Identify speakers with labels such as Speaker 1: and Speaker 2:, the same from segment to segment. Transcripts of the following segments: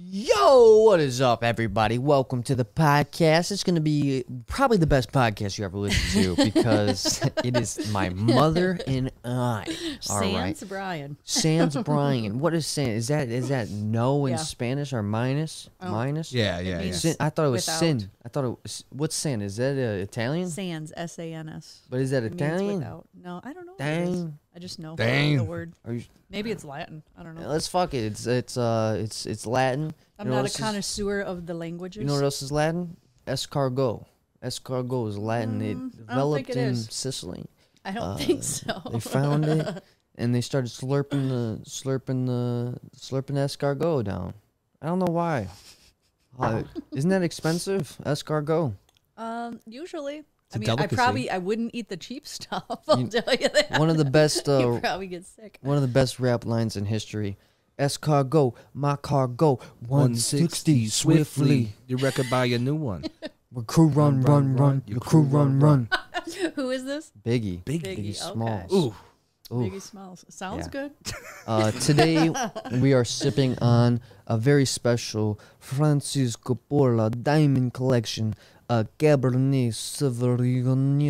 Speaker 1: Yo, what is up, everybody? Welcome to the podcast. It's going to be probably the best podcast you ever listen to because it is my mother and I. All right,
Speaker 2: Sans Brian.
Speaker 1: Sans Brian. What is Sans? Is that is that no in
Speaker 2: Yeah.
Speaker 1: Spanish or minus? Minus?
Speaker 3: Yeah, yeah, yeah.
Speaker 2: means-
Speaker 1: Sin, I thought it was
Speaker 2: Without.
Speaker 1: sin. I thought it was what's sin? Is that uh, Italian?
Speaker 2: Sans S A N S.
Speaker 1: But is that
Speaker 2: It means
Speaker 1: Italian?
Speaker 2: without. No, I don't know. What it is.
Speaker 1: Dang.
Speaker 2: I just know the
Speaker 3: Dang.
Speaker 2: word.
Speaker 1: Are you,
Speaker 2: Maybe it's Latin. I don't know.
Speaker 1: let's fuck it. It's it's uh it's it's Latin.
Speaker 2: I'm
Speaker 1: You know what
Speaker 2: not
Speaker 1: else
Speaker 2: a
Speaker 1: is-
Speaker 2: connoisseur of the languages.
Speaker 1: You know what else is Latin? Escargot. Escargot is Latin.
Speaker 2: Mm,
Speaker 1: it
Speaker 2: I don't think
Speaker 1: developed
Speaker 2: it
Speaker 1: in
Speaker 2: is.
Speaker 1: Sicily.
Speaker 2: I don't
Speaker 1: uh,
Speaker 2: think so.
Speaker 1: They found it and they started slurping the slurping the slurping escargot down. I don't know why. Uh, isn't that expensive? Escargot.
Speaker 2: um, usually,
Speaker 3: It's
Speaker 2: I
Speaker 3: a
Speaker 2: mean, I
Speaker 3: delicacy.
Speaker 2: probably I wouldn't eat the cheap stuff. I'll
Speaker 1: You-
Speaker 2: tell you that.
Speaker 1: One of the best uh,
Speaker 2: you probably get sick.
Speaker 1: one of the best rap lines in history. Escargot, my cargo, 160 swiftly.
Speaker 3: You reckon buy a new one.
Speaker 1: Your crew run, run, run. Your crew run, run.
Speaker 2: Who is this?
Speaker 1: Biggie.
Speaker 3: Big.
Speaker 2: Biggie,
Speaker 1: Biggie
Speaker 2: okay.
Speaker 1: Smalls.
Speaker 3: Ooh.
Speaker 1: Oof.
Speaker 2: Biggie Smalls. Sounds
Speaker 1: Yeah.
Speaker 2: good.
Speaker 1: Uh, today we are sipping on a very special Francis Coppola Diamond Collection, a Cabernet Sauvignon,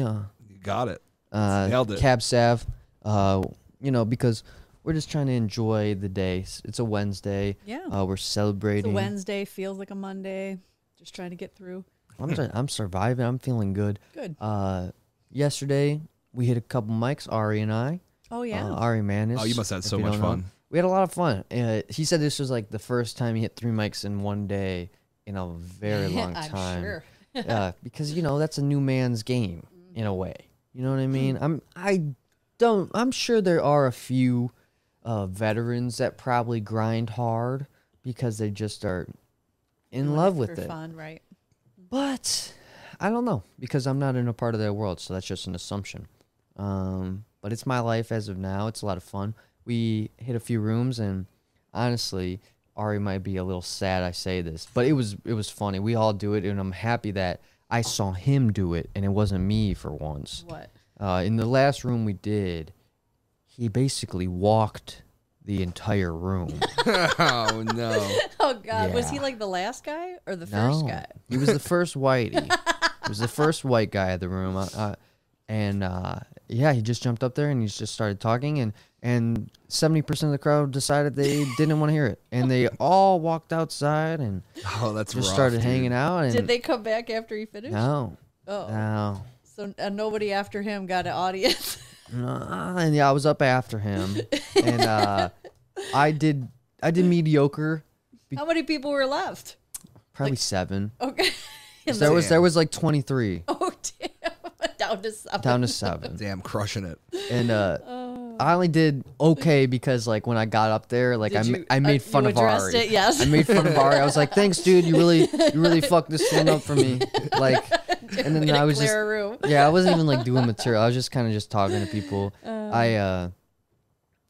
Speaker 3: You got it.
Speaker 1: uh,
Speaker 3: Nailed it.
Speaker 1: Cab Sav. Uh, you know, because we're just trying to enjoy the day. S- It's a Wednesday.
Speaker 2: Yeah.
Speaker 1: Uh, we're
Speaker 2: it's a
Speaker 1: celebrating.
Speaker 2: Wednesday. Feels like a Monday. Just trying to get through.
Speaker 1: I'm, su- I'm surviving. I'm feeling good.
Speaker 2: Good.
Speaker 1: Uh, yesterday we hit a couple mics, Ari and I.
Speaker 2: Oh yeah.
Speaker 1: Uh, Ari Manis.
Speaker 3: Oh, you must have had
Speaker 1: if
Speaker 3: so
Speaker 1: you
Speaker 3: much
Speaker 1: don't know.
Speaker 3: fun.
Speaker 1: We had a lot of fun. Uh, he said this was like the first time he hit three mics in one day in a very long
Speaker 2: I'm
Speaker 1: time.
Speaker 2: sure.
Speaker 1: uh, because you know that's a new man's game in a way. You know what I mean?
Speaker 2: Mm-hmm.
Speaker 1: I'm I don't. I'm sure there are a few uh, veterans that probably grind hard because they just are in
Speaker 2: Doing
Speaker 1: love with
Speaker 2: for
Speaker 1: it.
Speaker 2: Fun, right?
Speaker 1: But I don't know because I'm not in a part of their world, so that's just an assumption. Um, but it's my life as of now. It's a lot of fun. We hit a few rooms, and honestly, Ari might be a little sad I say this, but it was it was funny. We all do it, and I'm happy that I saw him do it, and it wasn't me for once.
Speaker 2: What?
Speaker 1: Uh, in the last room we did, he basically walked the entire room.
Speaker 3: oh no.
Speaker 2: Oh God, was he
Speaker 1: Yeah.
Speaker 2: like the last guy or the first
Speaker 1: No,
Speaker 2: guy?
Speaker 1: he was the first whitey. he was the first white guy of the room, uh, uh, and uh, yeah, he just jumped up there and he just started talking, and and seventy percent of the crowd decided they didn't want to hear it, and they all walked outside and
Speaker 3: Oh, that's
Speaker 1: just
Speaker 3: rough,
Speaker 1: started
Speaker 3: dude.
Speaker 1: hanging out. And
Speaker 2: Did they come back after he finished?
Speaker 1: No,
Speaker 2: Oh,
Speaker 1: no.
Speaker 2: so uh, nobody after him got an audience.
Speaker 1: Uh, and yeah, I was up after him, and uh, I did I did mediocre, be-
Speaker 2: How many people were left?
Speaker 1: probably seven.
Speaker 2: Okay. And
Speaker 1: there
Speaker 2: the-
Speaker 1: was there was like twenty three
Speaker 2: oh damn, down to seven.
Speaker 1: down to seven.
Speaker 3: Damn, crushing it.
Speaker 1: and uh,
Speaker 2: Oh.
Speaker 1: I only did okay because like when I got up there, like I,
Speaker 2: Did
Speaker 1: ma-
Speaker 2: you-
Speaker 1: I
Speaker 2: uh,
Speaker 1: made fun
Speaker 2: you
Speaker 1: of
Speaker 2: addressed
Speaker 1: Ari.
Speaker 2: it, yes.
Speaker 1: I made fun of Ari. I was like, "Thanks, dude. You really, you really fucked this one up for me." Like, and
Speaker 2: Way
Speaker 1: then
Speaker 2: to
Speaker 1: I was
Speaker 2: clear
Speaker 1: just,
Speaker 2: a room.
Speaker 1: yeah, I wasn't even like doing material. I was just kind of just talking to people.
Speaker 2: Um.
Speaker 1: I, uh,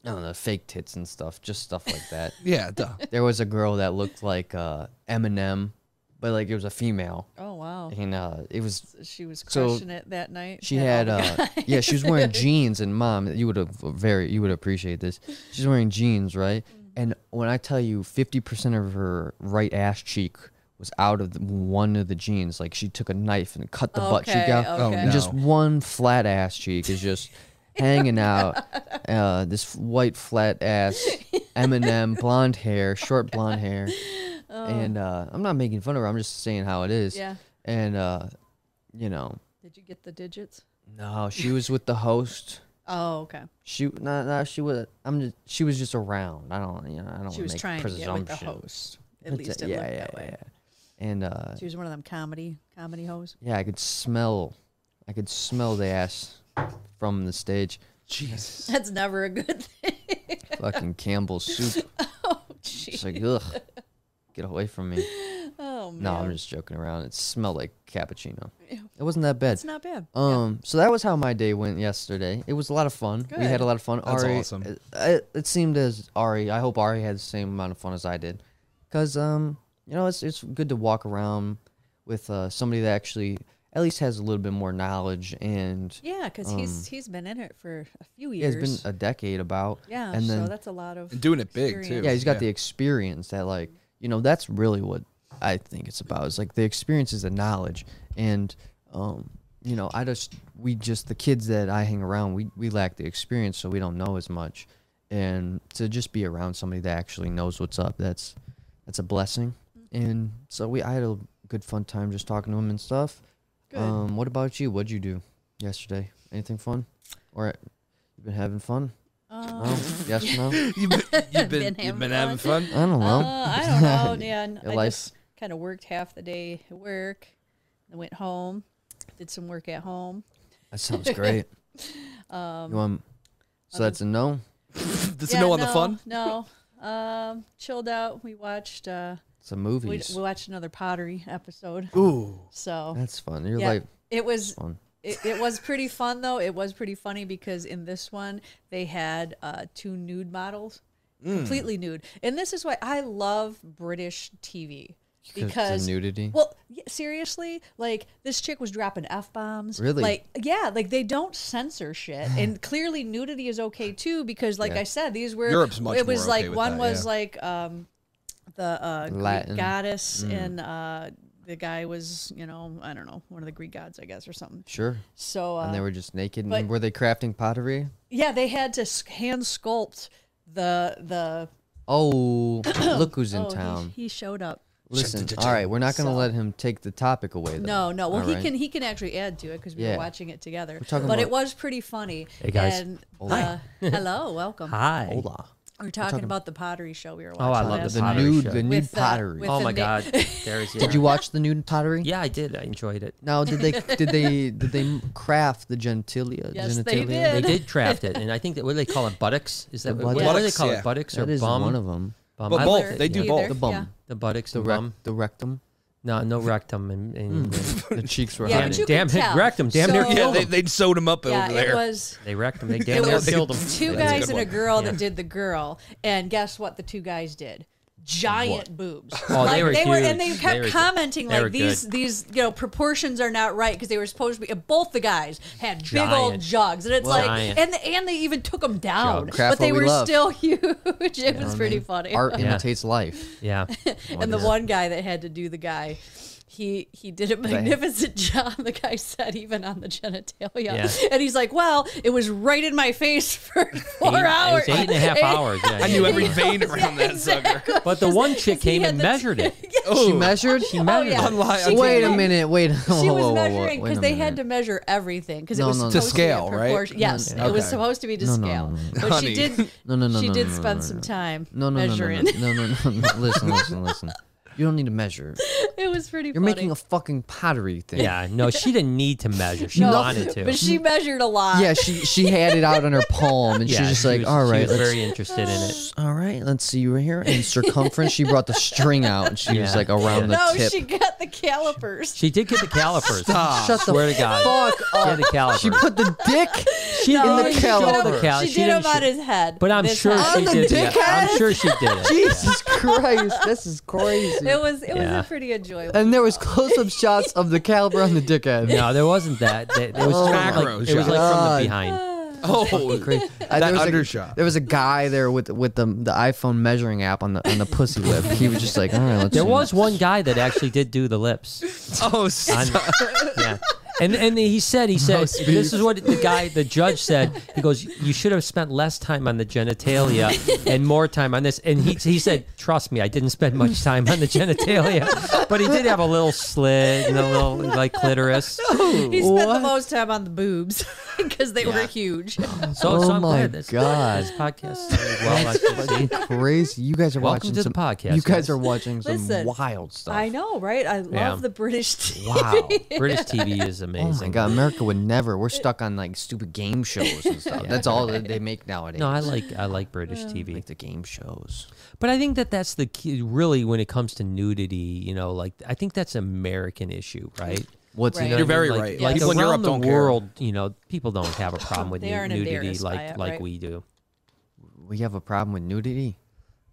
Speaker 1: I don't know, fake tits and stuff, just stuff like that.
Speaker 3: Yeah, duh.
Speaker 1: there was a girl that looked like uh, Eminem, but like it was a female,
Speaker 2: Oh wow,
Speaker 1: and uh, it was
Speaker 2: she was
Speaker 1: So,
Speaker 2: crushing it that night.
Speaker 1: She
Speaker 2: and
Speaker 1: had,
Speaker 2: all the
Speaker 1: uh,
Speaker 2: guys-
Speaker 1: yeah, she was wearing jeans, and mom, you would have very, you would appreciate this. She's wearing jeans, right?
Speaker 2: Mm-hmm.
Speaker 1: And when I tell you, fifty percent of her right ass cheek was out of the, one of the jeans. Like she took a knife and cut the butt cheek
Speaker 2: Okay,
Speaker 1: out, Oh,
Speaker 2: okay.
Speaker 1: and just
Speaker 3: No.
Speaker 1: one flat ass cheek is just hanging out. Uh, this white flat ass Eminem, blonde hair, short blonde hair, and uh, I'm not making fun of her. I'm just saying how it is.
Speaker 2: Oh. Yeah.
Speaker 1: And uh, you know.
Speaker 2: Did you get the digits?
Speaker 1: No, she was with the host.
Speaker 2: Oh okay.
Speaker 1: She no, no, she was. I'm just. She was just around. I don't. You know. I don't.
Speaker 2: She
Speaker 1: wanna
Speaker 2: was
Speaker 1: make
Speaker 2: trying to get with the
Speaker 1: presumptions.
Speaker 2: host. At
Speaker 1: It's a-
Speaker 2: least it
Speaker 1: yeah,
Speaker 2: looked
Speaker 1: yeah,
Speaker 2: that way.
Speaker 1: yeah. And uh,
Speaker 2: She was one of them comedy comedy hoes.
Speaker 1: yeah, I could smell. I could smell the ass from the stage.
Speaker 3: Jesus.
Speaker 2: That's never a good thing.
Speaker 1: Fucking Campbell's soup.
Speaker 2: Oh jeez.
Speaker 1: It's like ugh. Get away from me.
Speaker 2: Oh man.
Speaker 1: No, I'm just joking around. It smelled like cappuccino.
Speaker 2: Ew.
Speaker 1: It wasn't that bad.
Speaker 2: It's not bad.
Speaker 1: Um, so that was how my day went yesterday. It was a lot of fun. We had
Speaker 2: Good.
Speaker 1: a lot of fun.
Speaker 3: That's
Speaker 1: Ari,
Speaker 3: awesome.
Speaker 1: It, it, it seemed as Ari. I hope Ari had the same amount of fun as I did, because um, you know, it's it's good to walk around with uh, somebody that actually at least has a little bit more knowledge and
Speaker 2: Yeah, because he's he's been in it for a few
Speaker 1: it has
Speaker 2: years.
Speaker 1: Um, been a decade about.
Speaker 2: yeah,
Speaker 1: and then
Speaker 2: so that's a lot of
Speaker 3: And doing it big
Speaker 2: Experience.
Speaker 3: too.
Speaker 1: yeah, he's got the experience that like you know that's really what i think it's about it's like the experience is the knowledge and um you know i just we just the kids that i hang around we we lack the experience so we don't know as much and to just be around somebody that actually knows what's up that's that's a blessing and so we i had a good fun time just talking to him and stuff
Speaker 2: Good.
Speaker 1: um what about you what'd you do yesterday anything fun or you been having fun
Speaker 2: Um,
Speaker 1: no yes no
Speaker 3: You've been, you've been,
Speaker 2: Been
Speaker 3: you've been
Speaker 2: having
Speaker 3: having fun.
Speaker 1: i don't know
Speaker 2: Uh, I don't know, man.
Speaker 1: Your
Speaker 2: I
Speaker 1: life-
Speaker 2: just kind of worked half the day at work, then went home, did some work at home.
Speaker 1: That sounds great. um, so that's a no.
Speaker 3: Does it know on the fun?
Speaker 2: No, um, chilled out. We watched uh,
Speaker 1: It's a
Speaker 2: we,
Speaker 1: movies.
Speaker 2: we watched another pottery episode.
Speaker 3: Ooh.
Speaker 2: So
Speaker 1: that's fun. You're
Speaker 2: yeah,
Speaker 1: like
Speaker 2: it was
Speaker 1: fun.
Speaker 2: it, it was pretty fun though. It was pretty funny because in this one they had uh, two nude models, completely nude, and this is why I love British TV
Speaker 1: Because the
Speaker 2: because
Speaker 1: nudity?
Speaker 2: Well, y- seriously, like this chick was dropping f bombs.
Speaker 1: Really?
Speaker 2: Like, yeah, like they don't censor shit, and clearly nudity is okay too because, like
Speaker 1: Yeah.
Speaker 2: I said, these were
Speaker 3: Europe's much
Speaker 2: it was
Speaker 3: more
Speaker 2: like
Speaker 3: okay with
Speaker 2: one
Speaker 3: that,
Speaker 2: was
Speaker 3: yeah.
Speaker 2: like um the uh, Greek
Speaker 1: Latin.
Speaker 2: goddess and uh. The guy was, you know, I don't know, one of the Greek gods, I guess, or something.
Speaker 1: Sure.
Speaker 2: So uh,
Speaker 1: And they were just naked.
Speaker 2: but-
Speaker 1: and were they crafting pottery?
Speaker 2: yeah, they had to s- hand sculpt the the.
Speaker 1: Oh, look who's in
Speaker 2: oh, he-
Speaker 1: town.
Speaker 2: He, showed up.
Speaker 1: Listen, all right, we're not going to
Speaker 2: So-
Speaker 1: let him take the topic away, though.
Speaker 2: No, no. Well,
Speaker 1: All
Speaker 2: he
Speaker 1: right.
Speaker 2: can he can actually add to it because we
Speaker 1: Yeah.
Speaker 2: were watching it together.
Speaker 1: talking
Speaker 2: but it
Speaker 1: about-
Speaker 2: was pretty funny.
Speaker 4: Hey, guys.
Speaker 2: And, uh, hello, welcome.
Speaker 4: Hi.
Speaker 1: Hola.
Speaker 2: We're talking, about the pottery show we were watching.
Speaker 4: I love
Speaker 2: last
Speaker 4: the
Speaker 1: The
Speaker 2: night.
Speaker 4: pottery
Speaker 1: nude,
Speaker 4: show.
Speaker 1: the nude
Speaker 2: With, uh,
Speaker 1: pottery.
Speaker 2: with-
Speaker 4: Oh my
Speaker 2: Finn
Speaker 4: God. There's
Speaker 1: Did you watch the nude pottery?
Speaker 4: Yeah, I did. I enjoyed it.
Speaker 1: Now, did they did they did they craft the genitalia?
Speaker 2: Yes, they
Speaker 1: genitalia?
Speaker 2: did.
Speaker 4: They did draft it, and I think that what do they call it? Buttocks? Is that
Speaker 1: The
Speaker 4: what, what do they
Speaker 3: buttocks,
Speaker 4: call
Speaker 3: yeah.
Speaker 4: it? Buttocks
Speaker 1: That
Speaker 4: or
Speaker 1: is
Speaker 4: bum?
Speaker 1: one of them.
Speaker 4: Bum.
Speaker 3: But
Speaker 4: I
Speaker 3: both.
Speaker 4: liked it,
Speaker 3: They do
Speaker 4: yeah.
Speaker 3: both.
Speaker 2: Either,
Speaker 1: The bum.
Speaker 2: Yeah,
Speaker 4: The buttocks
Speaker 1: The
Speaker 4: and
Speaker 1: rec-
Speaker 4: bum.
Speaker 1: the rectum.
Speaker 4: No, no rectum. And, and
Speaker 1: The cheeks were
Speaker 2: Yeah,
Speaker 1: hiding.
Speaker 2: but you
Speaker 4: damn
Speaker 2: can
Speaker 4: hit-
Speaker 2: tell.
Speaker 4: wrecked 'em, damn near
Speaker 2: So-
Speaker 4: killed
Speaker 3: Yeah, they, they sewed him up
Speaker 2: Yeah,
Speaker 3: over
Speaker 2: it
Speaker 3: there.
Speaker 2: was.
Speaker 4: they wrecked them. They
Speaker 2: It
Speaker 4: damn near
Speaker 2: was
Speaker 4: killed them.
Speaker 2: two
Speaker 3: That's a
Speaker 2: guys
Speaker 3: good
Speaker 2: and a
Speaker 3: one.
Speaker 2: girl that
Speaker 4: Yeah.
Speaker 2: did the girl, and guess what? The two guys did giant boobs.
Speaker 4: Oh, they were
Speaker 2: and they
Speaker 4: huge.
Speaker 2: kept
Speaker 4: They were good.
Speaker 2: commenting
Speaker 4: They were
Speaker 2: like these
Speaker 4: good.
Speaker 2: these you know proportions are not right because they were supposed to be. and Both the guys had big old
Speaker 4: Giant.
Speaker 2: jugs, and it's like
Speaker 4: Giant.
Speaker 2: and and they even took them down,
Speaker 1: Jugs. Crap
Speaker 2: but they
Speaker 1: what we
Speaker 2: were
Speaker 1: love.
Speaker 2: still huge. It
Speaker 1: You know
Speaker 2: was
Speaker 1: what I
Speaker 2: pretty
Speaker 1: mean?
Speaker 2: funny.
Speaker 1: Art
Speaker 4: Yeah.
Speaker 1: imitates life.
Speaker 4: Yeah.
Speaker 2: and the one guy that had to do the guy. He, he did a magnificent job. The guy said even on the genitalia,
Speaker 4: Yeah.
Speaker 2: and he's like, "Well, it was right in my face for four
Speaker 4: Eight- it was
Speaker 2: hours,
Speaker 4: eight and a half hours. Yeah,
Speaker 3: I knew
Speaker 4: yeah,
Speaker 3: every
Speaker 4: yeah.
Speaker 3: vein around that sucker.
Speaker 4: But the one chick
Speaker 2: he
Speaker 4: came
Speaker 2: had
Speaker 4: and
Speaker 2: the-
Speaker 4: measured it.
Speaker 1: She measured. She
Speaker 2: Oh
Speaker 4: measured
Speaker 2: yeah,
Speaker 4: it.
Speaker 3: Unli-
Speaker 2: She
Speaker 1: Wait
Speaker 2: did.
Speaker 1: a minute. Wait.
Speaker 2: She was measuring because they had to measure everything because it
Speaker 1: No,
Speaker 2: was
Speaker 1: no, no.
Speaker 2: supposed
Speaker 1: To
Speaker 2: be a
Speaker 3: scale, right?
Speaker 2: proportion- Yes,
Speaker 1: no.
Speaker 2: it was
Speaker 3: Okay.
Speaker 2: supposed to be to
Speaker 1: No, no,
Speaker 2: scale.
Speaker 1: no, no.
Speaker 2: But
Speaker 3: Honey.
Speaker 2: she did.
Speaker 1: No, no, no.
Speaker 2: she
Speaker 1: no,
Speaker 2: did
Speaker 1: no, no,
Speaker 2: spend
Speaker 1: no,
Speaker 2: some
Speaker 1: no.
Speaker 2: time
Speaker 1: No, no, no, no, no,
Speaker 2: measuring.
Speaker 1: no, no, no, no. Listen, listen, listen. You don't need to measure.
Speaker 2: it was pretty.
Speaker 1: You're
Speaker 2: funny.
Speaker 1: making a fucking pottery thing.
Speaker 4: Yeah. No, she didn't need to measure. She
Speaker 2: No,
Speaker 4: wanted to.
Speaker 2: but she measured a lot.
Speaker 1: Yeah. She she had it out on her palm, and
Speaker 4: yeah,
Speaker 1: she's just like,
Speaker 4: was,
Speaker 1: all
Speaker 4: she
Speaker 1: right,
Speaker 4: was
Speaker 1: let's.
Speaker 4: very interested in it.
Speaker 1: all right, let's see you were here. And circumference, she brought the string out, and she was
Speaker 4: Yeah.
Speaker 1: like around the
Speaker 2: no,
Speaker 1: tip.
Speaker 2: she got the calipers.
Speaker 4: She did get the calipers.
Speaker 3: Stop.
Speaker 1: Shut the
Speaker 4: Swear to God.
Speaker 1: fuck
Speaker 4: She
Speaker 1: up.
Speaker 4: had the calipers.
Speaker 1: She put the dick.
Speaker 4: She
Speaker 2: No,
Speaker 1: the
Speaker 4: didn't
Speaker 2: she
Speaker 4: show
Speaker 2: did
Speaker 1: caliper.
Speaker 4: the
Speaker 2: them-
Speaker 4: cal-
Speaker 2: She, did
Speaker 4: didn't
Speaker 2: them on
Speaker 4: show-
Speaker 2: his head.
Speaker 4: But I'm
Speaker 2: This
Speaker 4: sure
Speaker 2: happened. Oh,
Speaker 4: she
Speaker 1: the
Speaker 4: did it.
Speaker 1: dickhead?
Speaker 4: I'm sure she did it.
Speaker 1: Jesus Christ, this is crazy.
Speaker 2: It was it
Speaker 4: Yeah.
Speaker 2: was a pretty enjoyable.
Speaker 1: and there was close-up shots of the caliber on the dickhead.
Speaker 4: No, there wasn't that. They- It was
Speaker 1: Oh
Speaker 4: like,
Speaker 3: my
Speaker 4: it was like from
Speaker 1: God.
Speaker 4: the behind.
Speaker 3: Oh,
Speaker 1: Crazy.
Speaker 3: That
Speaker 1: Uh, there was A,
Speaker 3: undershot.
Speaker 1: there was a guy there with with the the iPhone measuring app on the on the pussy lip. He was just like, all right, let's.
Speaker 4: There
Speaker 1: see."
Speaker 4: was one guy that actually did do the lips.
Speaker 3: oh, stop.
Speaker 4: On- yeah. And and he said he said this is what the guy the judge said. He goes, "You should have spent less time on the genitalia and more time on this." And he he said, "Trust me, I didn't spend much time on the genitalia, but he did have a little slit and a little like clitoris."
Speaker 2: he spent
Speaker 1: What?
Speaker 2: the most time on the boobs because they were
Speaker 4: Yeah.
Speaker 2: huge.
Speaker 4: So,
Speaker 1: Oh
Speaker 4: so I'm
Speaker 1: my
Speaker 4: glad this,
Speaker 1: God.
Speaker 4: this podcast started well. I should say.
Speaker 1: Fucking crazy. You guys are
Speaker 4: Welcome
Speaker 1: watching
Speaker 4: to the
Speaker 1: some
Speaker 4: podcast,
Speaker 1: You guys
Speaker 4: guys.
Speaker 1: are watching some
Speaker 2: Listen,
Speaker 1: wild stuff.
Speaker 2: I know, right? I love
Speaker 4: Yeah.
Speaker 2: the British TV.
Speaker 4: Wow, British TV is
Speaker 1: Oh my
Speaker 4: amazing.
Speaker 1: god, America would never. We're stuck on like stupid game shows and stuff. That's all that they make nowadays.
Speaker 4: No, I like I like British TV,
Speaker 1: like the game shows.
Speaker 4: but I think that that's the key. Really, when it comes to nudity, you know, like I think that's an American issue, right?
Speaker 1: What's
Speaker 2: Right.
Speaker 1: you know,
Speaker 3: You're very
Speaker 4: like,
Speaker 3: right.
Speaker 4: Like
Speaker 3: People in
Speaker 4: around
Speaker 3: Europe
Speaker 4: the
Speaker 3: don't care.
Speaker 4: world, you know, people don't have a problem with
Speaker 2: They
Speaker 4: nu-
Speaker 2: aren't
Speaker 4: nudity
Speaker 2: embarrassed by
Speaker 4: like
Speaker 2: it,
Speaker 4: like
Speaker 2: right?
Speaker 4: we do.
Speaker 1: we have a problem with nudity.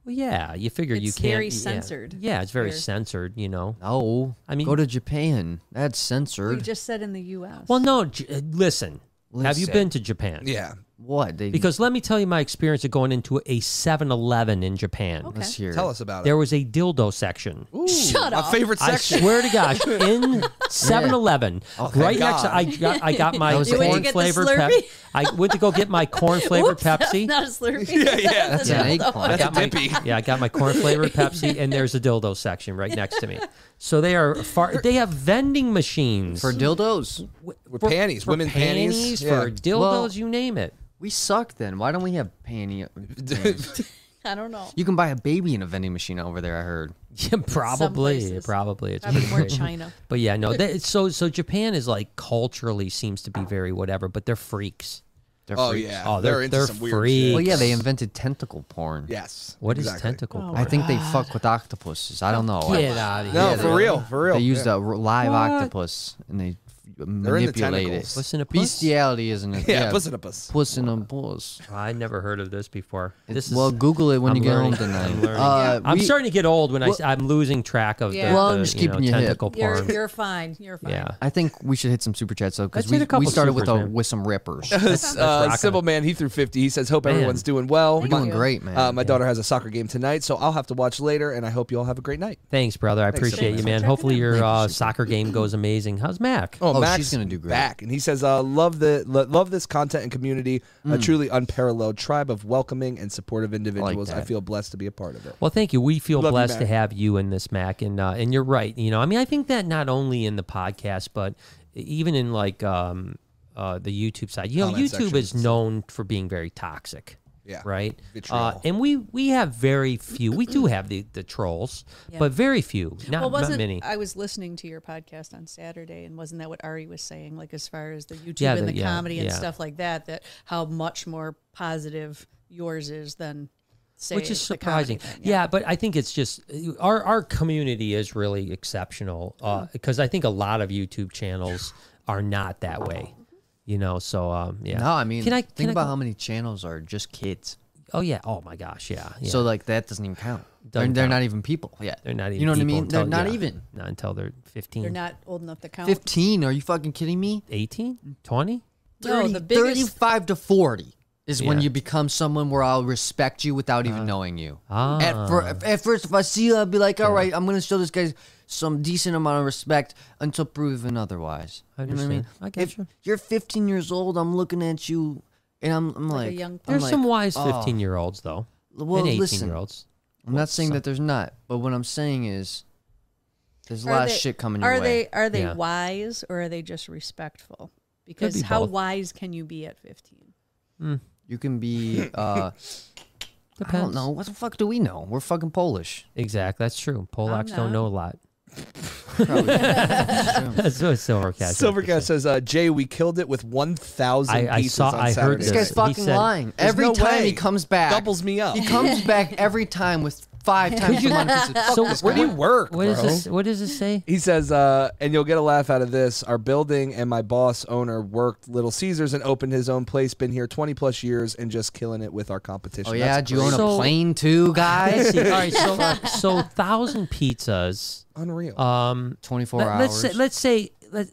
Speaker 4: Well, yeah, you figure you
Speaker 2: It's
Speaker 4: can't.
Speaker 2: very
Speaker 4: yeah.
Speaker 2: censored
Speaker 4: Yeah, it's very
Speaker 2: here.
Speaker 4: censored. You know.
Speaker 1: No,
Speaker 4: I mean-
Speaker 1: go to Japan. That's
Speaker 2: We
Speaker 1: censored.
Speaker 2: just said in the U.S.
Speaker 4: Well, no. J- uh, listen, have you
Speaker 1: Listen.
Speaker 4: been to Japan?
Speaker 3: Yeah.
Speaker 1: What? They,
Speaker 4: Because let me tell you my experience of going into a 7 Eleven in Japan.
Speaker 2: Okay.
Speaker 1: let's hear
Speaker 3: Tell
Speaker 1: it.
Speaker 3: us about
Speaker 4: There was a dildo section.
Speaker 3: it. Ooh,
Speaker 2: Shut
Speaker 3: my
Speaker 2: up.
Speaker 3: favorite
Speaker 4: I
Speaker 3: section.
Speaker 4: swear to gosh, in 7 Eleven, right next to, I got, I got my
Speaker 1: You went to
Speaker 2: get
Speaker 4: corn
Speaker 2: the
Speaker 4: flavored
Speaker 2: Slurpee?
Speaker 4: Pepsi. I went to go get my corn flavored
Speaker 2: Whoops, that's
Speaker 4: Pepsi.
Speaker 2: Not a Slurpee.
Speaker 3: Yeah, yeah,
Speaker 2: That's
Speaker 1: that's an
Speaker 2: a
Speaker 1: egg
Speaker 2: dildo.
Speaker 1: plant.
Speaker 4: I got
Speaker 3: a
Speaker 4: my-
Speaker 3: dippy.
Speaker 4: yeah, I got my corn flavored Pepsi, and there's a dildo section right next to me. So they are far. They have vending machines
Speaker 1: For dildos,
Speaker 3: With panties,
Speaker 4: for
Speaker 3: women panties, yeah.
Speaker 4: for dildos,
Speaker 1: Well-
Speaker 4: you name it.
Speaker 1: we suck then. Why don't we have panty? panties?
Speaker 2: I don't know.
Speaker 1: you can buy a baby in a vending machine over there, I heard.
Speaker 4: Yeah, probably,
Speaker 2: places.
Speaker 4: probably. It's
Speaker 2: Probably more
Speaker 4: pretty crazy.
Speaker 2: China.
Speaker 4: But yeah, no. That, so so Japan is like culturally seems to be very whatever, but they're freaks.
Speaker 1: They're
Speaker 3: oh
Speaker 1: freaks.
Speaker 3: yeah,
Speaker 4: Oh,
Speaker 3: they're,
Speaker 4: they're-
Speaker 3: into
Speaker 4: they're
Speaker 3: some weird
Speaker 4: free.
Speaker 3: shit.
Speaker 1: Well, yeah, they invented tentacle porn.
Speaker 3: Yes.
Speaker 4: What is
Speaker 3: exactly.
Speaker 4: tentacle porn?
Speaker 1: I think they fuck with octopuses. I don't know. I-
Speaker 4: Get out of
Speaker 3: No,
Speaker 4: here.
Speaker 3: for real, for real.
Speaker 1: They used
Speaker 3: yeah.
Speaker 1: a r- live octopus and they f- manipulate
Speaker 3: tentacles.
Speaker 1: it.
Speaker 4: Puss in a puss?
Speaker 1: Bestiality isn't it?
Speaker 3: yeah, puss in a puss.
Speaker 1: Puss in a puss.
Speaker 4: I never heard of this before. This
Speaker 1: well,
Speaker 4: is.
Speaker 1: Google it when
Speaker 4: I'm
Speaker 1: you get
Speaker 4: learning.
Speaker 1: home tonight.
Speaker 4: I'm learning.
Speaker 1: Uh,
Speaker 4: I'm
Speaker 1: we-
Speaker 4: starting to get old when I
Speaker 1: Well-
Speaker 4: I, am losing track of
Speaker 2: Yeah.
Speaker 4: the,
Speaker 2: Well,
Speaker 4: the,
Speaker 1: I'm just
Speaker 4: you
Speaker 1: keeping
Speaker 4: know,
Speaker 1: you hip.
Speaker 4: tentacle
Speaker 2: You're,
Speaker 4: porn.
Speaker 2: you're fine. You're fine.
Speaker 4: Yeah.
Speaker 1: I think we should hit some super chats though because
Speaker 4: Let's hit
Speaker 1: we,
Speaker 4: a couple
Speaker 1: we started with
Speaker 4: supers,
Speaker 1: a
Speaker 4: man.
Speaker 1: with some rippers.
Speaker 3: This,
Speaker 4: rock
Speaker 3: uh,
Speaker 4: 'em.
Speaker 3: Sybil man, he threw fifty. He says, "Hope everyone's doing well."
Speaker 1: We're
Speaker 3: My-
Speaker 1: doing great, man.
Speaker 3: Uh, my daughter has a soccer game tonight, so I'll have to watch later. And I hope you all have a great night.
Speaker 4: Thanks, brother. I
Speaker 3: Thanks so
Speaker 4: appreciate
Speaker 3: much.
Speaker 4: you, man.
Speaker 2: Check it
Speaker 4: Hopefully
Speaker 2: out.
Speaker 4: your
Speaker 1: Thank you,
Speaker 4: uh,
Speaker 1: Super.
Speaker 4: soccer game goes amazing. How's Mac?
Speaker 1: Oh,
Speaker 3: Max
Speaker 1: she's gonna do great.
Speaker 3: Back, and he says, uh, "Love the lo- love this content and community. A truly unparalleled tribe of welcoming and supportive individuals. I
Speaker 1: that.
Speaker 3: feel blessed to be a part of it."
Speaker 4: Well, thank you. We feel
Speaker 3: Love you,
Speaker 4: blessed to
Speaker 3: Mac.
Speaker 4: have you in this, Mac, and uh, and you're right. You know, I mean, I think that not only in the podcast, but e, even in like um, uh, the YouTube side. You know,
Speaker 3: Comment
Speaker 4: YouTube
Speaker 3: sections.
Speaker 4: is known for being very toxic.
Speaker 3: Yeah.
Speaker 4: Right. Uh,
Speaker 3: Vitriol.
Speaker 4: and we we have very few. We do have the the trolls, but very few. Not,
Speaker 2: Well,
Speaker 4: not
Speaker 2: wasn't
Speaker 4: many.
Speaker 2: I was listening to your podcast on Saturday, and wasn't that what Ari was saying? Like as far as the YouTube
Speaker 4: Yeah,
Speaker 2: and
Speaker 4: the-
Speaker 2: the,
Speaker 4: yeah,
Speaker 2: comedy and
Speaker 4: yeah.
Speaker 2: stuff like that, that how much more positive yours is than say
Speaker 4: which is
Speaker 2: the comedy
Speaker 4: surprising.
Speaker 2: thing,
Speaker 4: yeah. but I think it's just our our community is really exceptional
Speaker 1: Mm.
Speaker 4: because I think a lot of YouTube channels are not that way. You know, so um, yeah.
Speaker 1: No, I mean,
Speaker 4: can I
Speaker 1: think
Speaker 4: can I
Speaker 1: about
Speaker 4: go-
Speaker 1: how many channels are just kids.
Speaker 4: Oh yeah. Oh my gosh. Yeah. yeah.
Speaker 1: So like that doesn't even count.
Speaker 4: Doesn't
Speaker 1: they're, they're
Speaker 4: count.
Speaker 1: not even people. Yeah,
Speaker 4: they're not even.
Speaker 1: You know what I
Speaker 4: people
Speaker 1: mean? They're
Speaker 4: until-
Speaker 1: not
Speaker 4: yeah,
Speaker 1: even
Speaker 4: Not until they're 15,
Speaker 2: They're not old enough to count.
Speaker 1: fifteen. Are you fucking kidding me?
Speaker 4: 18,
Speaker 1: Mm.
Speaker 4: 20.
Speaker 2: no, the biggest.
Speaker 1: 35 to 40 is when
Speaker 4: Yeah.
Speaker 1: you become someone where I'll respect you without even knowing you.
Speaker 4: Ah.
Speaker 1: At, fir- at first, if I see you, I'll be like, all right, I'm going to show this guy some decent amount of respect until proven otherwise.
Speaker 4: I
Speaker 1: You know what I mean?
Speaker 4: understand. I get
Speaker 1: if
Speaker 4: you.
Speaker 1: are 15 years old, I'm looking at you and I'm, I'm like,
Speaker 2: a young
Speaker 1: I'm
Speaker 4: There's
Speaker 1: like,
Speaker 4: some wise
Speaker 1: oh.
Speaker 4: 15 year olds though.
Speaker 1: Well,
Speaker 4: and 18
Speaker 1: listen.
Speaker 4: year olds.
Speaker 1: I'm not saying that there's not, but what I'm saying is there's a
Speaker 2: Are
Speaker 1: lot
Speaker 2: they-
Speaker 1: of shit coming
Speaker 2: Are
Speaker 1: your way.
Speaker 2: they are they
Speaker 4: Yeah.
Speaker 2: wise or are they just respectful? Because
Speaker 4: be
Speaker 2: how
Speaker 4: both.
Speaker 2: wise can you be at fifteen?
Speaker 1: You can be, uh, I don't
Speaker 4: Depends.
Speaker 1: know. What the fuck do we know? We're fucking Polish.
Speaker 4: Exactly. That's true. Polacks don't know a lot. That's what Silvercat. said.
Speaker 3: Silvercat says, uh, "Jay, we killed it with one thousand
Speaker 4: I- I
Speaker 3: pieces
Speaker 4: saw-
Speaker 3: on
Speaker 4: I heard
Speaker 3: Saturday.
Speaker 1: This
Speaker 4: Yeah,
Speaker 1: guy's
Speaker 4: he
Speaker 1: fucking
Speaker 4: said-
Speaker 1: lying.
Speaker 3: There's
Speaker 1: Every
Speaker 3: no
Speaker 1: time
Speaker 3: way.
Speaker 1: he comes back,
Speaker 3: doubles me up.
Speaker 1: he comes back every time with five times the amount of pieces. Fuck
Speaker 4: So
Speaker 1: this
Speaker 4: what
Speaker 3: Where
Speaker 1: guy.
Speaker 3: do you work,
Speaker 4: What
Speaker 3: bro?
Speaker 4: is this? What does this say?
Speaker 3: He says, uh, and you'll get a laugh out of this. Our building and my boss owner worked Little Caesars and opened his own place. Been here 20 plus years and just killing it with our competition.
Speaker 1: Oh yeah,
Speaker 3: That's
Speaker 1: do you own
Speaker 4: So-
Speaker 1: a plane too,
Speaker 4: Let's
Speaker 1: guys?
Speaker 4: see. All right, so so thousand pizzas.
Speaker 3: unreal.
Speaker 4: Um,
Speaker 1: Twenty four
Speaker 4: let,
Speaker 1: hours.
Speaker 4: let's say let's say let,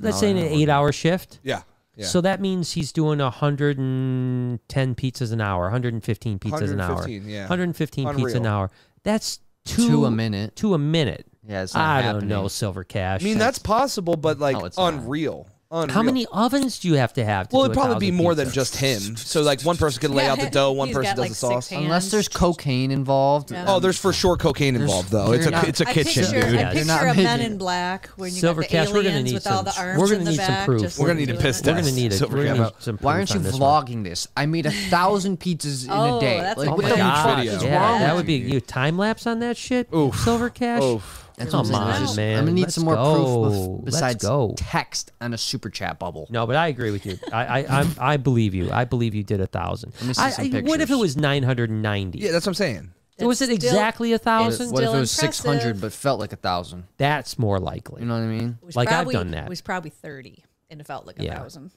Speaker 4: let's
Speaker 1: No,
Speaker 4: say in
Speaker 1: they're
Speaker 4: an
Speaker 1: not
Speaker 4: eight hour shift.
Speaker 3: yeah, yeah.
Speaker 4: So that means he's doing 110 pizzas an hour, 115 pizzas an hour,
Speaker 3: 115, yeah.
Speaker 4: 115 pizza an
Speaker 3: Unreal.
Speaker 4: hour. That's two,
Speaker 1: Two a minute.
Speaker 4: Two a minute.
Speaker 1: Yeah, it's not
Speaker 4: I
Speaker 1: happening.
Speaker 4: don't know, Silver Cash.
Speaker 3: I mean that's possible, but like
Speaker 1: No, it's not.
Speaker 3: unreal. Unreal.
Speaker 4: Oh, how many ovens do you have to have? To
Speaker 3: Well,
Speaker 4: do
Speaker 3: it'd
Speaker 4: a
Speaker 3: probably be
Speaker 4: thousand
Speaker 3: more
Speaker 4: pizzas?
Speaker 3: than just him. So like one person could lay out the dough, one
Speaker 2: He's got,
Speaker 3: person does
Speaker 2: like,
Speaker 3: the
Speaker 2: six
Speaker 3: sauce.
Speaker 2: hands.
Speaker 1: Unless there's cocaine involved.
Speaker 2: Yeah.
Speaker 3: Oh, there's for sure cocaine involved though. It's
Speaker 1: you're
Speaker 3: a
Speaker 1: not-
Speaker 3: it's a
Speaker 2: I
Speaker 3: kitchen,
Speaker 2: picture,
Speaker 3: dude.
Speaker 2: I
Speaker 4: Yeah,
Speaker 2: picture
Speaker 1: they're not
Speaker 2: a Men
Speaker 1: making-
Speaker 2: in Black when you
Speaker 4: Silver
Speaker 2: got the
Speaker 4: Cats,
Speaker 2: aliens
Speaker 4: we're gonna need
Speaker 2: with
Speaker 4: some-
Speaker 2: all the arms
Speaker 4: we're gonna
Speaker 2: in the
Speaker 4: need some
Speaker 2: back.
Speaker 4: proof.
Speaker 2: just
Speaker 4: We're
Speaker 3: gonna need a
Speaker 2: doing
Speaker 3: piss
Speaker 2: it.
Speaker 4: We're
Speaker 3: test.
Speaker 4: gonna need it.
Speaker 3: Silver
Speaker 4: We're gonna
Speaker 3: Cash.
Speaker 4: need some
Speaker 1: Why
Speaker 4: proof
Speaker 1: aren't you
Speaker 4: on this one.
Speaker 1: vlogging this? I made a thousand pizzas in
Speaker 2: Oh,
Speaker 1: a day.
Speaker 2: that's
Speaker 1: like,
Speaker 2: a
Speaker 1: what
Speaker 2: good
Speaker 1: the
Speaker 2: idea.
Speaker 1: fuck
Speaker 3: Video.
Speaker 1: is
Speaker 4: Yeah,
Speaker 1: wrong
Speaker 4: that
Speaker 1: with
Speaker 4: would be you time lapse on that shit.
Speaker 3: Oof.
Speaker 4: Silver cash.
Speaker 3: Oof.
Speaker 1: That's
Speaker 4: Come
Speaker 1: what I'm saying.
Speaker 4: on,
Speaker 1: Let's-
Speaker 4: man.
Speaker 1: I'm gonna need
Speaker 4: Let's
Speaker 1: some more proof
Speaker 4: go.
Speaker 1: bef-
Speaker 4: Let's
Speaker 1: besides
Speaker 4: go.
Speaker 1: text and a super chat bubble.
Speaker 4: No, but I agree with you. I I I'm, I believe you. I believe you did a thousand.
Speaker 1: me see
Speaker 4: I-
Speaker 1: some
Speaker 4: I- what if it
Speaker 1: pictures.
Speaker 4: was nine hundred and ninety?
Speaker 3: Yeah, that's what I'm saying.
Speaker 4: was it
Speaker 2: That's still-
Speaker 4: exactly a thousand?
Speaker 2: It's
Speaker 1: What if
Speaker 2: still
Speaker 1: it was six hundred
Speaker 2: impressive.
Speaker 1: but felt like a thousand?
Speaker 4: That's more likely.
Speaker 1: You know what I mean?
Speaker 2: It was
Speaker 4: Like, I've
Speaker 2: probably-
Speaker 4: done that.
Speaker 2: It was probably thirty, and it felt like a
Speaker 4: Yeah.
Speaker 2: thousand.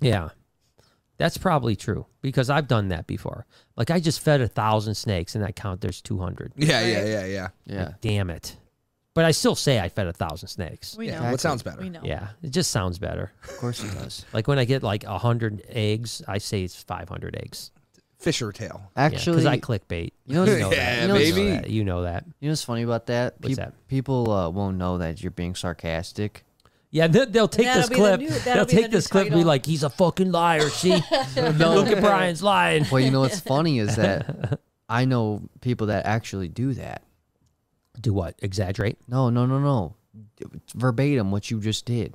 Speaker 4: Yeah, that's probably true because I've done that before. Like I just fed a thousand snakes and I count there's two hundred.
Speaker 3: Yeah, yeah, yeah, yeah.
Speaker 1: Yeah.
Speaker 4: Damn it. But I still say I fed a thousand snakes.
Speaker 2: We know.
Speaker 3: What sounds better?
Speaker 2: We know.
Speaker 4: Yeah, it just sounds better.
Speaker 1: Of course it does.
Speaker 4: Like when I get like hundred eggs, I say it's five hundred eggs.
Speaker 3: Fisher tail.
Speaker 1: Actually,
Speaker 4: because I clickbait.
Speaker 1: you know, what's-
Speaker 4: You know that.
Speaker 3: Yeah,
Speaker 4: You know that.
Speaker 3: baby.
Speaker 4: You know that. You know that.
Speaker 1: you know what's funny about that?
Speaker 4: What's
Speaker 1: Peop-
Speaker 4: that?
Speaker 1: People uh, won't know that you're being sarcastic.
Speaker 4: Yeah, they- they'll take
Speaker 2: That'll
Speaker 4: this
Speaker 2: be the
Speaker 4: clip.
Speaker 2: new- that'll
Speaker 4: they'll
Speaker 2: be the
Speaker 4: take this
Speaker 2: new
Speaker 4: clip and be
Speaker 2: title.
Speaker 4: like, "He's a fucking liar." See, look at Brian's lying.
Speaker 1: Well, you know what's funny is that I know people that actually do that.
Speaker 4: Do what? Exaggerate?
Speaker 1: No, no, no, no. It's verbatim what you just did.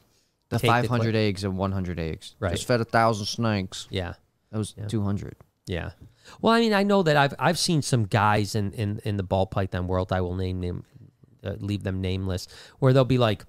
Speaker 1: The
Speaker 4: Take the
Speaker 1: 500 eggs and 100 eggs.
Speaker 4: Right.
Speaker 1: Just fed a thousand snakes.
Speaker 4: Yeah.
Speaker 1: That was 200.
Speaker 4: Yeah. Well, I mean, I know that I've I've seen some guys in in, in the ball python world. I will name them, uh, leave them nameless, where they'll be like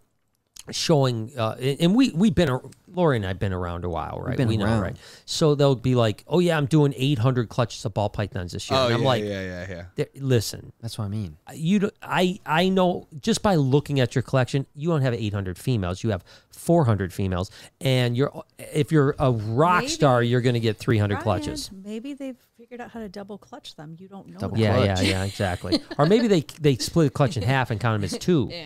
Speaker 4: showing, uh, and and we we've been a- Lori and I've been around a while, right?
Speaker 1: been
Speaker 4: we know,
Speaker 1: around.
Speaker 4: right? So they'll be like, "Oh yeah, I'm doing 800 clutches of ball pythons this year,"
Speaker 3: Oh,
Speaker 4: and
Speaker 3: yeah,
Speaker 4: I'm like,
Speaker 3: yeah, yeah, yeah.
Speaker 4: "Th- "Listen,
Speaker 1: That's what I mean.
Speaker 4: you do, I I know just by looking at your collection, you don't have 800 females. You have 400 females, and you're if you're a rock
Speaker 2: Maybe.
Speaker 4: star, you're going to get 300
Speaker 2: Brian,
Speaker 4: clutches.
Speaker 2: Maybe they've figured out how to double clutch them. You don't know.
Speaker 1: Double
Speaker 2: that.
Speaker 4: Yeah,
Speaker 1: clutch.
Speaker 4: yeah, yeah, exactly. or maybe they they split a clutch in half and count them as two.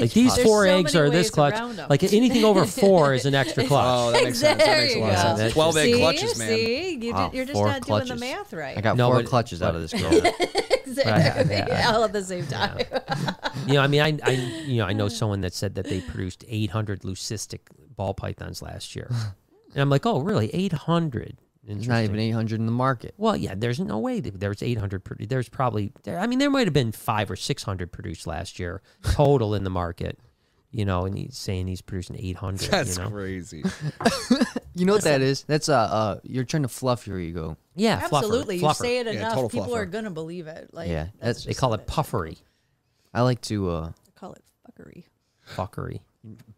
Speaker 4: Like these
Speaker 2: There's
Speaker 4: four
Speaker 2: so
Speaker 4: eggs
Speaker 2: many
Speaker 4: are this
Speaker 2: ways
Speaker 4: clutch.
Speaker 2: around 'em.
Speaker 4: Like anything over four is an extra clutch.
Speaker 3: Oh, that makes sense. That
Speaker 2: There
Speaker 3: makes a
Speaker 2: you
Speaker 3: lot of
Speaker 4: go.
Speaker 3: sense. Twelve egg
Speaker 2: See,
Speaker 3: clutches, man.
Speaker 2: see, you
Speaker 4: Ah,
Speaker 1: Wow,
Speaker 2: are just
Speaker 1: four
Speaker 2: not doing
Speaker 1: clutches.
Speaker 2: the math right.
Speaker 1: I got
Speaker 4: No,
Speaker 1: four
Speaker 4: but-
Speaker 1: clutches out of this girl.
Speaker 2: exactly.
Speaker 4: But I- yeah, I-
Speaker 2: all at the same time.
Speaker 4: you know, I mean, I, I you know I know someone that said that they produced 800 leucistic ball pythons last year, and I'm like, oh, really? 800?
Speaker 1: There's not even 800 in the market.
Speaker 4: Well, yeah, there's no way that there's 800. Pro- there's probably there. I mean, there might have been five or 600 produced last year total in the market. You know, and he's saying he's producing 800.
Speaker 3: That's
Speaker 4: you know?
Speaker 3: crazy.
Speaker 1: You know what that is? That's uh, uh you're trying to fluff your ego.
Speaker 4: Yeah, fluffer,
Speaker 2: Absolutely. You
Speaker 4: fluffer.
Speaker 2: say it
Speaker 3: Yeah,
Speaker 2: enough,
Speaker 3: total
Speaker 2: people
Speaker 3: fluffer.
Speaker 2: are gonna believe it. Like
Speaker 1: Yeah, that's-
Speaker 4: They call it puffery,
Speaker 1: I like to uh
Speaker 2: They call it fuckery.
Speaker 4: fuckery.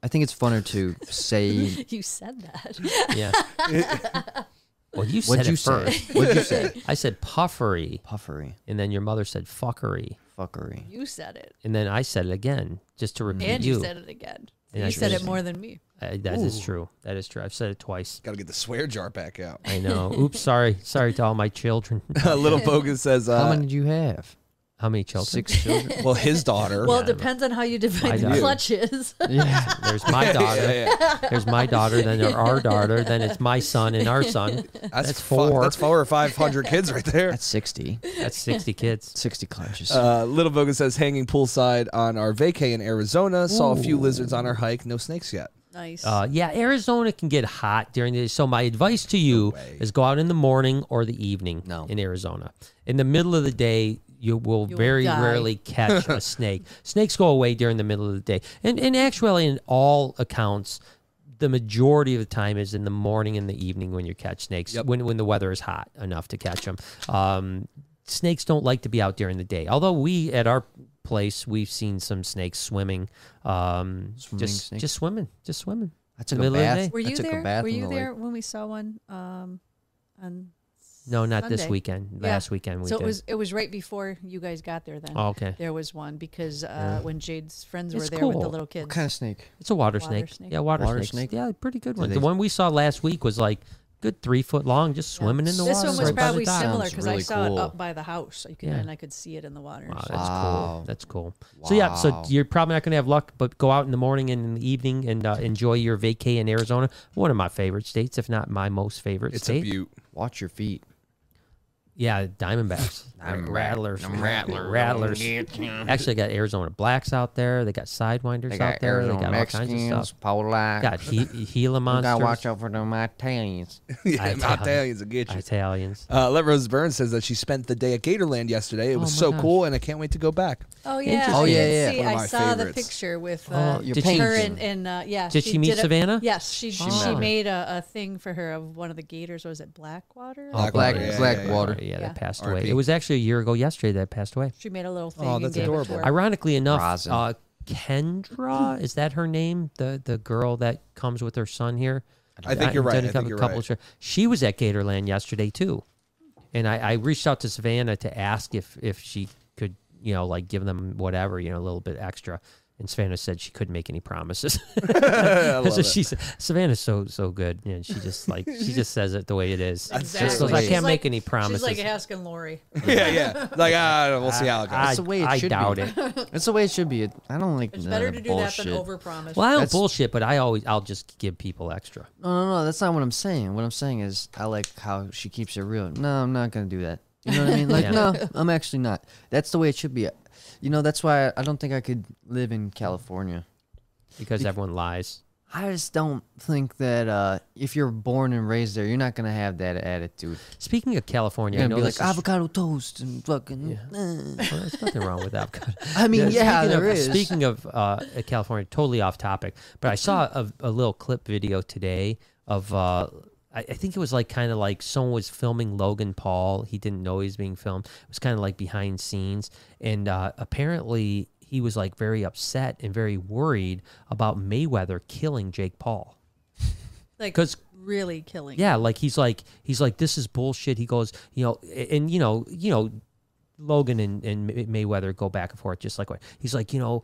Speaker 1: I think it's funner to say
Speaker 2: You said that.
Speaker 4: Yeah. well, you said
Speaker 1: what'd
Speaker 4: it
Speaker 1: you say?
Speaker 4: first.
Speaker 1: What'd you say?
Speaker 4: I said puffery,
Speaker 1: Puffery,
Speaker 4: and then your mother said fuckery,
Speaker 1: fuckery.
Speaker 2: You said it.
Speaker 4: and then I said it again just to repeat
Speaker 2: And you, said it again.
Speaker 4: Yeah,
Speaker 2: you said it
Speaker 4: interesting.
Speaker 2: more than me.
Speaker 4: Uh, that is true. That is true. I've said it twice.
Speaker 3: Got to get the swear jar back out.
Speaker 4: I know. Oops, sorry. Sorry to all my children.
Speaker 3: Little Bogus says,
Speaker 1: How
Speaker 3: uh,
Speaker 1: many do you have?
Speaker 4: How many children?
Speaker 1: Six children.
Speaker 3: well, his daughter.
Speaker 2: Well, it depends on how you
Speaker 4: I
Speaker 2: define
Speaker 4: know.
Speaker 2: the clutches.
Speaker 1: yeah.
Speaker 4: There's my daughter.
Speaker 3: yeah,
Speaker 4: There's my daughter. Then there our daughter. Then it's my son and our son.
Speaker 3: that's,
Speaker 4: That's
Speaker 3: four.
Speaker 4: four.
Speaker 3: that's four or five hundred kids right there.
Speaker 1: That's 60.
Speaker 4: That's 60 kids.
Speaker 1: 60 clutches.
Speaker 3: Uh, Little Bogus says, hanging poolside on our vacay in Arizona. Saw a few lizards on our hike. No snakes yet.
Speaker 2: nice.
Speaker 4: Uh, yeah, Arizona can get hot during the day. So my advice to you
Speaker 3: way.
Speaker 4: is go out in the morning or the evening
Speaker 1: No.
Speaker 4: in Arizona. In the middle of the day, you will
Speaker 2: You'll
Speaker 4: very
Speaker 2: die.
Speaker 4: rarely catch a snake. Snakes go away during the middle of the day. And, and actually, in all accounts, the majority of the time is in the morning and the evening when you catch snakes, when, when the weather is hot enough to catch them. Um, snakes don't like to be out during the day. Although we, at our place, we've seen some snakes swimming. Um,
Speaker 1: Swimming
Speaker 4: just,
Speaker 1: snakes?
Speaker 4: just swimming. Just swimming.
Speaker 1: I took a
Speaker 4: middle of the
Speaker 1: bath.
Speaker 4: day?
Speaker 2: Were
Speaker 1: I
Speaker 2: you
Speaker 1: took
Speaker 2: there?
Speaker 1: a bath
Speaker 2: Were
Speaker 1: in
Speaker 2: you
Speaker 1: the lake.
Speaker 2: there when we saw one? Um, on
Speaker 4: No, not this
Speaker 2: Sunday?
Speaker 4: weekend.
Speaker 2: Yeah.
Speaker 4: Last weekend we
Speaker 2: so
Speaker 4: did.
Speaker 2: it was it was right before you guys got there. Then
Speaker 4: oh, okay.
Speaker 2: there was one because uh, when Jade's friends were
Speaker 4: It's
Speaker 2: there with the
Speaker 4: cool.
Speaker 2: little kids.
Speaker 1: What kind of snake?
Speaker 4: It's a water,
Speaker 2: Water
Speaker 4: snake.
Speaker 2: snake.
Speaker 4: Yeah, water,
Speaker 1: Water
Speaker 4: snakes.
Speaker 1: snake?
Speaker 4: Yeah, pretty good
Speaker 1: Do
Speaker 4: one.
Speaker 1: they-
Speaker 4: The one we saw last week was like good three foot long, just swimming in the
Speaker 2: this
Speaker 4: water.
Speaker 2: one was
Speaker 4: right by the
Speaker 2: probably
Speaker 4: dock.
Speaker 2: similar
Speaker 1: Sounds
Speaker 2: because I
Speaker 1: really
Speaker 2: saw
Speaker 1: cool.
Speaker 2: it up by the house. I could,
Speaker 4: Yeah.
Speaker 2: and I could see it in the water.
Speaker 4: Wow,
Speaker 2: So-
Speaker 4: Oh, that's
Speaker 1: Wow.
Speaker 4: cool. That's cool. So yeah, so
Speaker 1: Wow.
Speaker 4: you're probably not going to have luck, but go out in the morning and in the evening and uh, enjoy your vacay in Arizona. One of my favorite states, if not my most favorite
Speaker 3: It's a
Speaker 4: state.
Speaker 3: beaut.
Speaker 1: Watch your feet.
Speaker 4: Yeah, Diamondbacks. Them rattlers. rattlers. Rattlers. Actually, got Arizona Blacks out there. They got Sidewinders
Speaker 1: They got
Speaker 4: out there.
Speaker 1: Arizona
Speaker 4: they got all kinds of
Speaker 1: Mexicans,
Speaker 4: stuff.
Speaker 1: Polack.
Speaker 4: Got he- Gila
Speaker 1: You gotta
Speaker 4: monsters.
Speaker 1: watch out for them Italians.
Speaker 3: yeah,
Speaker 4: Italian.
Speaker 3: Italians will get you.
Speaker 4: Italians.
Speaker 3: Uh, Let Rose Burns says that she spent the day at Gatorland yesterday. It was
Speaker 4: Oh
Speaker 3: so
Speaker 4: my gosh.
Speaker 3: cool, and I can't wait to go back.
Speaker 2: Oh yeah,
Speaker 4: Interesting.
Speaker 1: Oh,
Speaker 2: I
Speaker 1: yeah,
Speaker 2: did
Speaker 1: yeah.
Speaker 2: See,
Speaker 3: One of
Speaker 2: I
Speaker 3: my
Speaker 2: saw the
Speaker 3: favorites.
Speaker 2: picture with
Speaker 1: Oh,
Speaker 2: uh,
Speaker 1: you're
Speaker 4: did she-
Speaker 2: her
Speaker 1: painting.
Speaker 2: and, and uh, yeah.
Speaker 4: Did she meet
Speaker 2: a-
Speaker 4: Savannah?
Speaker 2: yes, she she,
Speaker 1: met her.
Speaker 2: made a, a thing for her of one of the gators. What was it Blackwater?
Speaker 4: Oh,
Speaker 1: Black,
Speaker 4: yeah,
Speaker 1: Blackwater.
Speaker 4: Yeah,
Speaker 2: Yeah.
Speaker 4: that passed
Speaker 3: R.I.P.
Speaker 4: away. It was actually a year ago yesterday that passed away.
Speaker 2: She made a little thing.
Speaker 3: Oh,
Speaker 2: and
Speaker 3: that's
Speaker 2: gave It
Speaker 3: adorable.
Speaker 2: to her.
Speaker 4: Ironically enough,
Speaker 1: Rosin.
Speaker 4: uh, Kendra is that her name? The the girl that comes with her son here.
Speaker 3: I think you're right.
Speaker 4: done a
Speaker 3: I think
Speaker 4: couple-
Speaker 3: you're
Speaker 4: couple
Speaker 3: right.
Speaker 4: of- She was at Gatorland yesterday too, and I, I reached out to Savannah to ask if if she could you know like give them whatever you know a little bit extra, And Savannah said she couldn't make any promises.
Speaker 3: I love
Speaker 4: That's
Speaker 3: it.
Speaker 4: what she said. Savannah's so so good. Yeah, she just like she just says it the way it is.
Speaker 3: That's
Speaker 4: She just goes,
Speaker 3: Exactly.
Speaker 4: I
Speaker 2: She's
Speaker 4: can't
Speaker 2: like-
Speaker 4: make any promises.
Speaker 2: She's like asking Lori.
Speaker 3: yeah, yeah. Like, ah, we'll see how it goes.
Speaker 4: I,
Speaker 1: That's the way it
Speaker 4: I
Speaker 1: should be.
Speaker 4: doubt it.
Speaker 1: That's the way it should be. It- I don't like
Speaker 2: It's
Speaker 1: none
Speaker 2: better
Speaker 1: of
Speaker 2: to do
Speaker 1: bullshit.
Speaker 2: that than overpromise.
Speaker 4: Well, I don't
Speaker 1: That's-
Speaker 4: bullshit, but I always I'll just give people extra.
Speaker 1: No, no, no. That's not what I'm saying. What I'm saying is I like how she keeps it real. No, I'm not gonna do that. You know what I mean? Like,
Speaker 4: Yeah.
Speaker 1: no, I'm actually not. That's the way it should be. You know, that's why I don't think I could live in California.
Speaker 4: because everyone lies.
Speaker 1: I just don't think that uh, if you're born and raised there, you're not gonna have that attitude.
Speaker 4: Speaking of California,
Speaker 1: You're
Speaker 4: I
Speaker 1: gonna
Speaker 4: know
Speaker 1: be
Speaker 4: this
Speaker 1: like avocado toast and fucking.
Speaker 4: is, well, there's nothing wrong with avocado.
Speaker 1: I mean, yeah,
Speaker 4: speaking
Speaker 1: there
Speaker 4: of,
Speaker 1: is.
Speaker 4: Speaking of uh, California, totally off topic, but I saw a, a little clip video today of. Uh, I I think it was like kind of like someone was filming Logan Paul. He didn't know he was being filmed. It was kind of like behind scenes, and uh, apparently he was like very upset and very worried about Mayweather killing Jake Paul.
Speaker 2: like,
Speaker 4: 'cause-
Speaker 2: really killing.
Speaker 4: Yeah, like he's like he's like this is bullshit. He goes, you know, and you know, you know, Logan and, and May- Mayweather go back and forth just like what he's like, you know,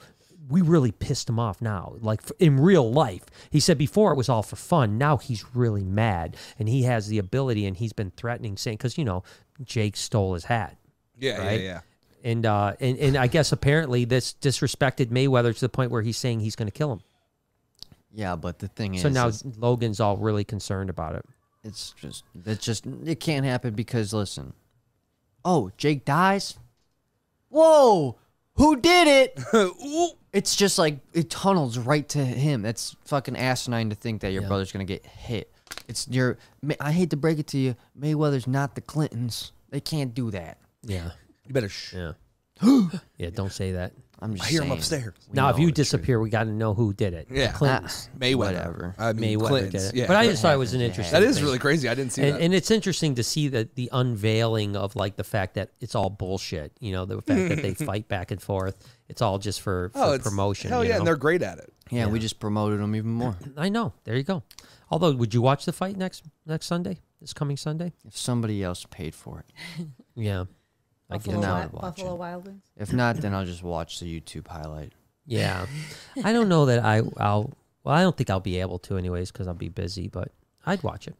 Speaker 4: we really pissed him off now, like f- in real life. He said before it was all for fun. Now he's really mad, and he has the ability, and he's been threatening, saying because you know Jake stole his hat
Speaker 3: yeah,
Speaker 4: right?
Speaker 3: yeah, yeah.
Speaker 4: and uh and, and I guess apparently this disrespected Mayweather to the point where he's saying he's going to kill him.
Speaker 1: yeah, but the thing
Speaker 4: So
Speaker 1: is,
Speaker 4: now
Speaker 1: is
Speaker 4: Logan's all really concerned about it.
Speaker 1: it's just that's just it can't happen because listen. Oh, Jake dies. Whoa, who did it?
Speaker 3: Ooh.
Speaker 1: It's just like it tunnels right to him. That's fucking asinine to think that your brother's gonna get hit. It's your. Ma- I hate to break it to you, Mayweather's not the Clintons. They can't do that.
Speaker 4: Yeah.
Speaker 3: You better shh.
Speaker 4: Yeah. yeah, don't say that.
Speaker 1: I'm just.
Speaker 3: I hear him
Speaker 1: saying.
Speaker 3: upstairs.
Speaker 1: We
Speaker 4: Now, if
Speaker 1: know
Speaker 4: you
Speaker 1: the truth.
Speaker 4: disappear, we got to know who did it. The
Speaker 3: Yeah.
Speaker 4: Clintons.
Speaker 3: Mayweather.
Speaker 1: Ah,
Speaker 3: Uh,
Speaker 1: Whatever.
Speaker 3: I mean,
Speaker 4: Mayweather
Speaker 3: Clintons.
Speaker 4: did it.
Speaker 3: Yeah.
Speaker 4: But I just thought it was an
Speaker 1: happens, it
Speaker 4: interesting
Speaker 3: that is
Speaker 4: thing.
Speaker 3: really crazy. I didn't see
Speaker 4: And,
Speaker 3: that.
Speaker 4: and it's interesting to see that the unveiling of like the fact that it's all bullshit. You know, the fact that they fight back and forth. It's all just for, for
Speaker 3: oh, it's,
Speaker 4: promotion.
Speaker 3: Hell
Speaker 4: you
Speaker 3: yeah,
Speaker 4: know?
Speaker 3: and they're great at it.
Speaker 1: Yeah, we just promoted him even more.
Speaker 4: I know. There you go. Although, would you watch the fight next next Sunday? This coming Sunday?
Speaker 1: If somebody else paid for it.
Speaker 4: Yeah. I
Speaker 2: Buffalo,
Speaker 4: guess.
Speaker 1: now
Speaker 2: Wi-
Speaker 1: I'd watch
Speaker 2: Buffalo
Speaker 1: it.
Speaker 2: Wild Wings.
Speaker 1: If not, then I'll just watch the YouTube highlight.
Speaker 4: Yeah. I don't know that I, I'll. Well, I don't think I'll be able to, anyways, because I'll be busy. But I'd watch it.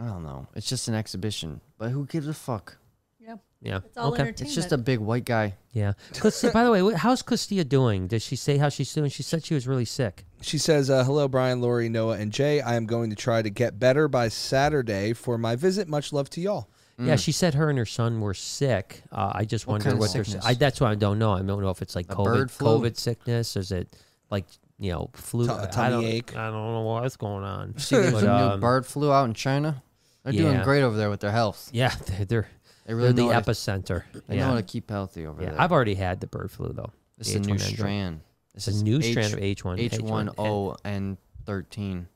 Speaker 1: I don't know. It's just an exhibition, but who gives a fuck?
Speaker 2: Yeah,
Speaker 4: Yeah.
Speaker 2: it's all
Speaker 4: okay.
Speaker 2: entertainment.
Speaker 1: It's just a big white guy.
Speaker 4: Yeah. Clis- by the way, wh- how's Clistia doing? Does she say how she's doing? She said she was really sick.
Speaker 3: She says, uh, "Hello, Brian, Lori, Noah, and Jay. I am going to try to get better by Saturday for my visit. Much love to y'all."
Speaker 1: Mm.
Speaker 4: Yeah, she said her and her son were sick. Uh, I just wonder
Speaker 1: kind of
Speaker 4: what they're.
Speaker 1: sickness?
Speaker 4: I, that's what I don't know. I don't know if it's like
Speaker 1: A
Speaker 4: COVID,
Speaker 1: bird flu?
Speaker 4: COVID sickness. Or is it like you know flu?
Speaker 3: Tu- a
Speaker 4: I
Speaker 3: tummy
Speaker 4: don't-
Speaker 3: ache.
Speaker 4: I don't know what's going on.
Speaker 1: See, there's
Speaker 4: But,
Speaker 1: a new
Speaker 4: um,
Speaker 1: bird flu out in China. They're doing
Speaker 4: yeah.
Speaker 1: great over there with their health.
Speaker 4: Yeah, they're they're,
Speaker 1: They really
Speaker 4: they're
Speaker 1: know,
Speaker 4: the
Speaker 1: how to,
Speaker 4: epicenter.
Speaker 1: they know
Speaker 4: yeah,
Speaker 1: how to keep healthy over
Speaker 4: yeah.
Speaker 1: there.
Speaker 4: I've already had the bird flu though.
Speaker 1: this
Speaker 4: the
Speaker 1: is a new
Speaker 4: H1N1.
Speaker 1: strand. This
Speaker 4: It's a new strand of H1
Speaker 1: H1O N13.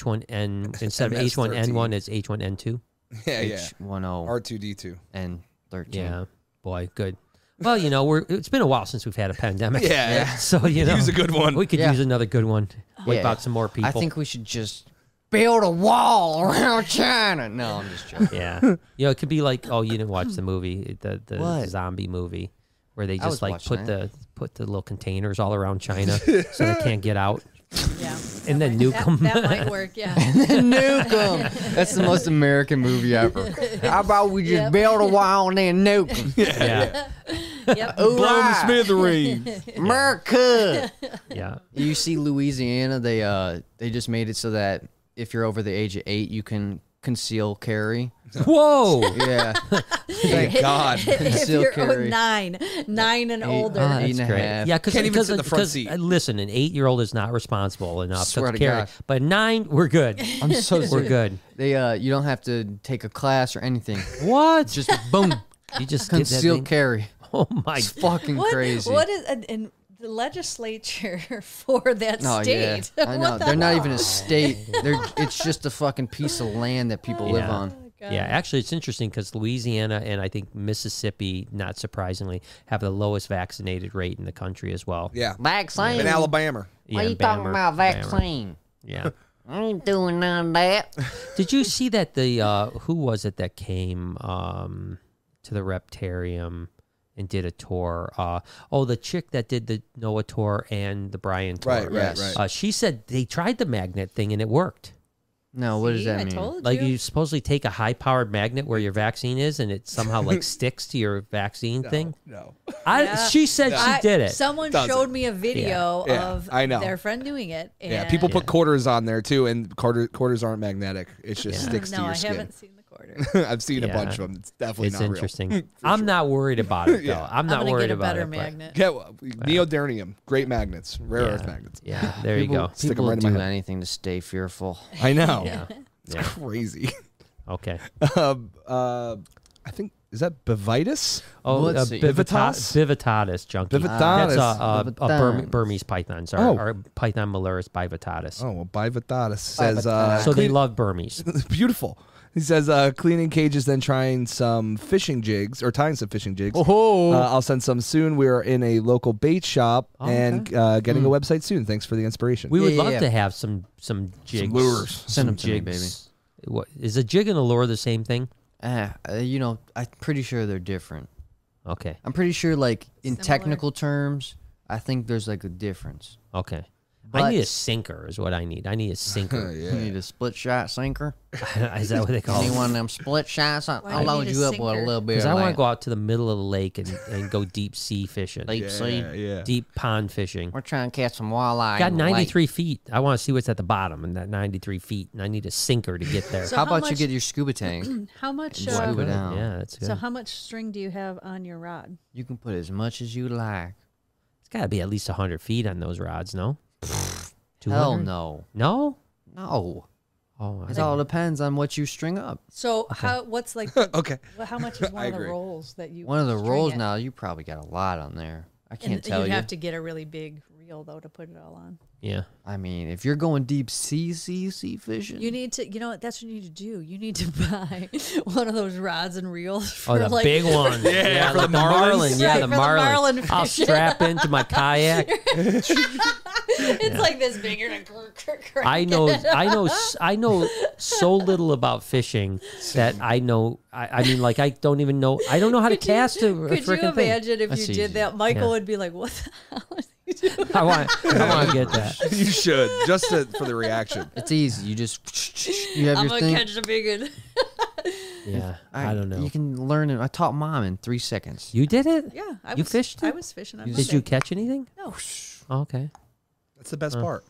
Speaker 4: H1N instead of
Speaker 3: MS-13.
Speaker 4: H1N1, it's H1N2.
Speaker 3: Yeah, yeah.
Speaker 1: H1O
Speaker 3: R two D two.
Speaker 1: N13.
Speaker 4: Yeah, boy, good. Well, you know, we're it's been a while since we've had a pandemic.
Speaker 3: Yeah.
Speaker 4: So you know,
Speaker 3: Use a good one.
Speaker 4: We could
Speaker 1: Yeah.
Speaker 4: use another good one. Wipe
Speaker 1: Yeah.
Speaker 4: out some more people.
Speaker 1: I think we should just build a wall around China. No, I'm just joking.
Speaker 4: Yeah. you know, it could be like, oh, you didn't watch the movie, the the
Speaker 1: What?
Speaker 4: zombie movie, where they
Speaker 1: I
Speaker 4: just
Speaker 1: was
Speaker 4: like
Speaker 1: watching
Speaker 4: put the put the little containers all around China so they can't get out,
Speaker 2: yeah.
Speaker 4: and then nuke
Speaker 2: That,
Speaker 4: them.
Speaker 2: that might work. Yeah,
Speaker 1: nuke 'em. That's the most American movie ever. How about we just
Speaker 2: Yep.
Speaker 1: build a wall and then nuke 'em?
Speaker 4: yeah.
Speaker 2: yep.
Speaker 1: Oh Right.
Speaker 3: smithereens.
Speaker 1: America.
Speaker 4: Yeah.
Speaker 1: you see Louisiana, they uh they just made it so that if you're over the age of eight, you can conceal carry.
Speaker 4: Whoa.
Speaker 1: Yeah,
Speaker 3: Thank God.
Speaker 2: if
Speaker 1: Still
Speaker 2: you're oh,
Speaker 1: carry.
Speaker 2: nine, nine and
Speaker 1: Eight-
Speaker 2: older, Ah,
Speaker 1: uh,
Speaker 4: That's
Speaker 1: Eight and a
Speaker 4: great.
Speaker 1: half.
Speaker 4: Yeah, because uh,
Speaker 3: Can't even sit in the front seat.
Speaker 4: Listen, an eight-year-old is not responsible enough
Speaker 1: Swear to
Speaker 4: to carry,
Speaker 1: God.
Speaker 4: but nine, we're good.
Speaker 1: I'm so
Speaker 4: We're
Speaker 1: sorry.
Speaker 4: good.
Speaker 1: They uh you don't have to take a class or anything.
Speaker 4: What?
Speaker 1: Just boom,
Speaker 4: you just did that
Speaker 1: conceal
Speaker 4: thing?
Speaker 1: carry.
Speaker 4: Oh my!
Speaker 1: It's fucking
Speaker 2: what,
Speaker 1: crazy.
Speaker 2: what is and, and the legislature for that
Speaker 1: No, Oh, yeah,
Speaker 2: state?
Speaker 1: I
Speaker 2: What
Speaker 1: know.
Speaker 2: the
Speaker 1: They're not
Speaker 2: hell?
Speaker 1: even a state. They're it's just a fucking piece of land that people live
Speaker 4: Yeah.
Speaker 1: on.
Speaker 2: God.
Speaker 4: Yeah, actually, it's interesting because Louisiana and I think Mississippi, not surprisingly, have the lowest vaccinated rate in the country as well.
Speaker 3: Yeah.
Speaker 1: Vaccine.
Speaker 3: In Alabama.
Speaker 1: Why
Speaker 4: Yeah,
Speaker 1: you talking
Speaker 4: Bammer-
Speaker 1: about
Speaker 4: Bammer.
Speaker 1: vaccine?
Speaker 4: Yeah.
Speaker 1: I ain't doing none of that.
Speaker 4: Did you see that the uh, who was it that came um, to the Reptarium and did a tour. Uh, oh, the chick that did the Noah tour and the Brian tour.
Speaker 3: Right, right,
Speaker 1: Yes.
Speaker 3: right.
Speaker 4: Uh, she said they tried the magnet thing and it worked.
Speaker 1: No, what does
Speaker 2: See,
Speaker 1: that
Speaker 2: I
Speaker 1: mean?
Speaker 2: told
Speaker 4: Like
Speaker 2: you.
Speaker 4: you supposedly take a high powered magnet where your vaccine is and it somehow like sticks to your vaccine thing.
Speaker 3: No.
Speaker 4: I
Speaker 2: Yeah.
Speaker 4: she said
Speaker 2: I-
Speaker 4: she did it.
Speaker 2: Someone
Speaker 3: Doesn't.
Speaker 2: showed me a video
Speaker 3: Yeah. Yeah,
Speaker 2: of
Speaker 3: I know.
Speaker 2: their friend doing it. And
Speaker 3: Yeah, people put quarters on there too, and quarter, quarters aren't magnetic. It just sticks
Speaker 2: no,
Speaker 3: to your
Speaker 2: I
Speaker 3: skin.
Speaker 2: haven't seen the quarter.
Speaker 3: I've seen a
Speaker 4: Yeah.
Speaker 3: bunch of them. It's definitely
Speaker 4: it's
Speaker 3: not real.
Speaker 4: interesting. I'm not worried about it though.
Speaker 3: Yeah.
Speaker 4: I'm not
Speaker 2: I'm gonna
Speaker 4: worried
Speaker 2: get a
Speaker 4: about
Speaker 2: better
Speaker 4: it. but-
Speaker 2: magnet.
Speaker 3: Yeah, well, neodymium, great magnets, rare earth
Speaker 4: yeah.
Speaker 3: magnets.
Speaker 4: Yeah, there you
Speaker 1: people,
Speaker 4: go.
Speaker 3: Stick 'em
Speaker 1: people
Speaker 3: right in my
Speaker 1: do
Speaker 3: head.
Speaker 1: anything to stay fearful.
Speaker 3: I know.
Speaker 4: Yeah.
Speaker 3: It's
Speaker 4: Yeah.
Speaker 3: crazy.
Speaker 4: Okay.
Speaker 3: um, uh, I think is that bivitis.
Speaker 4: Oh, uh,
Speaker 1: Let's see.
Speaker 4: bivitatus, bivitatus junkie.
Speaker 3: Bivitatus.
Speaker 4: That's a, a, a Burm-
Speaker 1: Bivitatus.
Speaker 4: Burmese python, sorry,
Speaker 3: Oh.
Speaker 4: or Python malaris bivitatus.
Speaker 3: Oh well, bivitis says uh,
Speaker 1: Bivitis.
Speaker 4: so they
Speaker 3: clean-
Speaker 4: love Burmese.
Speaker 3: beautiful. He says uh, cleaning cages, then trying some fishing jigs or tying some fishing jigs.
Speaker 1: Oh,
Speaker 3: Uh, I'll send some soon. We are in a local bait shop and uh, getting a website soon. Thanks for the inspiration.
Speaker 4: Oh, Hmm. We would
Speaker 1: Yeah, yeah,
Speaker 4: love
Speaker 1: yeah.
Speaker 4: to have some some jigs,
Speaker 3: lures.
Speaker 1: Send 'em
Speaker 4: some
Speaker 1: to me, baby.
Speaker 4: What is a jig and a lure the same thing?
Speaker 1: Ah, uh, you know, I'm pretty sure they're different.
Speaker 4: Okay,
Speaker 1: I'm pretty sure, like in
Speaker 2: Similar.
Speaker 1: technical terms, I think there's like a difference.
Speaker 4: okay. I
Speaker 1: But-
Speaker 4: need a sinker, is what I need. I need a
Speaker 3: Uh,
Speaker 4: sinker.
Speaker 1: You need a split shot sinker.
Speaker 4: is that what they call
Speaker 1: Need
Speaker 4: it?
Speaker 1: one of them split shots. I'll,
Speaker 2: Why do
Speaker 1: I'll
Speaker 2: you
Speaker 1: load
Speaker 2: need a
Speaker 1: you up with a
Speaker 2: sinker?
Speaker 1: little bit.
Speaker 4: Because
Speaker 1: Of
Speaker 4: I want
Speaker 1: land.
Speaker 4: to go out to the middle of the lake and, and go deep sea fishing,
Speaker 1: deep sea.
Speaker 3: yeah.
Speaker 4: deep pond fishing.
Speaker 1: We're trying to catch some walleye.
Speaker 4: Got
Speaker 1: in the lake.
Speaker 4: 93 feet. I want to see what's at the bottom in that 93 feet, and I need a sinker to get there.
Speaker 2: So
Speaker 1: How
Speaker 2: how
Speaker 1: about you
Speaker 2: much-
Speaker 1: get your scuba tank?
Speaker 2: How much?
Speaker 1: Just
Speaker 2: Uh,
Speaker 1: scuba down.
Speaker 4: Yeah, that's good.
Speaker 2: so how much string do you have on your rod?
Speaker 1: You can put as much as you like.
Speaker 4: it's got to be at least 100 feet on those rods, no?
Speaker 1: Hell
Speaker 4: 200?
Speaker 1: no,
Speaker 4: No?
Speaker 1: no.
Speaker 4: Oh, I
Speaker 1: It all depends on what you string up.
Speaker 2: So how? What's like?
Speaker 3: Okay.
Speaker 2: well, how much is
Speaker 3: I
Speaker 2: one of the
Speaker 3: agree.
Speaker 2: rolls that you?
Speaker 1: One of the
Speaker 2: string
Speaker 1: rolls
Speaker 2: it?
Speaker 1: now, you probably got a lot on there. I can't
Speaker 2: And
Speaker 1: tell
Speaker 2: you'd
Speaker 1: you.
Speaker 2: have to get a really big reel though to put it all on.
Speaker 4: yeah.
Speaker 1: I mean, if you're going deep sea sea sea fishing,
Speaker 2: You need to, you know, what? that's what you need to do. You need to buy one of those rods and reels for
Speaker 4: Oh, the
Speaker 2: like
Speaker 4: big one. yeah, like the marlin. Yeah,
Speaker 2: Right,
Speaker 4: the
Speaker 2: for the
Speaker 4: marlin.
Speaker 2: marlin
Speaker 4: I'll
Speaker 2: fishing.
Speaker 4: strap into my kayak.
Speaker 2: it's like this bigger than cr- cr- cr-
Speaker 4: I know, I know, s- I know so little about fishing that I know. I, I mean, like, I don't even know. I don't know how to cast a, a
Speaker 2: Could you
Speaker 4: freaking thing.
Speaker 2: imagine if
Speaker 1: That's
Speaker 2: you
Speaker 1: easy.
Speaker 2: did that? Michael
Speaker 4: Yeah.
Speaker 2: would be like, "What the hell are you doing?"
Speaker 4: I want, I want to get that.
Speaker 3: you should just to, for the reaction.
Speaker 1: it's easy. You just you have
Speaker 2: I'm
Speaker 1: your
Speaker 2: gonna
Speaker 1: thing.
Speaker 2: catch the big one.
Speaker 4: Yeah, I, don't know.
Speaker 1: You
Speaker 4: You,
Speaker 1: can learn it. I taught mom in three seconds.
Speaker 4: did it?
Speaker 2: Yeah, I
Speaker 4: You
Speaker 2: was,
Speaker 4: fished
Speaker 2: I
Speaker 4: it?
Speaker 2: was fishing. On
Speaker 4: Did you catch anything?
Speaker 2: No,
Speaker 4: Oh, okay.
Speaker 3: That's the best part.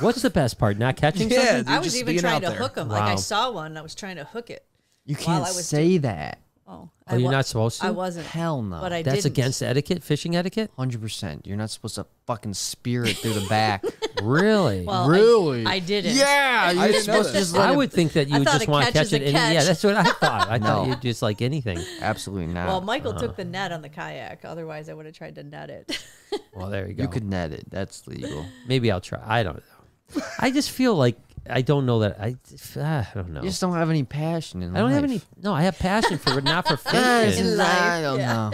Speaker 4: What's the best part? Not catching
Speaker 3: Yeah.
Speaker 4: something?
Speaker 3: dude,
Speaker 2: I was
Speaker 3: just
Speaker 2: even
Speaker 3: being
Speaker 2: trying
Speaker 3: out
Speaker 2: to
Speaker 3: there.
Speaker 2: hook him. Like I
Speaker 4: Wow.
Speaker 2: saw one, and I was trying to hook it.
Speaker 1: You
Speaker 2: While
Speaker 1: can't
Speaker 2: I was
Speaker 1: say that.
Speaker 2: Oh,
Speaker 4: Oh,
Speaker 2: I
Speaker 4: you're not supposed to?
Speaker 2: I wasn't.
Speaker 1: Hell no.
Speaker 2: But I
Speaker 4: That's
Speaker 2: didn't.
Speaker 4: against etiquette, fishing etiquette?
Speaker 1: Hundred percent. You're not supposed to fucking spear it through the back.
Speaker 4: Really?
Speaker 2: Well, I-
Speaker 1: Really?
Speaker 2: I, didn't.
Speaker 1: yeah,
Speaker 3: I
Speaker 1: you're
Speaker 3: didn't know
Speaker 1: supposed to
Speaker 3: that.
Speaker 1: just let
Speaker 4: I
Speaker 1: it-
Speaker 4: would think that you
Speaker 2: I
Speaker 4: would
Speaker 2: thought
Speaker 4: just
Speaker 2: a
Speaker 4: want to
Speaker 2: catch
Speaker 4: catch
Speaker 2: is
Speaker 4: it.
Speaker 2: a
Speaker 4: in- yeah,
Speaker 2: catch.
Speaker 4: that's what I thought. I
Speaker 1: No.
Speaker 4: thought you'd just like anything.
Speaker 1: Absolutely not.
Speaker 2: Well, Michael took the net on the kayak. Otherwise, I would have tried to net it.
Speaker 4: Well, there you go.
Speaker 1: you could net it. That's legal.
Speaker 4: Maybe I'll try. I don't know. I just feel like I don't know that. I, ah, I don't know.
Speaker 1: You just don't have any passion in
Speaker 4: I don't have any.
Speaker 1: life.
Speaker 4: No, I have passion for it, not for
Speaker 1: Yes,
Speaker 4: fishing.
Speaker 1: I don't know.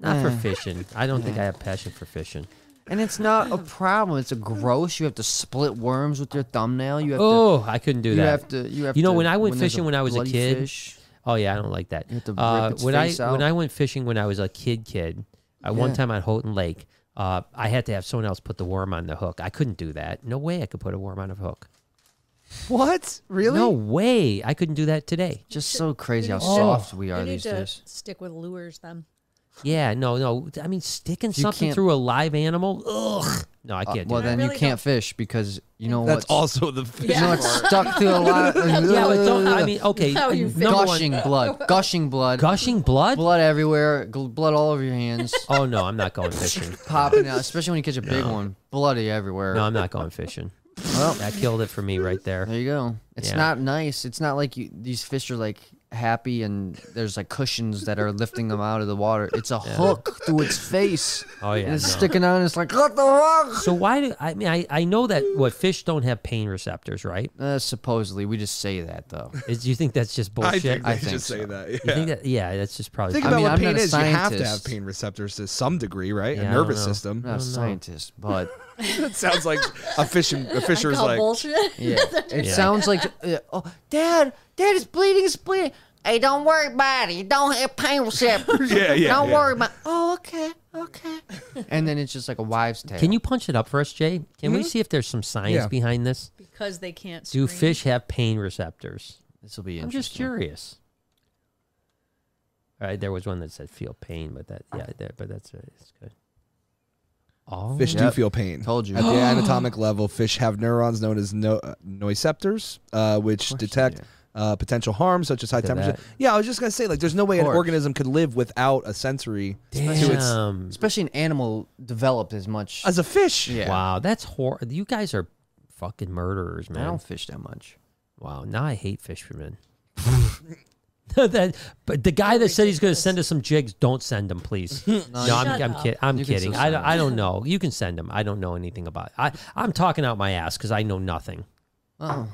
Speaker 4: not for fishing. I don't think I have passion for fishing.
Speaker 1: And it's not a problem. It's a gross. You have to split worms with your thumbnail. You have to.
Speaker 4: Oh, I couldn't do
Speaker 1: You
Speaker 4: that.
Speaker 1: have to. You have
Speaker 4: You know,
Speaker 1: to-
Speaker 4: when I went
Speaker 1: there's
Speaker 4: fishing when I was a
Speaker 1: bloody
Speaker 4: kid-
Speaker 1: fish-
Speaker 4: Oh yeah, I don't like that.
Speaker 1: have to rip
Speaker 4: Uh,
Speaker 1: its
Speaker 4: when
Speaker 1: face
Speaker 4: I
Speaker 1: out.
Speaker 4: when I went fishing when I was a kid, kid, uh, one
Speaker 1: Yeah.
Speaker 4: time at Houghton Lake, uh, I had to have someone else put the worm on the hook. I couldn't do that. No way I could put a worm on a hook.
Speaker 3: What? Really?
Speaker 4: No way I couldn't do that today.
Speaker 1: just so crazy how
Speaker 2: need to-
Speaker 1: soft we
Speaker 2: you
Speaker 1: are
Speaker 2: need
Speaker 1: these
Speaker 2: to
Speaker 1: days.
Speaker 2: stick with lures then.
Speaker 4: Yeah, no, no. I mean, sticking
Speaker 1: You
Speaker 4: something
Speaker 1: can't-
Speaker 4: through a live animal. Ugh. No, I
Speaker 1: Uh,
Speaker 4: can't. do
Speaker 1: well,
Speaker 4: that.
Speaker 1: then
Speaker 2: I
Speaker 1: you
Speaker 2: really
Speaker 1: can't fish because you know
Speaker 3: That's
Speaker 1: what's,
Speaker 3: also the fish
Speaker 1: You know
Speaker 2: Yeah.
Speaker 1: it's stuck through a lot.
Speaker 4: yeah, but don't. I mean, okay.
Speaker 2: How you
Speaker 4: number one-
Speaker 1: gushing blood, gushing blood,
Speaker 4: gushing blood.
Speaker 1: blood everywhere, gl- blood all over your hands,
Speaker 4: Oh no, I'm not going fishing.
Speaker 1: popping out. Especially when you catch a big one, bloody everywhere.
Speaker 4: No, I'm not going fishing.
Speaker 1: Well,
Speaker 4: That killed it for me right there.
Speaker 1: there you go. It's
Speaker 4: Yeah.
Speaker 1: not nice. It's not like you, these fish are like happy and there's like cushions that are lifting them out of the water. It's a hook through its face.
Speaker 4: Oh yeah.
Speaker 1: And it's
Speaker 4: no.
Speaker 1: sticking out. And it's like what the fuck?
Speaker 4: So why do I mean I, I know that what fish don't have pain receptors, right?
Speaker 1: Uh, supposedly, we just say that though.
Speaker 4: Is do you think that's just
Speaker 3: I
Speaker 4: bullshit?
Speaker 3: think they
Speaker 1: I
Speaker 3: just
Speaker 1: think
Speaker 3: say
Speaker 1: so.
Speaker 3: that. Yeah.
Speaker 4: you think that yeah, that's just probably
Speaker 3: Think
Speaker 1: I
Speaker 3: about
Speaker 1: mean,
Speaker 3: what
Speaker 1: I'm
Speaker 3: pain
Speaker 1: not a
Speaker 3: is. You have to have
Speaker 1: scientist.
Speaker 3: pain receptors to some degree, right?
Speaker 4: Yeah, I
Speaker 3: a
Speaker 4: don't
Speaker 3: nervous
Speaker 4: know.
Speaker 3: system.
Speaker 1: I'm not a scientist, but
Speaker 3: That sounds like a fishing a
Speaker 2: I
Speaker 3: fisher's
Speaker 2: call
Speaker 3: like
Speaker 2: bullshit.
Speaker 1: Yeah. It
Speaker 4: Yeah.
Speaker 1: sounds like, uh, oh, Dad, Dad, it's bleeding, it's bleeding.
Speaker 5: Hey, don't worry about it. Don't have pain receptors.
Speaker 3: Yeah, yeah,
Speaker 5: Don't
Speaker 3: yeah.
Speaker 5: worry about. Oh, okay, okay.
Speaker 1: and then it's just like a wives' tale.
Speaker 4: Can you punch it up for us, Jay? Can
Speaker 1: Hmm?
Speaker 4: we see if there's some science
Speaker 3: Yeah.
Speaker 4: behind this?
Speaker 2: because they can't.
Speaker 4: Do
Speaker 2: scream.
Speaker 4: fish have pain receptors?
Speaker 1: This will be
Speaker 4: I'm
Speaker 1: interesting.
Speaker 4: just curious. All right, there was one that said feel pain, but that yeah, there, but that's uh, it's good. Oh,
Speaker 3: Fish do
Speaker 1: Yep.
Speaker 3: feel pain.
Speaker 1: Told you.
Speaker 3: At the anatomic level, fish have neurons known as no, uh, nociceptors, uh, which
Speaker 1: course
Speaker 3: detect
Speaker 1: they do.
Speaker 3: uh, potential harm such as high
Speaker 4: at
Speaker 3: temperature.
Speaker 4: that.
Speaker 3: Yeah, I was just gonna say like, there's no way an
Speaker 1: course.
Speaker 3: organism could live without a sensory to its
Speaker 4: damn!
Speaker 1: Especially an animal developed as much.
Speaker 3: as a fish.
Speaker 1: yeah.
Speaker 4: Wow, that's hor. You guys are fucking murderers,
Speaker 1: I
Speaker 4: man.
Speaker 1: don't fish that much.
Speaker 4: Wow, now I hate fishermen. that, but the guy that said he's going to send us some jigs, don't send them, please. No, I'm,
Speaker 2: Shut
Speaker 4: I'm,
Speaker 2: up.
Speaker 4: kid, I'm
Speaker 1: You can
Speaker 4: kidding.
Speaker 1: still
Speaker 4: I,
Speaker 1: send
Speaker 4: don't- I don't know. You can send them. I don't know anything about. It. I I'm talking out my ass because I know nothing.
Speaker 1: Oh,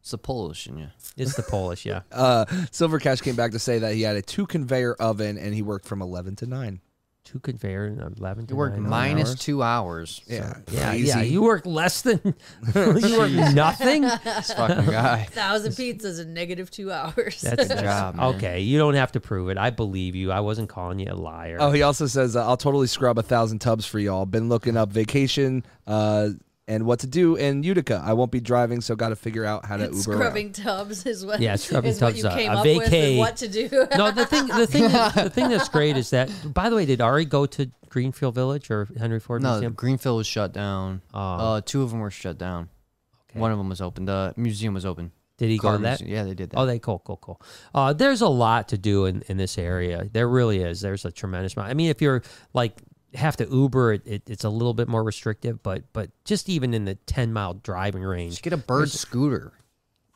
Speaker 1: it's the Polish in you.
Speaker 4: It's the Polish, yeah.
Speaker 3: Uh, Silver Cash came back to say that he had a two conveyor oven and he worked from 11 to 9.
Speaker 4: Two conveyor and eleven. to
Speaker 1: You work
Speaker 4: nine hours.
Speaker 1: minus two hours.
Speaker 3: Yeah,
Speaker 4: Yeah,
Speaker 3: crazy.
Speaker 4: yeah. You work less than. you work nothing.
Speaker 1: This fucking guy.
Speaker 2: thousand pizzas in negative two hours.
Speaker 4: That's
Speaker 1: Good job, man.
Speaker 4: okay. You don't have to prove it. I believe you. I wasn't calling you a liar.
Speaker 3: Oh, he also says, uh, I'll totally scrub a thousand tubs for y'all. Been looking up vacation uh, and what to do in Utica. I won't be driving, so got to figure out how to Uber. around.
Speaker 2: scrubbing tubs is what.
Speaker 4: Yeah, scrubbing
Speaker 2: is
Speaker 4: tubs,
Speaker 2: What
Speaker 4: uh,
Speaker 2: you came
Speaker 4: a
Speaker 2: up with
Speaker 4: vacay.
Speaker 2: and what to do.
Speaker 4: no, the thing, the thing, that, the thing that's great is that. By the way, did Ari go to Greenfield Village or Henry Ford
Speaker 1: No,
Speaker 4: Museum?
Speaker 1: Greenfield was shut down.
Speaker 4: Oh.
Speaker 1: Uh, two of them were shut down.
Speaker 4: Okay.
Speaker 1: One of them was open. The museum was open.
Speaker 4: Did he go
Speaker 1: Car
Speaker 4: to that?
Speaker 1: museum. Yeah, they did that.
Speaker 4: Oh, they cool, cool, cool. Uh, there's a lot to do in, in this area. There really is. There's a tremendous amount. I mean, if you're like have to Uber, it, it, it's a little bit more restrictive, but but just even in the ten mile driving range,
Speaker 1: Just get a bird scooter.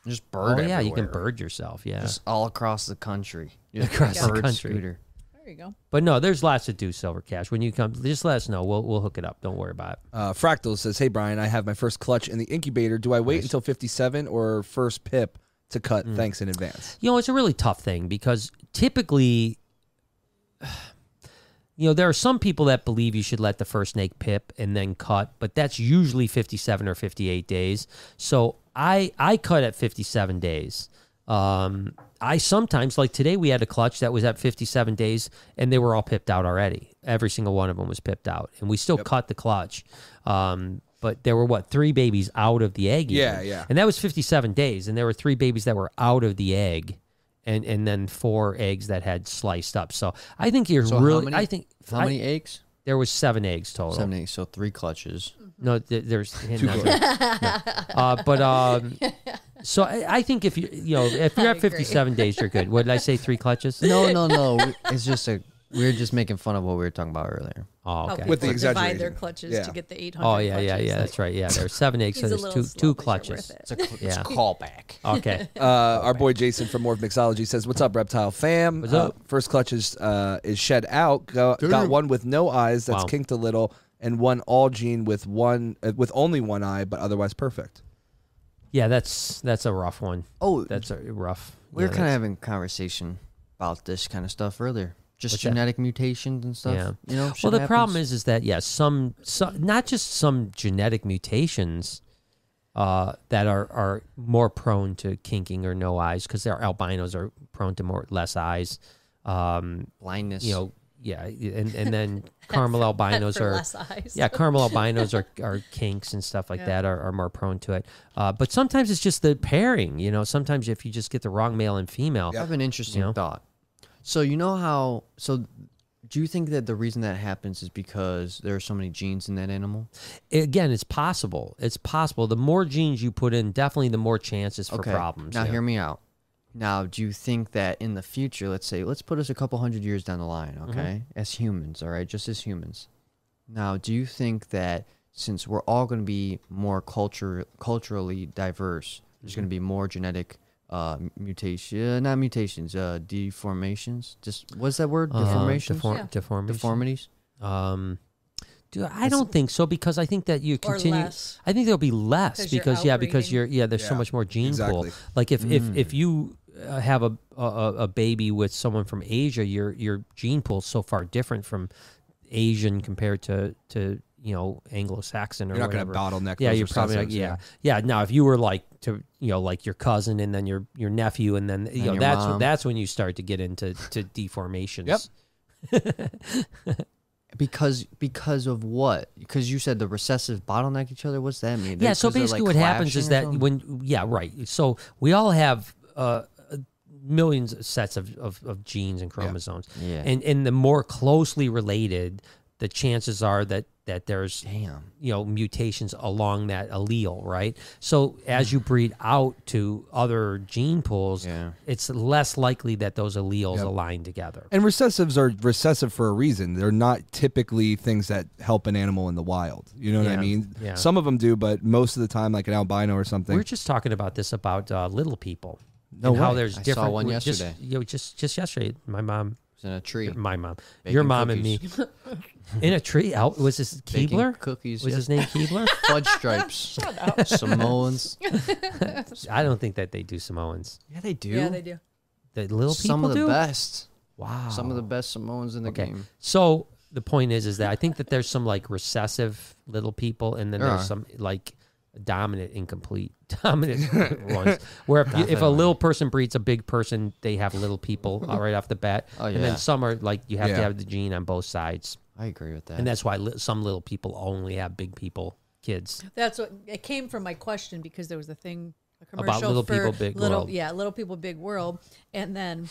Speaker 1: Just bird.
Speaker 4: oh yeah, you can
Speaker 1: everywhere.
Speaker 4: bird yourself. Yeah,
Speaker 1: Just all across the country.
Speaker 4: Across the
Speaker 1: bird
Speaker 4: country.
Speaker 1: Scooter.
Speaker 2: There you go.
Speaker 4: but no, there's lots to do. Silver Cash. When you come, just let us know. We'll we'll hook it up. Don't worry about it.
Speaker 3: Uh, Fractal says, "Hey Brian, I have my first clutch in the incubator. Do I wait until 57 or first pip to cut?
Speaker 4: Mm.
Speaker 3: Thanks in advance."
Speaker 4: you know it's a really tough thing because typically you know there are some people that believe you should let the first snake pip and then cut but that's usually 57 or 58 days so i i cut at 57 days um i sometimes like today we had a clutch that was at 57 days and they were all pipped out already every single one of them was pipped out and we still cut the clutch um but there were what three babies out of the egg
Speaker 3: Yeah,
Speaker 4: even.
Speaker 3: yeah.
Speaker 4: And that was 57 days. And there were three babies that were out of the egg and, and then four eggs that had sliced up. So I think you're
Speaker 1: So how
Speaker 4: really,
Speaker 1: many-
Speaker 4: I think
Speaker 1: How
Speaker 4: I-
Speaker 1: many eggs?
Speaker 4: there was seven eggs total.
Speaker 1: Seven eggs. So three clutches.
Speaker 4: No, th- there's no, no. Uh, but, um, so I, I think if you, you know, if you're at 57 days, you're good. What did I say? Three clutches?
Speaker 1: No, no, no. we- it's just a. We were just making fun of what we were talking about earlier.
Speaker 4: Oh, okay.
Speaker 2: How
Speaker 3: With the
Speaker 2: people divide their
Speaker 3: exaggeration.
Speaker 2: clutches
Speaker 3: Yeah.
Speaker 2: to get the eight hundred.
Speaker 4: Oh yeah, yeah, yeah. That's right. Yeah, there's seven eggs, so
Speaker 2: He's a
Speaker 4: there's
Speaker 2: little
Speaker 4: two
Speaker 2: slow,
Speaker 4: two
Speaker 2: but you're worth
Speaker 4: clutches.
Speaker 2: it.
Speaker 1: It's a, cl- it's
Speaker 4: Yeah.
Speaker 1: a callback.
Speaker 4: Okay.
Speaker 3: Uh, our boy Jason from Morph Mixology says, "What's up, reptile fam?
Speaker 4: What's
Speaker 3: Uh,
Speaker 4: up?
Speaker 3: first clutch is uh, is shed out. Go, got one with no eyes that's
Speaker 4: Wow.
Speaker 3: kinked a little, and one all gene with one uh, with only one eye, but otherwise perfect.
Speaker 4: Yeah, that's that's a rough one.
Speaker 1: Oh,
Speaker 4: That's a rough.
Speaker 1: we were kind
Speaker 4: yeah,
Speaker 1: of
Speaker 4: that's-
Speaker 1: having a conversation about this kind of stuff earlier. Just
Speaker 4: that?
Speaker 1: genetic mutations and stuff.
Speaker 4: Yeah.
Speaker 1: You know.
Speaker 4: well
Speaker 1: shit
Speaker 4: the problem
Speaker 1: happens.
Speaker 4: is is that yeah some, some not just some genetic mutations uh, that are, are more prone to kinking or no eyes because their albinos are prone to more less eyes um,
Speaker 1: blindness.
Speaker 4: you know yeah and, and then caramel albinos
Speaker 2: for
Speaker 4: are
Speaker 2: less eyes.
Speaker 4: yeah caramel albinos are, are kinks and stuff like that are, are more prone to it uh, but sometimes it's just the pairing you know sometimes if you just get the wrong male and female
Speaker 1: I have an interesting
Speaker 4: You know?
Speaker 1: thought. So you know how? So do you think that the reason that happens is because there are so many genes in that animal?
Speaker 4: again it's possible it's possible the more genes you put in definitely the more chances for problems
Speaker 1: Now
Speaker 4: yeah.
Speaker 1: hear me out. Now, do you think that in the future, let's say, let's put us a couple hundred years down the line,
Speaker 4: Mm-hmm.
Speaker 1: okay, as humans, all right, just as humans. Now, do you think that since we're all going to be more culture culturally diverse, there's
Speaker 4: Mm-hmm.
Speaker 1: going to be more genetic uh, mutation, not mutations, uh, deformations. Just what's that word?
Speaker 4: Uh,
Speaker 1: Deformations.
Speaker 4: deform-
Speaker 2: Yeah.
Speaker 4: deformation.
Speaker 1: Deformities.
Speaker 4: Um, dude, I don't think so because I think that you
Speaker 2: Or
Speaker 4: continue.
Speaker 2: less.
Speaker 4: I think there'll be less
Speaker 2: 'Cause you're
Speaker 4: because yeah, because
Speaker 2: outbreeding.
Speaker 4: you're yeah. There's so
Speaker 3: Yeah,
Speaker 4: much more gene
Speaker 3: exactly.
Speaker 4: pool. Like if if if you uh, have a, a a baby with someone from Asia, your your gene pool's so far different from Asian compared to to you know Anglo-Saxon or
Speaker 3: You're not gonna
Speaker 4: whatever.
Speaker 3: bottleneck
Speaker 4: Yeah,
Speaker 3: those
Speaker 4: you're probably like,
Speaker 3: recessives,
Speaker 4: yeah, yeah. Now, if you were like to you know like your cousin and then your your nephew and then you know
Speaker 1: your
Speaker 4: that's
Speaker 1: mom.
Speaker 4: that's when you start to get into to deformations.
Speaker 3: Yep.
Speaker 1: Because because of what? Because you said the recessive bottleneck each other. What's that mean?
Speaker 4: Yeah.
Speaker 1: Because
Speaker 4: So
Speaker 1: they're,
Speaker 4: basically,
Speaker 1: like,
Speaker 4: what happens
Speaker 1: clashing
Speaker 4: is
Speaker 1: or
Speaker 4: that
Speaker 1: something?
Speaker 4: when yeah, right. So we all have uh, millions of sets of, of, of genes and chromosomes.
Speaker 1: Yeah.
Speaker 4: And and the more closely related, the chances are that that there's
Speaker 1: Damn.
Speaker 4: you know mutations along that allele, right? So as you breed out to other gene pools,
Speaker 1: Mm. Yeah.
Speaker 4: it's less likely that those alleles align together.
Speaker 3: And recessives are recessive for a reason. They're not typically things that help an animal in the wild. You know what I
Speaker 4: Yeah,
Speaker 3: mean?
Speaker 4: yeah.
Speaker 3: Some of them do, but most of the time, like an albino or
Speaker 4: We
Speaker 3: something.
Speaker 4: were just talking about this about uh, little people.
Speaker 3: No
Speaker 4: and how
Speaker 3: way.
Speaker 4: there's
Speaker 1: I saw
Speaker 4: different
Speaker 1: one
Speaker 4: we- just-
Speaker 1: yesterday.
Speaker 4: you know, just just yesterday, my mom
Speaker 1: It's in a tree.
Speaker 4: my mom, your mom and me, in a tree out. Was this
Speaker 1: Baking
Speaker 4: Keebler?
Speaker 1: cookies.
Speaker 4: Was
Speaker 1: yes.
Speaker 4: his name Keebler?
Speaker 1: fudge stripes. Samoans.
Speaker 4: I don't think that they do Samoans.
Speaker 1: Yeah, they do.
Speaker 2: Yeah, they do.
Speaker 4: The little
Speaker 1: Some
Speaker 4: people
Speaker 1: of the
Speaker 4: do.
Speaker 1: best.
Speaker 4: Wow.
Speaker 1: Some of the best Samoans in the
Speaker 4: Okay.
Speaker 1: game.
Speaker 4: So the point is, is that I think that there's some like recessive little people, and then
Speaker 1: There
Speaker 4: there's
Speaker 1: are.
Speaker 4: some like dominant, incomplete, dominant ones. Where if, you, if a little person breeds a big person, they have little people uh, right off the bat,
Speaker 1: Oh,
Speaker 4: and
Speaker 1: yeah.
Speaker 4: then some are like you have
Speaker 3: Yeah.
Speaker 4: to have the gene on both sides,
Speaker 1: I agree with that.
Speaker 4: and that's why li- some little people only have big people kids.
Speaker 2: That's what it came from my question because there was a thing a commercial
Speaker 4: Little
Speaker 2: for
Speaker 4: People, Big
Speaker 2: little,
Speaker 4: World.
Speaker 2: Yeah, little people, big world. And then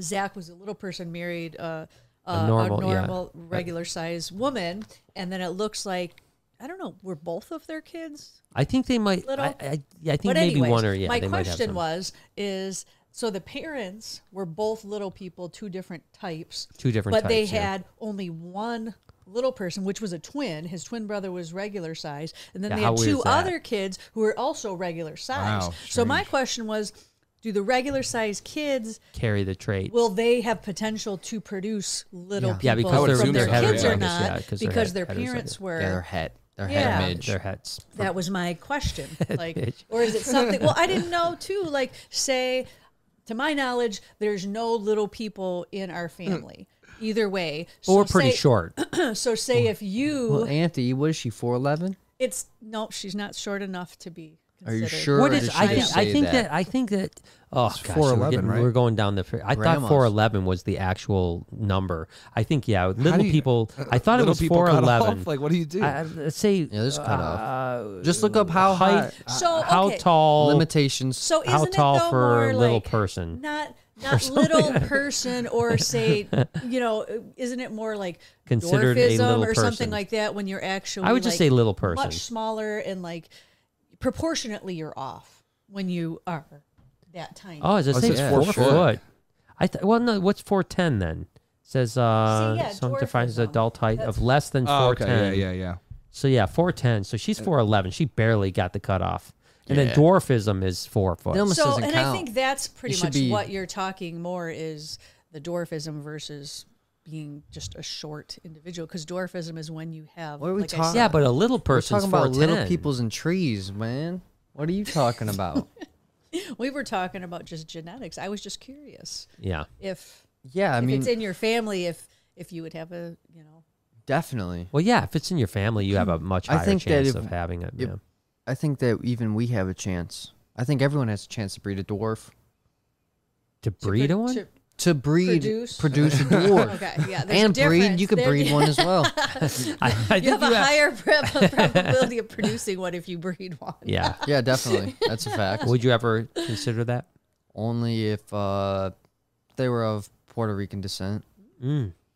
Speaker 2: Zach was a little person married uh, uh, a normal,
Speaker 4: normal, yeah.
Speaker 2: regular size woman, and then it looks like I don't know. Were both of their kids?
Speaker 4: I think they might.
Speaker 2: Little.
Speaker 4: I, I, yeah, I think
Speaker 2: But
Speaker 4: maybe
Speaker 2: anyways,
Speaker 4: one or yeah.
Speaker 2: my
Speaker 4: they might have
Speaker 2: question
Speaker 4: some.
Speaker 2: was: is so the parents were both little people, two different types.
Speaker 4: Two different
Speaker 2: but they
Speaker 4: types, yeah.
Speaker 2: had only one little person, which was a twin. His twin brother was regular size, and then
Speaker 4: Yeah,
Speaker 2: they
Speaker 4: how
Speaker 2: had
Speaker 4: weird
Speaker 2: two
Speaker 4: is that?
Speaker 2: other kids who were also regular size.
Speaker 3: Wow,
Speaker 2: so my question was: Do the regular size kids
Speaker 4: carry the trait.
Speaker 2: will they have potential to produce little
Speaker 4: Yeah,
Speaker 2: people
Speaker 4: because
Speaker 3: they're
Speaker 2: from their
Speaker 3: heterozygous,
Speaker 2: kids or
Speaker 3: yeah,
Speaker 2: not?
Speaker 4: 'cause they're
Speaker 2: because their
Speaker 4: heterozygous.
Speaker 2: parents were
Speaker 1: yeah, their head. Their
Speaker 2: Yeah.
Speaker 1: head image.
Speaker 4: their heads.
Speaker 2: that was my question. Like,
Speaker 4: Bitch.
Speaker 2: or is it something? Well, I didn't know too. Like, say, to my knowledge, there's no little people in our family. Either way,
Speaker 4: Hmm. But we're pretty
Speaker 2: say,
Speaker 4: short.
Speaker 2: So
Speaker 4: Oh.
Speaker 2: say if
Speaker 1: Well,
Speaker 4: eh
Speaker 2: you,
Speaker 1: Anthony, what is she? Four eleven?
Speaker 2: it's no, she's not short enough to be.
Speaker 1: Are you
Speaker 2: Considered.
Speaker 1: sure?
Speaker 4: What
Speaker 1: or
Speaker 4: is?
Speaker 1: did she
Speaker 4: I
Speaker 1: just
Speaker 4: think. I
Speaker 1: say
Speaker 4: think that. I think that. Oh gosh, we're,
Speaker 3: 411,
Speaker 4: getting-
Speaker 3: right?
Speaker 4: we're going down the. fr- I
Speaker 1: Grandma's.
Speaker 4: thought four eleven was the actual number. I think yeah. Little
Speaker 3: you-
Speaker 4: people. I thought it
Speaker 3: Little
Speaker 4: was
Speaker 3: people
Speaker 4: four
Speaker 3: cut
Speaker 4: eleven.
Speaker 3: off? Like, what do you do?
Speaker 4: I, I'd say.
Speaker 1: Yeah, this cut
Speaker 4: uh,
Speaker 1: Just look up how
Speaker 4: height.
Speaker 1: height
Speaker 2: So,
Speaker 4: How
Speaker 2: okay.
Speaker 4: tall?
Speaker 1: limitations.
Speaker 2: So isn't
Speaker 4: How tall
Speaker 2: it though
Speaker 4: for
Speaker 2: more
Speaker 4: a little
Speaker 2: like
Speaker 4: person?
Speaker 2: Not not little person or say you know uh, isn't it more like
Speaker 4: Considered a
Speaker 2: dwarfism
Speaker 4: little
Speaker 2: or
Speaker 4: person.
Speaker 2: something like that when you're actually
Speaker 4: I would just
Speaker 2: like,
Speaker 4: say little person.
Speaker 2: much smaller and like proportionately you're off when you are that tiny.
Speaker 4: Oh, does it
Speaker 3: Oh, it
Speaker 4: say
Speaker 3: says
Speaker 4: four,
Speaker 3: four
Speaker 4: foot?
Speaker 3: foot.
Speaker 4: I th- well, no. What's four ten then? It says uh,
Speaker 2: See, yeah,
Speaker 4: some
Speaker 2: dwarfism.
Speaker 4: defines adult height of less than
Speaker 3: Oh,
Speaker 4: four
Speaker 3: okay.
Speaker 4: ten.
Speaker 3: Yeah, yeah, yeah.
Speaker 4: So yeah, four ten. So she's four eleven. She barely got the cutoff. And then dwarfism is four foot.
Speaker 1: It almost
Speaker 2: so
Speaker 1: doesn't
Speaker 2: and I
Speaker 1: count.
Speaker 2: think that's pretty
Speaker 1: should
Speaker 2: much
Speaker 1: be-
Speaker 2: what you're talking more is the dwarfism versus being just a short individual because dwarfism is when you have
Speaker 1: What are we
Speaker 2: like I
Speaker 1: talking-
Speaker 2: said,
Speaker 4: yeah, but a little
Speaker 1: We're
Speaker 4: person's
Speaker 1: talking about little
Speaker 4: 4'10".
Speaker 1: peoples and trees, man. What are you talking about?
Speaker 2: we were talking about just genetics. I was just curious
Speaker 4: Yeah.
Speaker 2: if
Speaker 1: yeah, I
Speaker 2: if
Speaker 1: mean,
Speaker 2: it's in your family if if you would have a you know
Speaker 1: definitely.
Speaker 4: Well, yeah. If it's in your family, you have a much
Speaker 1: I
Speaker 4: higher
Speaker 1: think that
Speaker 4: chance
Speaker 1: if-
Speaker 4: of having it.
Speaker 1: if-
Speaker 4: yeah.
Speaker 1: I think that even we have a chance. I think everyone has a chance to breed a dwarf.
Speaker 4: To
Speaker 2: to
Speaker 4: breed a
Speaker 2: pro-
Speaker 4: one.
Speaker 2: to-
Speaker 1: To breed,
Speaker 2: Produce?
Speaker 1: a dwarf.
Speaker 2: okay, yeah, there's a
Speaker 1: And breed, you
Speaker 2: difference.
Speaker 1: could
Speaker 2: There-
Speaker 1: breed one as well.
Speaker 4: I, I think
Speaker 2: You have a higher prob- probability of producing one if you breed one.
Speaker 4: Yeah.
Speaker 1: Yeah, definitely. That's a fact.
Speaker 4: Would you ever consider that?
Speaker 1: Only if uh, they were of Puerto Rican descent.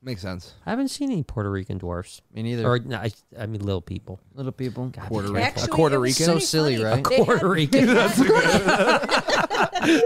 Speaker 3: Makes sense.
Speaker 4: Mm. I haven't seen any Puerto Rican dwarfs.
Speaker 1: Me neither.
Speaker 4: Or no, I, I mean, little people.
Speaker 1: little people.
Speaker 4: Puerto
Speaker 2: Actually,
Speaker 3: A Puerto
Speaker 2: it was
Speaker 3: Rican?
Speaker 2: pretty
Speaker 1: So silly,
Speaker 2: funny.
Speaker 1: right?
Speaker 2: They had-
Speaker 4: Puerto Rican.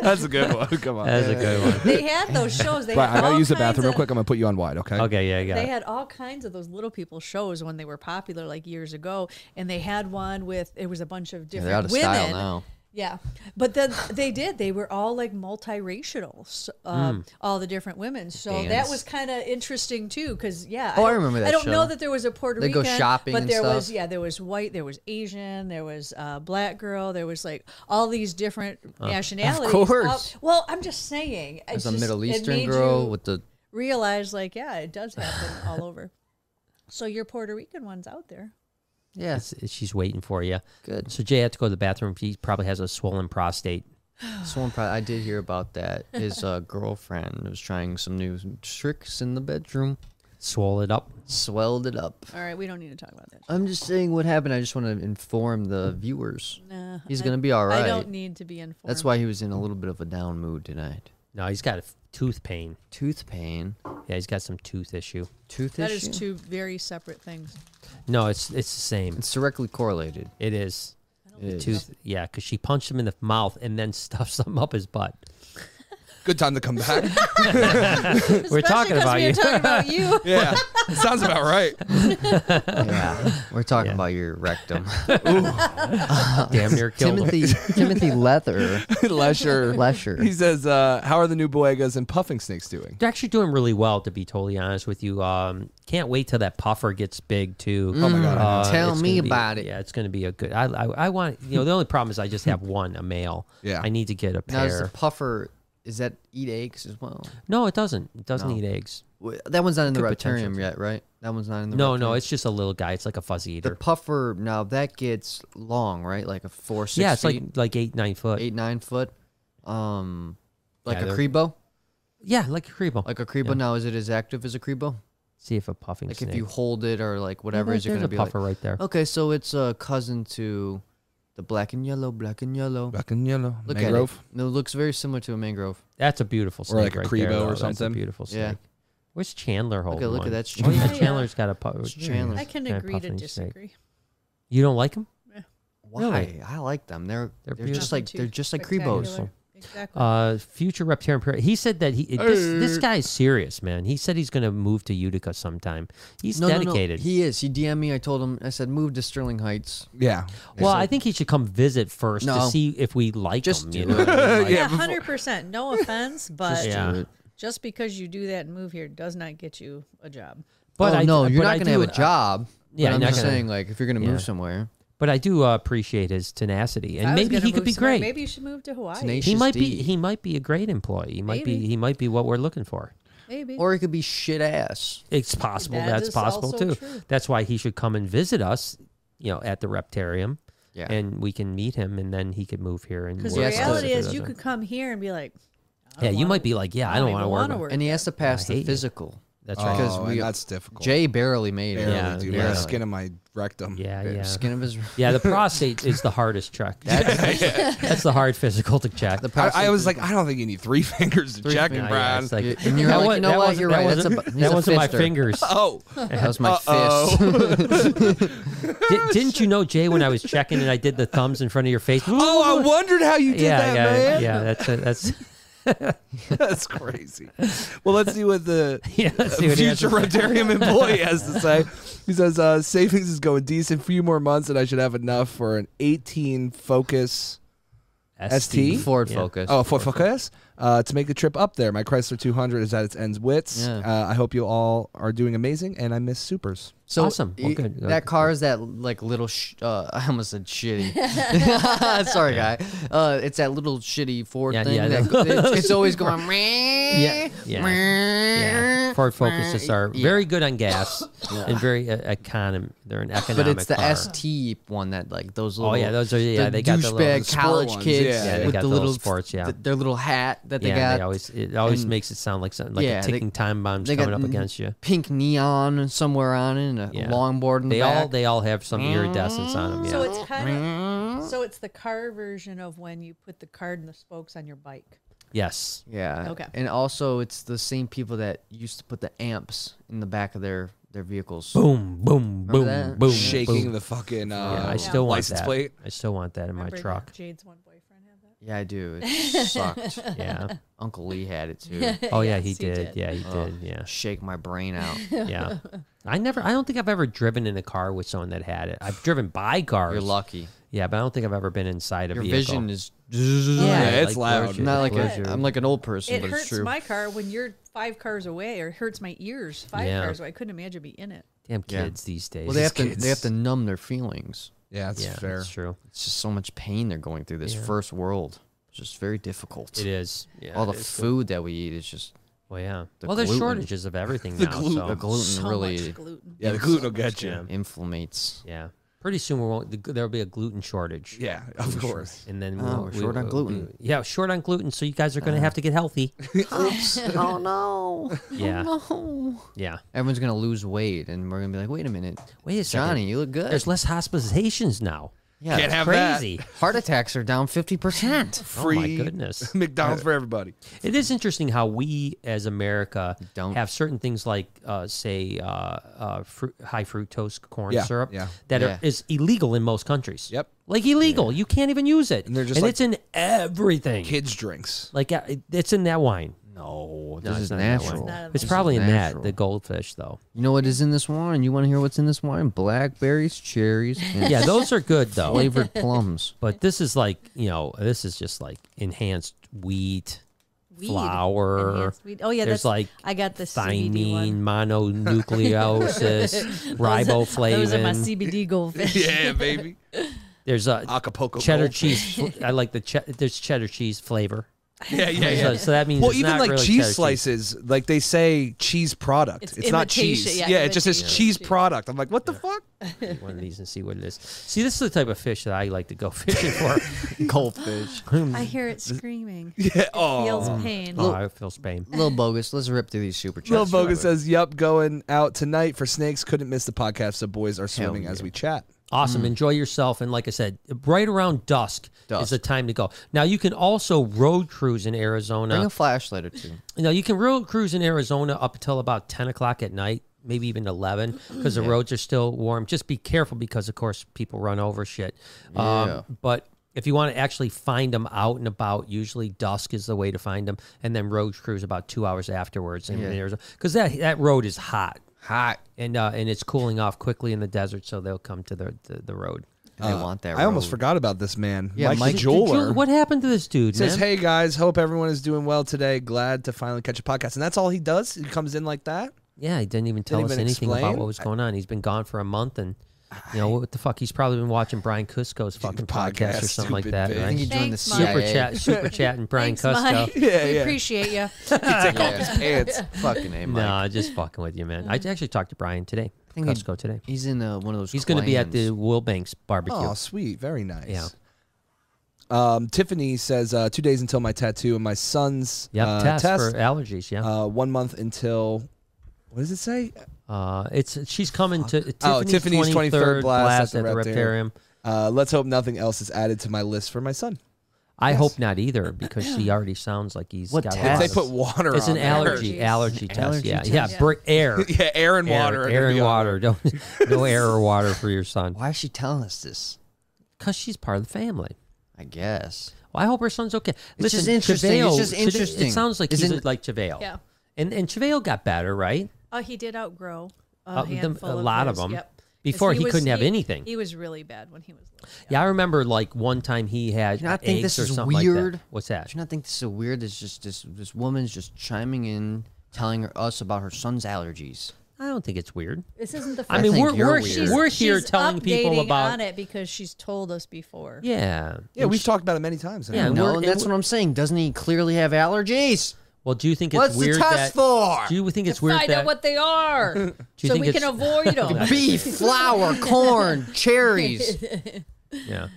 Speaker 3: That's a good one. Come on.
Speaker 4: That's a good one.
Speaker 2: They had those shows. They
Speaker 3: Right,
Speaker 2: had
Speaker 3: I gotta
Speaker 2: all
Speaker 3: use the
Speaker 2: kinds
Speaker 3: bathroom real
Speaker 2: of-
Speaker 3: quick. I'm gonna put you on wide. Okay.
Speaker 4: Okay. Yeah. I got
Speaker 2: They
Speaker 4: it.
Speaker 2: had all kinds of those little people shows when they were popular, like years ago. And they had one with it was a bunch of different
Speaker 1: they're out of
Speaker 2: women.
Speaker 1: style now.
Speaker 2: Yeah, but then they did. They were all like multiracial, so, uh,
Speaker 1: Hmm.
Speaker 2: all the different women. So that
Speaker 1: Dance.
Speaker 2: was kind of interesting too, because yeah.
Speaker 1: Oh, I
Speaker 2: don't-
Speaker 1: remember that
Speaker 2: I don't
Speaker 1: show.
Speaker 2: know that there was a Puerto
Speaker 1: They go
Speaker 2: Rican.
Speaker 1: shopping
Speaker 2: but
Speaker 1: and
Speaker 2: there was
Speaker 1: stuff.
Speaker 2: yeah, there was white, there was Asian, there was uh, black girl, there was like all these different nationalities.
Speaker 1: of course.
Speaker 2: Uh, well, I'm just saying. it
Speaker 1: There's a
Speaker 2: just-
Speaker 1: Middle
Speaker 2: it
Speaker 1: Eastern
Speaker 2: made
Speaker 1: girl
Speaker 2: you
Speaker 1: with the
Speaker 2: realize like yeah, it does happen all over. So your Puerto Rican one's out there.
Speaker 1: Yeah,
Speaker 4: It's- She's waiting for you.
Speaker 1: good.
Speaker 4: So Jay had to go to the bathroom. He probably has a swollen prostate.
Speaker 1: So one pro- I did hear about that. His uh, girlfriend was trying some new tricks in the bedroom,
Speaker 4: Swole it up.
Speaker 1: swelled it up.
Speaker 2: All right, we don't need to talk about that.
Speaker 1: I'm just saying what happened. I just want to inform the viewers.
Speaker 2: Nah,
Speaker 1: He's
Speaker 2: I-
Speaker 1: gonna be all
Speaker 2: I
Speaker 1: right.
Speaker 2: don't need to be informed.
Speaker 1: That's why he was in a little bit of a down mood tonight.
Speaker 4: No, he's got a f- tooth pain.
Speaker 1: Tooth pain,
Speaker 4: Yeah, he's got some tooth issue.
Speaker 1: tooth
Speaker 2: That
Speaker 1: issue.
Speaker 2: is two very separate things.
Speaker 4: No, it's it's the same.
Speaker 1: It's directly correlated.
Speaker 4: It is. The
Speaker 1: It is.
Speaker 4: tooth. Yeah, because she punched him in the mouth and then stuffed something up his butt.
Speaker 3: Good time to come back.
Speaker 4: We're talking about
Speaker 2: we were
Speaker 4: you.
Speaker 2: talking about you.
Speaker 3: yeah, sounds about right.
Speaker 1: Yeah, we're talking
Speaker 4: Yeah.
Speaker 1: about your rectum.
Speaker 4: Damn near killed him.
Speaker 1: Timothy Timothy Leather
Speaker 3: Lesher.
Speaker 1: Lesher.
Speaker 3: He says, uh, "How are the new boegas and puffing snakes doing?"
Speaker 4: They're actually doing really well, to be totally honest with you. Um, can't wait till that puffer gets big too. Oh
Speaker 3: my God, I
Speaker 1: know. Tell
Speaker 4: it's
Speaker 1: me
Speaker 4: gonna be-
Speaker 1: about it.
Speaker 4: Yeah, it's going to be a good. I, I I want you know the only problem is I just have one a male.
Speaker 3: Yeah.
Speaker 4: I need to get a
Speaker 1: now is the
Speaker 4: pair.
Speaker 1: puffer is that eat eggs as well?
Speaker 4: No, it doesn't. It doesn't
Speaker 1: No.
Speaker 4: eat eggs.
Speaker 1: Wh- That one's not in the
Speaker 4: Could
Speaker 1: reptarium
Speaker 4: potentially.
Speaker 1: yet, right? That one's not in the
Speaker 4: No,
Speaker 1: reptarium.
Speaker 4: no, it's just a little guy. It's like a fuzz
Speaker 1: the
Speaker 4: eater.
Speaker 1: puffer. Now that gets long, right? Like a four, six,
Speaker 4: Yeah, it's
Speaker 1: feet,
Speaker 4: like like eight nine foot.
Speaker 1: eight, nine foot. Um, like
Speaker 4: Yeah,
Speaker 1: a
Speaker 4: they're-
Speaker 1: crebo.
Speaker 4: Yeah, like a creepo.
Speaker 1: Like a crebo.
Speaker 4: Yeah.
Speaker 1: Now is it as active as a crebo?
Speaker 4: See if a puffing
Speaker 1: Like
Speaker 4: snake.
Speaker 1: if you hold it or like
Speaker 4: Yeah,
Speaker 1: whatever,
Speaker 4: there-
Speaker 1: is it
Speaker 4: there's
Speaker 1: gonna
Speaker 4: a
Speaker 1: be
Speaker 4: puffer right there.
Speaker 1: like? oh. Okay, so it's a cousin to the black and yellow, black and yellow.
Speaker 3: Black and yellow.
Speaker 1: Look
Speaker 3: Mangrove.
Speaker 1: at it. No, it looks very similar to a mangrove.
Speaker 4: That's a beautiful snake.
Speaker 3: Or like a
Speaker 4: right
Speaker 3: Crebo
Speaker 4: there,
Speaker 3: or
Speaker 4: though. That's a
Speaker 3: something.
Speaker 4: beautiful snake.
Speaker 1: Yeah.
Speaker 4: Where's Chandler
Speaker 1: Look at-
Speaker 4: holding
Speaker 1: look at
Speaker 4: one?
Speaker 1: that's
Speaker 4: Oh, yeah,
Speaker 2: Chandler.
Speaker 4: Chandler's got a puff.
Speaker 1: It's Chandler's.
Speaker 2: I can
Speaker 4: Yeah,
Speaker 2: agree to
Speaker 4: puffing snake.
Speaker 2: disagree.
Speaker 4: You don't like him?
Speaker 1: Why?
Speaker 4: Really?
Speaker 1: I like them. They're
Speaker 4: They're
Speaker 1: they're, just
Speaker 2: Nothing
Speaker 1: like
Speaker 2: too
Speaker 1: they're just like crebos.
Speaker 2: spectacular. Exactly.
Speaker 4: Uh, future Reptarian. Pra- He said that he this this guy is serious, man. He said he's gonna move to Utica sometime. He's
Speaker 1: No,
Speaker 4: dedicated.
Speaker 1: no, no. He is. He DM'd me. I told him. I said move to Sterling Heights.
Speaker 3: Yeah.
Speaker 4: well, I think he should come visit first to
Speaker 1: No.
Speaker 4: see if we like
Speaker 1: Just
Speaker 4: him. You
Speaker 1: do
Speaker 4: know? what
Speaker 3: Oh,
Speaker 4: I mean? Like,
Speaker 2: yeah, hundred percent. No offense, but
Speaker 1: Just
Speaker 4: Yeah.
Speaker 1: do it.
Speaker 2: just because you do that and move here does not get you a job.
Speaker 4: But
Speaker 1: oh,
Speaker 4: I
Speaker 1: no, you're
Speaker 4: but
Speaker 1: not
Speaker 4: I
Speaker 1: gonna
Speaker 4: do-
Speaker 1: have a job. Yeah,
Speaker 4: yeah,
Speaker 1: but I'm
Speaker 4: you're not
Speaker 1: just
Speaker 4: gonna-
Speaker 1: saying like if you're gonna
Speaker 4: yeah.
Speaker 1: move somewhere,
Speaker 4: But I do uh, appreciate his tenacity,
Speaker 2: I
Speaker 4: and
Speaker 2: was
Speaker 4: maybe
Speaker 2: gonna
Speaker 4: he could
Speaker 2: move
Speaker 4: be
Speaker 2: somewhere.
Speaker 4: great.
Speaker 2: Maybe you should move to Hawaii.
Speaker 1: Tenacious.
Speaker 4: he might be.
Speaker 1: D.
Speaker 4: He might be a great employee. He might be.
Speaker 2: Maybe.
Speaker 4: He might be what we're looking for.
Speaker 2: Maybe.
Speaker 1: or it could be shit ass.
Speaker 4: It's possible.
Speaker 2: That
Speaker 4: That's
Speaker 2: is
Speaker 4: possible
Speaker 2: also
Speaker 4: too.
Speaker 2: true.
Speaker 4: That's why he should come and visit us. You know, at the Reptarium.
Speaker 1: Yeah.
Speaker 4: and we can meet him, and then he could move here. And
Speaker 2: because
Speaker 4: work
Speaker 2: the
Speaker 1: Yes,
Speaker 4: with us
Speaker 2: reality
Speaker 4: if he
Speaker 2: is, you
Speaker 4: doesn't.
Speaker 2: could come here and be like, I
Speaker 4: Yeah,
Speaker 2: don't
Speaker 4: you
Speaker 2: wanna-
Speaker 4: might be like, yeah, I don't,
Speaker 2: even
Speaker 4: want to
Speaker 2: wanna
Speaker 4: work.
Speaker 1: and he has to pass
Speaker 4: hate
Speaker 1: the
Speaker 4: it.
Speaker 1: physical.
Speaker 4: That's
Speaker 3: Oh,
Speaker 4: right.
Speaker 1: Because
Speaker 3: and
Speaker 1: we-
Speaker 3: that's difficult.
Speaker 1: Jay barely made
Speaker 3: Barely,
Speaker 1: it.
Speaker 4: Yeah,
Speaker 3: dude.
Speaker 4: yeah.
Speaker 3: The skin of my rectum.
Speaker 4: yeah,
Speaker 1: Yeah.
Speaker 4: yeah,
Speaker 1: Skin of his.
Speaker 4: yeah. The prostate is the hardest check. That's, that's the hard physical to check.
Speaker 1: The
Speaker 3: I, I was like, I don't think you need three fingers to check
Speaker 4: Yeah,
Speaker 3: him,
Speaker 4: Oh, yeah,
Speaker 3: Brian.
Speaker 4: it's like-
Speaker 1: Y- and you're
Speaker 4: that
Speaker 1: like,
Speaker 4: wa-
Speaker 1: you know
Speaker 4: that
Speaker 1: what,
Speaker 4: wasn't-
Speaker 1: you're
Speaker 4: that
Speaker 1: right, that's
Speaker 4: wasn't-
Speaker 1: a bu- he's
Speaker 4: that
Speaker 1: a
Speaker 4: wasn't my
Speaker 1: fister.
Speaker 4: fingers.
Speaker 3: oh,
Speaker 1: that was my
Speaker 3: Uh-oh.
Speaker 1: fist.
Speaker 4: Di- didn't you know, Jay, when I was checking and I did the thumbs in front of your face?
Speaker 3: oh, I
Speaker 4: Ooh.
Speaker 3: wondered how you did that,
Speaker 4: yeah, yeah,
Speaker 3: man.
Speaker 4: yeah. That's it. That's
Speaker 3: That's crazy. Well, let's see what the
Speaker 4: yeah. Let's see what he has
Speaker 3: future
Speaker 4: to say.
Speaker 3: Rotarium employee has to say. He says uh, savings is going decent. Few more months, and I should have enough for an 18 Focus. ST?
Speaker 1: Ford
Speaker 4: Yeah.
Speaker 1: Focus.
Speaker 3: Oh, for Focus uh, to make the trip up there. My Chrysler 200 is at its ends wits.
Speaker 1: Yeah.
Speaker 3: Uh, I hope you all are doing amazing, and I miss supers.
Speaker 1: So
Speaker 4: Awesome. Well,
Speaker 1: y-
Speaker 4: good, good,
Speaker 1: That
Speaker 4: good.
Speaker 1: car is that like little. Sh- uh, I almost said shitty. Sorry, guy. Uh, it's that little shitty Ford
Speaker 4: Yeah,
Speaker 1: thing.
Speaker 4: yeah,
Speaker 1: that-
Speaker 4: that-
Speaker 1: it's, it's always going.
Speaker 5: Yeah.
Speaker 4: Yeah. Yeah. Ford Focuses are very good on gas and very uh, economy. They're an economic.
Speaker 1: But it's the
Speaker 4: car.
Speaker 1: ST one that like those
Speaker 4: Oh
Speaker 1: little.
Speaker 4: yeah, those are yeah.
Speaker 1: the
Speaker 4: they got the little
Speaker 1: douchebag college
Speaker 3: ones,
Speaker 1: kids
Speaker 3: yeah. Yeah, they
Speaker 1: with
Speaker 4: got
Speaker 1: the
Speaker 4: the
Speaker 1: little
Speaker 4: little sports, yeah.
Speaker 1: th- their little hat that they
Speaker 4: yeah,
Speaker 1: got.
Speaker 4: they always it always
Speaker 1: and-
Speaker 4: makes it sound like something like
Speaker 1: Yeah,
Speaker 4: a
Speaker 1: they-
Speaker 4: ticking time bomb's
Speaker 1: they got
Speaker 4: coming up
Speaker 1: n-
Speaker 4: against you.
Speaker 1: pink neon somewhere on it, and a
Speaker 4: Yeah.
Speaker 1: longboard in the
Speaker 4: They
Speaker 1: back.
Speaker 4: all they all have some iridescence on them. Yeah,
Speaker 2: So it's kind of so it's the car version of when you put the card and the spokes on your bike.
Speaker 4: yes,
Speaker 1: Yeah.
Speaker 2: Okay.
Speaker 1: And also, it's the same people that used to put the amps in the back of their their vehicles.
Speaker 4: boom, boom, boom,
Speaker 1: that?
Speaker 4: boom,
Speaker 3: Shaking
Speaker 4: boom.
Speaker 3: the fucking uh,
Speaker 4: Yeah,
Speaker 1: Um,
Speaker 4: I still want
Speaker 3: license
Speaker 4: that.
Speaker 3: plate.
Speaker 4: I still want that in my
Speaker 2: Remember
Speaker 4: truck.
Speaker 2: Jade's one boyfriend had that.
Speaker 1: Yeah, I do. It sucked.
Speaker 4: Yeah.
Speaker 1: Uncle Lee had it too.
Speaker 4: Oh yeah, he
Speaker 2: Yes, he
Speaker 4: did.
Speaker 2: did.
Speaker 4: Yeah, he
Speaker 1: Oh.
Speaker 4: did. Yeah,
Speaker 1: Shake my brain out.
Speaker 4: yeah. I never. I don't think I've ever driven in a car with someone that had it. I've driven by cars.
Speaker 1: You're lucky.
Speaker 4: Yeah, but I don't think I've ever been inside a
Speaker 1: Your
Speaker 4: vehicle.
Speaker 1: vision is
Speaker 4: Yeah,
Speaker 3: Yeah, it's loud.
Speaker 4: blurs your-
Speaker 1: not like
Speaker 4: blurs
Speaker 1: a,
Speaker 4: your-
Speaker 1: I'm like an old person,
Speaker 2: It
Speaker 1: but it's
Speaker 2: hurts
Speaker 1: true.
Speaker 2: my car when you're five cars away, or it hurts my ears five
Speaker 4: Yeah.
Speaker 2: cars away. I couldn't imagine being in it.
Speaker 4: damn
Speaker 1: Yeah.
Speaker 4: kids these days.
Speaker 1: well, they have to
Speaker 3: kids.
Speaker 1: they have to numb their feelings.
Speaker 3: Yeah, that's
Speaker 4: yeah,
Speaker 3: fair.
Speaker 4: That's true.
Speaker 1: It's just so much pain they're going through. This first world, it's just very difficult.
Speaker 4: It is. Yeah,
Speaker 1: All
Speaker 4: it
Speaker 1: the
Speaker 4: is.
Speaker 1: food that we eat is just
Speaker 4: Well, yeah.
Speaker 1: The
Speaker 4: well, there's
Speaker 1: gluten.
Speaker 4: shortages of everything now.
Speaker 3: gluten.
Speaker 4: So
Speaker 1: The gluten
Speaker 2: so
Speaker 1: Mm, really
Speaker 2: much gluten.
Speaker 3: Yeah, the gluten will get you.
Speaker 4: yeah.
Speaker 1: inflammates.
Speaker 4: yeah, pretty soon we won't, the- there'll be a gluten shortage.
Speaker 3: Yeah, of course.
Speaker 4: And then
Speaker 1: Oh,
Speaker 4: we'll-
Speaker 1: we're
Speaker 4: we-
Speaker 1: short on
Speaker 4: we-
Speaker 1: gluten. Uh.
Speaker 4: yeah, short on gluten. So you guys are going to have to get healthy.
Speaker 5: Oh no.
Speaker 4: Yeah. Yeah.
Speaker 1: Everyone's gonna lose weight, and we're gonna be like, "Wait a minute,
Speaker 4: Wait a second.
Speaker 1: Johnny, you look good."
Speaker 4: There's less hospitalizations now.
Speaker 1: yeah,
Speaker 3: Can't have that.
Speaker 4: Crazy. Oh
Speaker 1: heart attacks are down fifty percent.
Speaker 3: Free
Speaker 4: goodness.
Speaker 3: McDonald's
Speaker 4: Uh,
Speaker 3: for everybody.
Speaker 4: It is interesting how we, as America,
Speaker 1: Don't.
Speaker 4: have certain things like, uh, say, uh, uh, fru- high fructose corn
Speaker 3: Yeah,
Speaker 4: syrup
Speaker 3: yeah.
Speaker 4: that are,
Speaker 1: Yeah.
Speaker 4: is illegal in most countries.
Speaker 3: Yep.
Speaker 4: like illegal. You can't even use it, and
Speaker 3: they're just
Speaker 4: and
Speaker 3: like-
Speaker 4: it's in everything.
Speaker 3: Kids drinks.
Speaker 4: Like uh, it- it's in that wine.
Speaker 1: No,
Speaker 4: No,
Speaker 1: this
Speaker 4: it's
Speaker 1: is
Speaker 4: not in that wine.
Speaker 1: natural.
Speaker 2: It's not in
Speaker 4: It's
Speaker 2: This is
Speaker 4: probably in that
Speaker 1: natural.
Speaker 4: the goldfish though.
Speaker 1: You know what is in this wine? You want to hear what's in this wine? Blackberries, cherries, and
Speaker 4: Yeah, those are good though.
Speaker 1: flavored plums.
Speaker 4: But this is like you know, this is just like enhanced wheat,
Speaker 2: Weed.
Speaker 4: flour.
Speaker 2: Enhanced weed. Oh yeah,
Speaker 4: There's
Speaker 2: that's
Speaker 4: like
Speaker 2: I got the CBD one.
Speaker 4: thymine, mononucleosis,
Speaker 2: Those are my
Speaker 4: riboflavin.
Speaker 2: CBD goldfish.
Speaker 3: yeah, baby.
Speaker 4: There's a
Speaker 3: Acapulco.
Speaker 4: cheddar
Speaker 3: Gold.
Speaker 4: cheese. fl- I like the che- there's cheddar cheese flavor.
Speaker 3: Yeah, yeah, yeah.
Speaker 4: So, so that means
Speaker 3: well,
Speaker 4: it's
Speaker 3: even
Speaker 4: not
Speaker 3: like
Speaker 4: really cheddar
Speaker 3: cheese slices, like they say cheese product. It's,
Speaker 2: It's
Speaker 3: not
Speaker 2: imitation,
Speaker 3: cheese.
Speaker 2: yeah,
Speaker 3: Yeah, it just says
Speaker 2: imitation
Speaker 3: cheese
Speaker 2: cheese.
Speaker 3: product. I'm like, what the fuck?
Speaker 4: Eat one of these and see what it is. See, this is the type of fish that I like to go fishing for.
Speaker 1: Goldfish.
Speaker 2: I hear it screaming.
Speaker 3: Yeah. Oh.
Speaker 2: Feels pain.
Speaker 4: oh, I feel Spain.
Speaker 2: Mm.
Speaker 1: Little bogus. Let's rip through these super chats.
Speaker 3: Lil Bogus
Speaker 1: forever.
Speaker 3: says, "Yup, going out tonight for snakes. Couldn't miss the podcast. So boys are swimming as we chat.
Speaker 4: Awesome. Enjoy yourself. And like I said, right around dusk, is
Speaker 1: Dusk.
Speaker 4: the time to go. Now, you can also road cruise in Arizona.
Speaker 1: "Bring a flashlight or two.
Speaker 4: Now you can road cruise in Arizona up until about ten o'clock at night, maybe even eleven, because the roads are still warm. Just be careful because, of course, people run over shit.
Speaker 1: Yeah.
Speaker 4: Um, but if you want to actually find them out and about, usually dusk is the way to find them, and then road cruise about two hours afterwards in, Arizona, because that that road is hot, hot, and uh, and it's cooling off quickly in the desert, so they'll come to the the, the road.
Speaker 1: I want that.
Speaker 3: Uh, I almost
Speaker 1: road.
Speaker 3: forgot about this man,
Speaker 1: Yeah,
Speaker 3: Mike,
Speaker 1: Mike-
Speaker 3: the
Speaker 1: Did
Speaker 4: Did you-
Speaker 3: jeweler.
Speaker 4: what happened to this dude?
Speaker 3: Says,
Speaker 4: man?
Speaker 3: "Hey guys, hope everyone is doing well today. Glad to finally catch a podcast." And that's all he does. He comes in like that.
Speaker 4: Yeah, he didn't even tell us
Speaker 3: even
Speaker 4: anything about
Speaker 3: explain?
Speaker 4: what was going on. He's been gone for a month, and you know what the fuck? He's probably been watching Brian Cusco's fucking podcast, or
Speaker 3: podcast,
Speaker 4: something like
Speaker 3: stupid
Speaker 4: that.
Speaker 3: bitch.
Speaker 1: I think he
Speaker 4: Right?
Speaker 1: joined
Speaker 2: Thanks,
Speaker 1: the
Speaker 2: Mike.
Speaker 1: CIA.
Speaker 4: Super chat, super chat, and Brian
Speaker 2: Thanks,
Speaker 4: Cusco.
Speaker 2: Mike.
Speaker 3: Yeah,
Speaker 2: we
Speaker 3: yeah.
Speaker 2: appreciate you.
Speaker 3: Take off his pants.
Speaker 1: Fucking a Mike.
Speaker 4: Nah, just fucking with you, man. I actually talked to Brian today.
Speaker 1: think he-
Speaker 4: Cusco today.
Speaker 1: He's in uh, one of those.
Speaker 4: He's going to be at the
Speaker 1: clans.
Speaker 4: Willbanks barbecue.
Speaker 3: Oh, sweet. Very nice.
Speaker 4: Yeah.
Speaker 3: Um, Tiffany says, uh, two days until my tattoo and my son's
Speaker 4: yep,
Speaker 3: uh,
Speaker 4: test, for allergies. Yeah,
Speaker 3: uh, one month until, what does it say?
Speaker 4: uh, it's she's coming to Tiffany's,
Speaker 3: Oh, Tiffany's
Speaker 4: 23rd blast, at the Reptarium.
Speaker 3: Uh, let's hope nothing else is added to my list for my son.
Speaker 4: I hope not either, because he already sounds like he's
Speaker 1: What
Speaker 4: got. a
Speaker 1: test?
Speaker 4: lot
Speaker 3: They
Speaker 4: of-
Speaker 3: put water
Speaker 4: It's
Speaker 3: on
Speaker 4: an
Speaker 3: there.
Speaker 4: allergy,
Speaker 2: Allergies.
Speaker 4: allergy test.
Speaker 1: Allergy
Speaker 4: yeah,
Speaker 1: test.
Speaker 4: yeah, br- air.
Speaker 3: yeah, air and water. are
Speaker 4: Air,
Speaker 3: gonna
Speaker 4: air
Speaker 3: be
Speaker 4: and
Speaker 3: on
Speaker 4: water. Don't no air or water for your son
Speaker 1: Why is she telling us this?
Speaker 4: because she's part of the family.
Speaker 1: I guess.
Speaker 4: Well, I hope her son's okay. Listen,
Speaker 1: just interesting. It's
Speaker 4: Chevelle-
Speaker 1: just
Speaker 4: Cheve-
Speaker 1: interesting.
Speaker 4: It sounds like he's
Speaker 1: Isn't-
Speaker 4: a- like Chevelle.
Speaker 2: Yeah.
Speaker 4: And and Chevelle got better, right?
Speaker 2: Oh, he did outgrow a,
Speaker 4: Uh, them-
Speaker 2: handful
Speaker 4: a
Speaker 2: of
Speaker 4: lot of
Speaker 2: his-
Speaker 4: them.
Speaker 2: Yep. 'Cause
Speaker 4: Before he couldn't have
Speaker 2: he-
Speaker 4: anything.
Speaker 2: He was really bad when he was little.
Speaker 4: Yeah, I remember like one time he had
Speaker 1: Do you not think
Speaker 4: eggs
Speaker 1: this
Speaker 4: or
Speaker 1: is
Speaker 4: something like that.
Speaker 1: weird?
Speaker 4: What's that?
Speaker 1: Do you not think this is weird? It's just this this woman's just chiming in, telling her, us about her son's allergies.
Speaker 4: I don't think it's weird.
Speaker 2: This isn't the first
Speaker 4: I mean,
Speaker 1: think
Speaker 4: we're
Speaker 1: you're
Speaker 4: we're,
Speaker 1: weird.
Speaker 4: here- we're here
Speaker 2: she's
Speaker 4: telling people
Speaker 2: updating
Speaker 4: about
Speaker 2: on it because she's told us before.
Speaker 4: yeah
Speaker 3: Yeah,
Speaker 4: And
Speaker 3: we've
Speaker 4: sh-
Speaker 3: talked about it many times.
Speaker 4: Yeah. And
Speaker 1: no,
Speaker 4: we're-
Speaker 1: and
Speaker 4: and
Speaker 1: that's what I'm saying. Doesn't he clearly have allergies?
Speaker 4: Well, do you think it's
Speaker 1: What's the
Speaker 4: weird
Speaker 1: test
Speaker 4: that?
Speaker 1: for?
Speaker 4: Do you think it's weird
Speaker 2: Find
Speaker 4: that?
Speaker 2: out what they are,
Speaker 4: do you
Speaker 2: so
Speaker 4: think
Speaker 2: we can
Speaker 4: it's-
Speaker 2: avoid them.
Speaker 1: Beef, flour, corn, cherries.
Speaker 4: Yeah.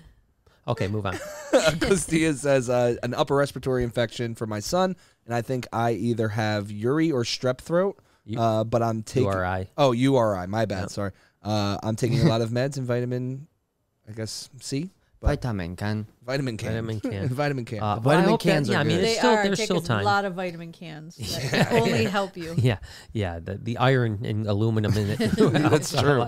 Speaker 4: Okay, move on.
Speaker 3: Costia says uh, an upper respiratory infection for my son, and I think I either have uri or strep throat. Uh, but I'm taking
Speaker 4: URI.
Speaker 3: Oh, URI. My bad. Sorry. Uh, I'm taking a lot of meds and vitamin. I guess C. But
Speaker 1: Vitamin can.
Speaker 3: vitamin can.
Speaker 4: Vitamin can.
Speaker 3: vitamin can.
Speaker 4: Uh,
Speaker 1: vitamin
Speaker 4: well, I hope that-
Speaker 1: cans are
Speaker 4: yeah, I mean,
Speaker 1: good.
Speaker 4: it's
Speaker 2: they
Speaker 4: still,
Speaker 2: are
Speaker 4: there's
Speaker 2: taking
Speaker 4: still time.
Speaker 2: a lot of vitamin cans. That only help you.
Speaker 4: Yeah, yeah. The, the iron and aluminum in it. That's true.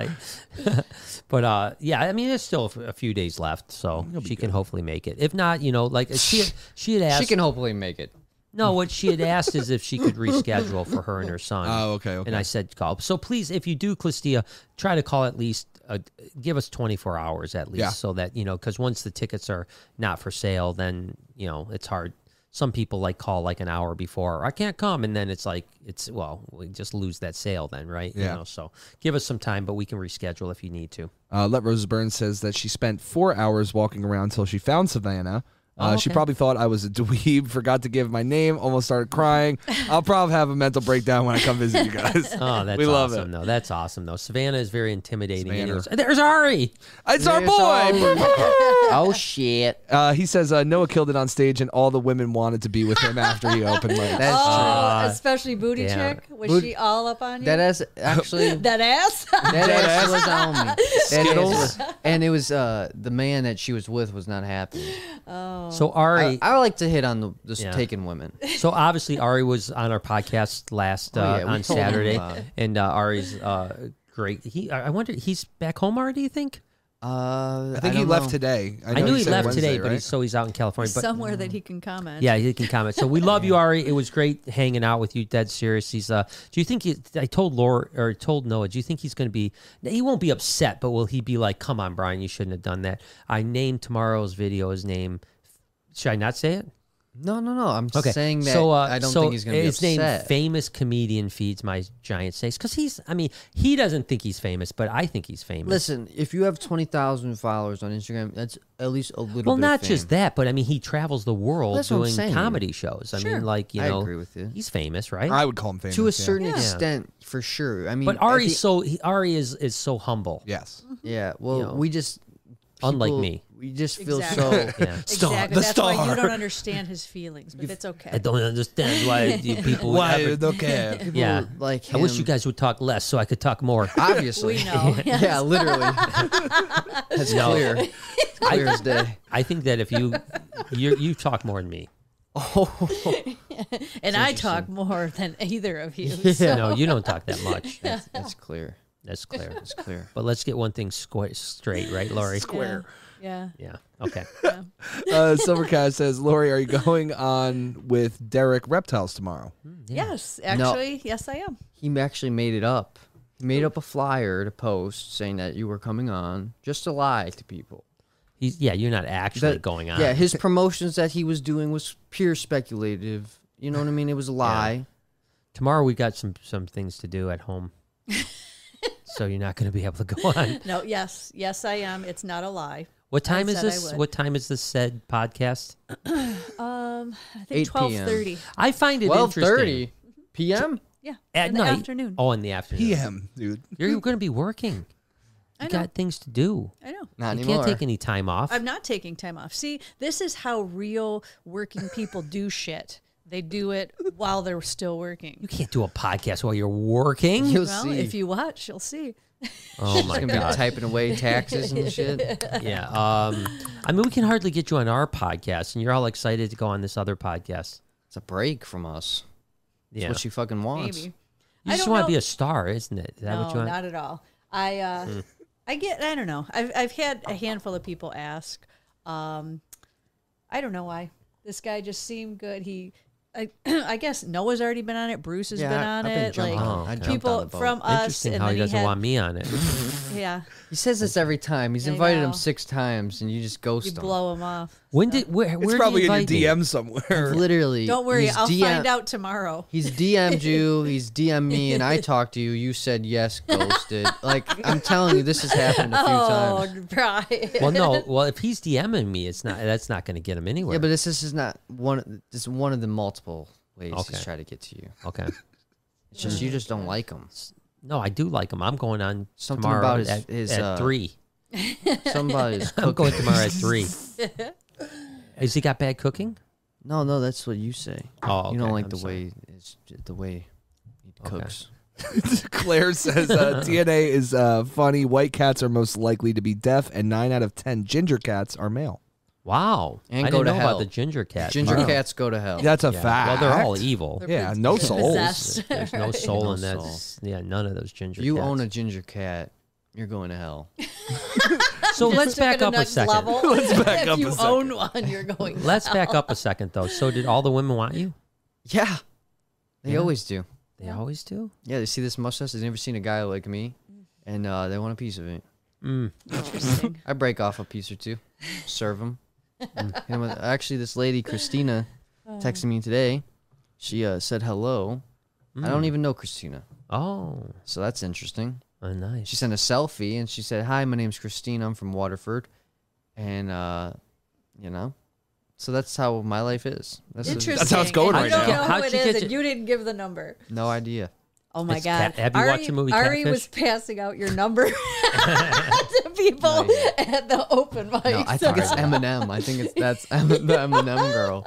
Speaker 4: but uh, yeah, I mean, there's still a f- a few days left, so she can hopefully make it. If not, you know, like she had, she had asked.
Speaker 1: She can hopefully make it.
Speaker 4: no, what she had asked is if she could reschedule for her and her son.
Speaker 3: Oh, okay, okay.
Speaker 4: And I said call. So please, if you do, Clistia, try to call at least. Uh, give us 24 hours at least,
Speaker 3: Yeah.
Speaker 4: so that you know, because once the tickets are not for sale, then you know it's hard. Some people like call like an hour before, I can't come, and then it's like it's well, we just lose that sale then, right?
Speaker 3: Yeah.
Speaker 4: You know, so give us some time, but we can reschedule if you need to.
Speaker 3: Uh, Let Rose Burns says that she spent four hours walking around till she found Savannah. Uh,
Speaker 4: Oh,
Speaker 3: She
Speaker 4: okay.
Speaker 3: probably thought I was a dweeb, forgot to give my name, almost started crying. I'll probably have a mental breakdown when I come visit you guys.
Speaker 4: Oh, that's
Speaker 3: We love
Speaker 4: awesome, though. That's awesome, though. Savannah is very intimidating.
Speaker 3: Savannah.
Speaker 4: anyways. There's Ari.
Speaker 3: It's our boy.
Speaker 1: oh shit.
Speaker 3: Uh, he says uh, Noah killed it on stage, and all the women wanted to be with him after he opened. Like,
Speaker 1: That's
Speaker 2: Oh,
Speaker 1: true.
Speaker 4: Uh,
Speaker 2: especially booty
Speaker 4: damn.
Speaker 2: chick. Was
Speaker 1: Boot-
Speaker 2: she all up on you?
Speaker 1: That ass actually. that
Speaker 2: That ass?
Speaker 1: ass was on me. That
Speaker 3: Skittles?
Speaker 1: ass was- and it was uh the man that she was with was not happy.
Speaker 4: So
Speaker 3: Uh,
Speaker 4: Ari,
Speaker 1: I, I like to hit on the just
Speaker 4: Yeah.
Speaker 1: taking women.
Speaker 4: so obviously Ari was on our podcast last uh,
Speaker 1: Oh, yeah, we
Speaker 4: on
Speaker 1: told him
Speaker 4: Saturday,
Speaker 1: about it.
Speaker 4: and uh, Ari's uh, great. He, I I wonder, he's back home, Ari? Do you think?
Speaker 1: Uh,
Speaker 3: I think he
Speaker 1: don't
Speaker 3: left
Speaker 1: know.
Speaker 3: today.
Speaker 4: I
Speaker 3: know
Speaker 4: knew he
Speaker 3: said
Speaker 4: left
Speaker 3: Wednesday,
Speaker 4: today, but
Speaker 3: right?
Speaker 4: he's so he's out in California. But
Speaker 2: Somewhere that he can comment.
Speaker 4: Yeah, he can comment. So we love you, Ari. It was great hanging out with you. Dead serious. He's uh. Do you think he, I told Laura or told Noah? Do you think he's going to be? He won't be upset, but will he be like, "Come on, Brian, you shouldn't have done that." I named tomorrow's video his name. Should I not say it?
Speaker 1: No, no, no. I'm saying that
Speaker 4: uh,
Speaker 1: I don't
Speaker 4: so
Speaker 1: think he's gonna be
Speaker 4: his name,
Speaker 1: upset.
Speaker 4: famous comedian, feeds my giant snakes because he's. I mean, he doesn't think he's famous, but I think he's famous.
Speaker 1: Listen, if you have twenty thousand followers on Instagram, that's at least a little.
Speaker 4: well,
Speaker 1: bit
Speaker 4: not
Speaker 1: of
Speaker 4: just
Speaker 1: fame.
Speaker 4: that, but I mean, he travels the world
Speaker 1: That's what I'm
Speaker 4: doing
Speaker 1: saying.
Speaker 4: comedy shows. I
Speaker 2: Sure.
Speaker 4: mean, like you
Speaker 1: I
Speaker 4: know,
Speaker 1: agree with you.
Speaker 4: he's famous, right?
Speaker 3: I would call him famous.
Speaker 1: to
Speaker 3: yeah.
Speaker 1: a certain
Speaker 2: Yeah.
Speaker 1: extent, for sure. I mean,
Speaker 4: But
Speaker 1: at
Speaker 4: Ari's
Speaker 1: the-
Speaker 4: so he, Ari is is so humble.
Speaker 3: Yes.
Speaker 1: yeah. Well,
Speaker 4: you know,
Speaker 1: we just
Speaker 4: unlike
Speaker 1: people-
Speaker 4: me.
Speaker 1: we just feel
Speaker 2: Exactly.
Speaker 1: so.
Speaker 4: Yeah.
Speaker 3: Star,
Speaker 2: exactly.
Speaker 3: the
Speaker 2: That's why you
Speaker 3: star.
Speaker 2: don't understand his feelings, but it's okay.
Speaker 4: I don't understand why you people. would ever-
Speaker 3: Okay.
Speaker 4: yeah.
Speaker 1: like
Speaker 4: I wish you
Speaker 1: him.
Speaker 4: guys would talk less so I could talk more.
Speaker 1: Obviously,
Speaker 2: We know.
Speaker 1: yeah, literally. That's
Speaker 4: No.
Speaker 1: clear. It's clear as day.
Speaker 4: I think that if you you you talk more than me.
Speaker 2: and I talk more than either of you.
Speaker 4: Yeah. No, you don't talk that much.
Speaker 1: That's, that's clear.
Speaker 4: That's clear.
Speaker 1: It's clear.
Speaker 4: But let's get one thing squa- straight, right, Laurie?
Speaker 3: Square.
Speaker 2: Yeah.
Speaker 4: Yeah. Okay.
Speaker 3: Uh, Silvercat says, Lori, are you going on with Derek Reptiles tomorrow?
Speaker 2: Yes, actually, yes, I am.
Speaker 1: He actually made it up. He made up a flyer to post saying that you were coming on, just to lie to people.
Speaker 4: He's yeah. You're not actually
Speaker 1: That-
Speaker 4: going on.
Speaker 1: Yeah, his promotions that he was doing was pure speculative. You know what I mean? It was a lie.
Speaker 4: Tomorrow we got some some things to do at home. so you're not going to be able to go on.
Speaker 2: No, yes, yes, I am. It's not a lie.
Speaker 4: What time is
Speaker 2: said I
Speaker 4: this?
Speaker 2: would.
Speaker 4: What time is this said podcast?
Speaker 2: Um, I
Speaker 1: 8
Speaker 2: think twelve thirty.
Speaker 4: I find it
Speaker 1: Twelve
Speaker 4: interesting.
Speaker 1: thirty p.m.
Speaker 2: Yeah,
Speaker 4: at
Speaker 2: in the
Speaker 4: night.
Speaker 2: afternoon.
Speaker 4: Oh, in the afternoon.
Speaker 3: PM, dude.
Speaker 4: You're going to be working. You
Speaker 2: know.
Speaker 4: got things to do.
Speaker 2: I know.
Speaker 1: Not
Speaker 4: you
Speaker 1: anymore.
Speaker 4: can't take any time off.
Speaker 2: I'm not taking time off. See, this is how real working people do shit. They do it while they're still working.
Speaker 4: you can't do a podcast while you're working.
Speaker 1: You'll
Speaker 2: Well,
Speaker 1: see.
Speaker 2: if you watch, you'll see.
Speaker 4: oh my
Speaker 1: He's gonna be
Speaker 4: god.
Speaker 1: typing away taxes and shit.
Speaker 4: yeah. Um, I mean, we can hardly get you on our podcast, and you're all excited to go on this other podcast.
Speaker 1: It's a break from us. It's
Speaker 4: Yeah.
Speaker 1: what she fucking wants.
Speaker 2: Maybe. I
Speaker 4: you just
Speaker 2: don't
Speaker 4: want
Speaker 2: know-
Speaker 4: to be a star, isn't it? Is that
Speaker 2: no,
Speaker 4: what you want?
Speaker 2: not at all. I uh, I get. I don't know. I've I've had a handful of people ask. Um, I don't know why this guy just seemed good. He. I, I guess Noah's already been on it. Bruce has
Speaker 1: Yeah,
Speaker 2: been
Speaker 1: I-
Speaker 2: on
Speaker 1: I've been
Speaker 2: it.
Speaker 1: jumping
Speaker 2: like
Speaker 4: Oh,
Speaker 1: on- I jumped on
Speaker 2: people
Speaker 1: the boat.
Speaker 2: from us,
Speaker 4: Interesting
Speaker 2: and
Speaker 4: how
Speaker 2: then
Speaker 4: he doesn't
Speaker 2: had,
Speaker 4: want me on it.
Speaker 2: Yeah,
Speaker 1: He says this every time. He's
Speaker 2: I
Speaker 1: invited him
Speaker 2: know.
Speaker 1: six times, and you just
Speaker 2: you
Speaker 1: ghost him.
Speaker 2: blow him off.
Speaker 4: when did where
Speaker 3: It's
Speaker 4: where
Speaker 3: probably
Speaker 4: did you
Speaker 3: in your
Speaker 4: invite me?
Speaker 3: DM somewhere.
Speaker 1: Literally.
Speaker 2: Don't worry,
Speaker 1: he's
Speaker 2: I'll
Speaker 1: DM
Speaker 2: find out tomorrow.
Speaker 1: He's DM'd you. He's DM me, and I talked to you. You said yes, ghosted. like I'm telling you, this has happened a few
Speaker 2: Oh,
Speaker 1: times.
Speaker 2: Brian.
Speaker 4: Well, no. Well, if he's DMing me, it's not. That's not going to get him anywhere.
Speaker 1: Yeah, but this, this is not one. This is one of the multiple ways
Speaker 4: Okay.
Speaker 1: he's trying to get to you.
Speaker 4: okay.
Speaker 1: It's just
Speaker 2: Mm.
Speaker 1: you just don't like him.
Speaker 4: No, I do like him. I'm going on
Speaker 1: Something
Speaker 4: tomorrow
Speaker 1: about his-
Speaker 4: at,
Speaker 1: his,
Speaker 4: at
Speaker 1: uh,
Speaker 4: three.
Speaker 1: Somebody's cooking.
Speaker 4: I'm going tomorrow at three. Has he got bad cooking?
Speaker 1: No, no, that's what you say.
Speaker 4: Oh,
Speaker 1: you don't
Speaker 4: okay,
Speaker 1: like
Speaker 4: I'm
Speaker 1: the
Speaker 4: sorry.
Speaker 1: way it's the way it cooks.
Speaker 3: Claire says uh, DNA is uh, funny. White cats are most likely to be deaf, and nine out of ten ginger cats are male.
Speaker 4: Wow.
Speaker 1: And
Speaker 4: I
Speaker 1: go to
Speaker 4: didn't know
Speaker 1: hell.
Speaker 4: about the ginger cat.
Speaker 1: Ginger
Speaker 4: part.
Speaker 1: cats go to hell.
Speaker 3: That's a
Speaker 4: Yeah. Well,
Speaker 3: fact.
Speaker 4: they're all evil.
Speaker 3: Yeah, no souls.
Speaker 2: possessed.
Speaker 4: There's no soul
Speaker 1: No
Speaker 4: in that.
Speaker 1: soul.
Speaker 4: Yeah, none of those ginger
Speaker 1: you
Speaker 4: cats.
Speaker 1: own a ginger cat, you're going to hell.
Speaker 4: So let's
Speaker 2: Took it
Speaker 4: back
Speaker 2: to
Speaker 4: up a
Speaker 2: next
Speaker 4: second.
Speaker 2: level.
Speaker 3: Let's back
Speaker 2: if
Speaker 3: up
Speaker 2: you
Speaker 3: a second.
Speaker 2: own one, you're going.
Speaker 4: Let's back up a second, though. So did all the women want you?
Speaker 1: Yeah, they always do.
Speaker 4: They always do.
Speaker 1: Yeah, they see this mustache. They've never seen a guy like me, and uh, they want a piece of it.
Speaker 4: Mm.
Speaker 2: Interesting.
Speaker 1: I break off a piece or two, serve them. actually, this lady Christina texted me today. She uh, said hello. I
Speaker 4: Mm.
Speaker 1: don't even know Christina,
Speaker 4: Oh,
Speaker 1: so that's interesting.
Speaker 4: oh nice.
Speaker 1: She sent a selfie and she said, "Hi, my name's Christina. I'm from Waterford, and uh, you know, So that's how my life is. This is-
Speaker 2: Interesting.
Speaker 3: That's how it's going
Speaker 2: And
Speaker 3: right
Speaker 2: you don't
Speaker 4: now.
Speaker 2: know
Speaker 4: How'd
Speaker 2: who it
Speaker 4: you get
Speaker 2: is, and
Speaker 4: your-
Speaker 2: you didn't give the number.
Speaker 1: no idea.
Speaker 2: Oh my
Speaker 4: It's
Speaker 2: God!
Speaker 4: Cat- have you
Speaker 2: Ari,
Speaker 4: watched the movie
Speaker 2: Ari was
Speaker 4: Catfish?
Speaker 2: passing out your number to people at the open mic.
Speaker 1: No, I think it's Eminem. I think it's that's M- the Eminem girl.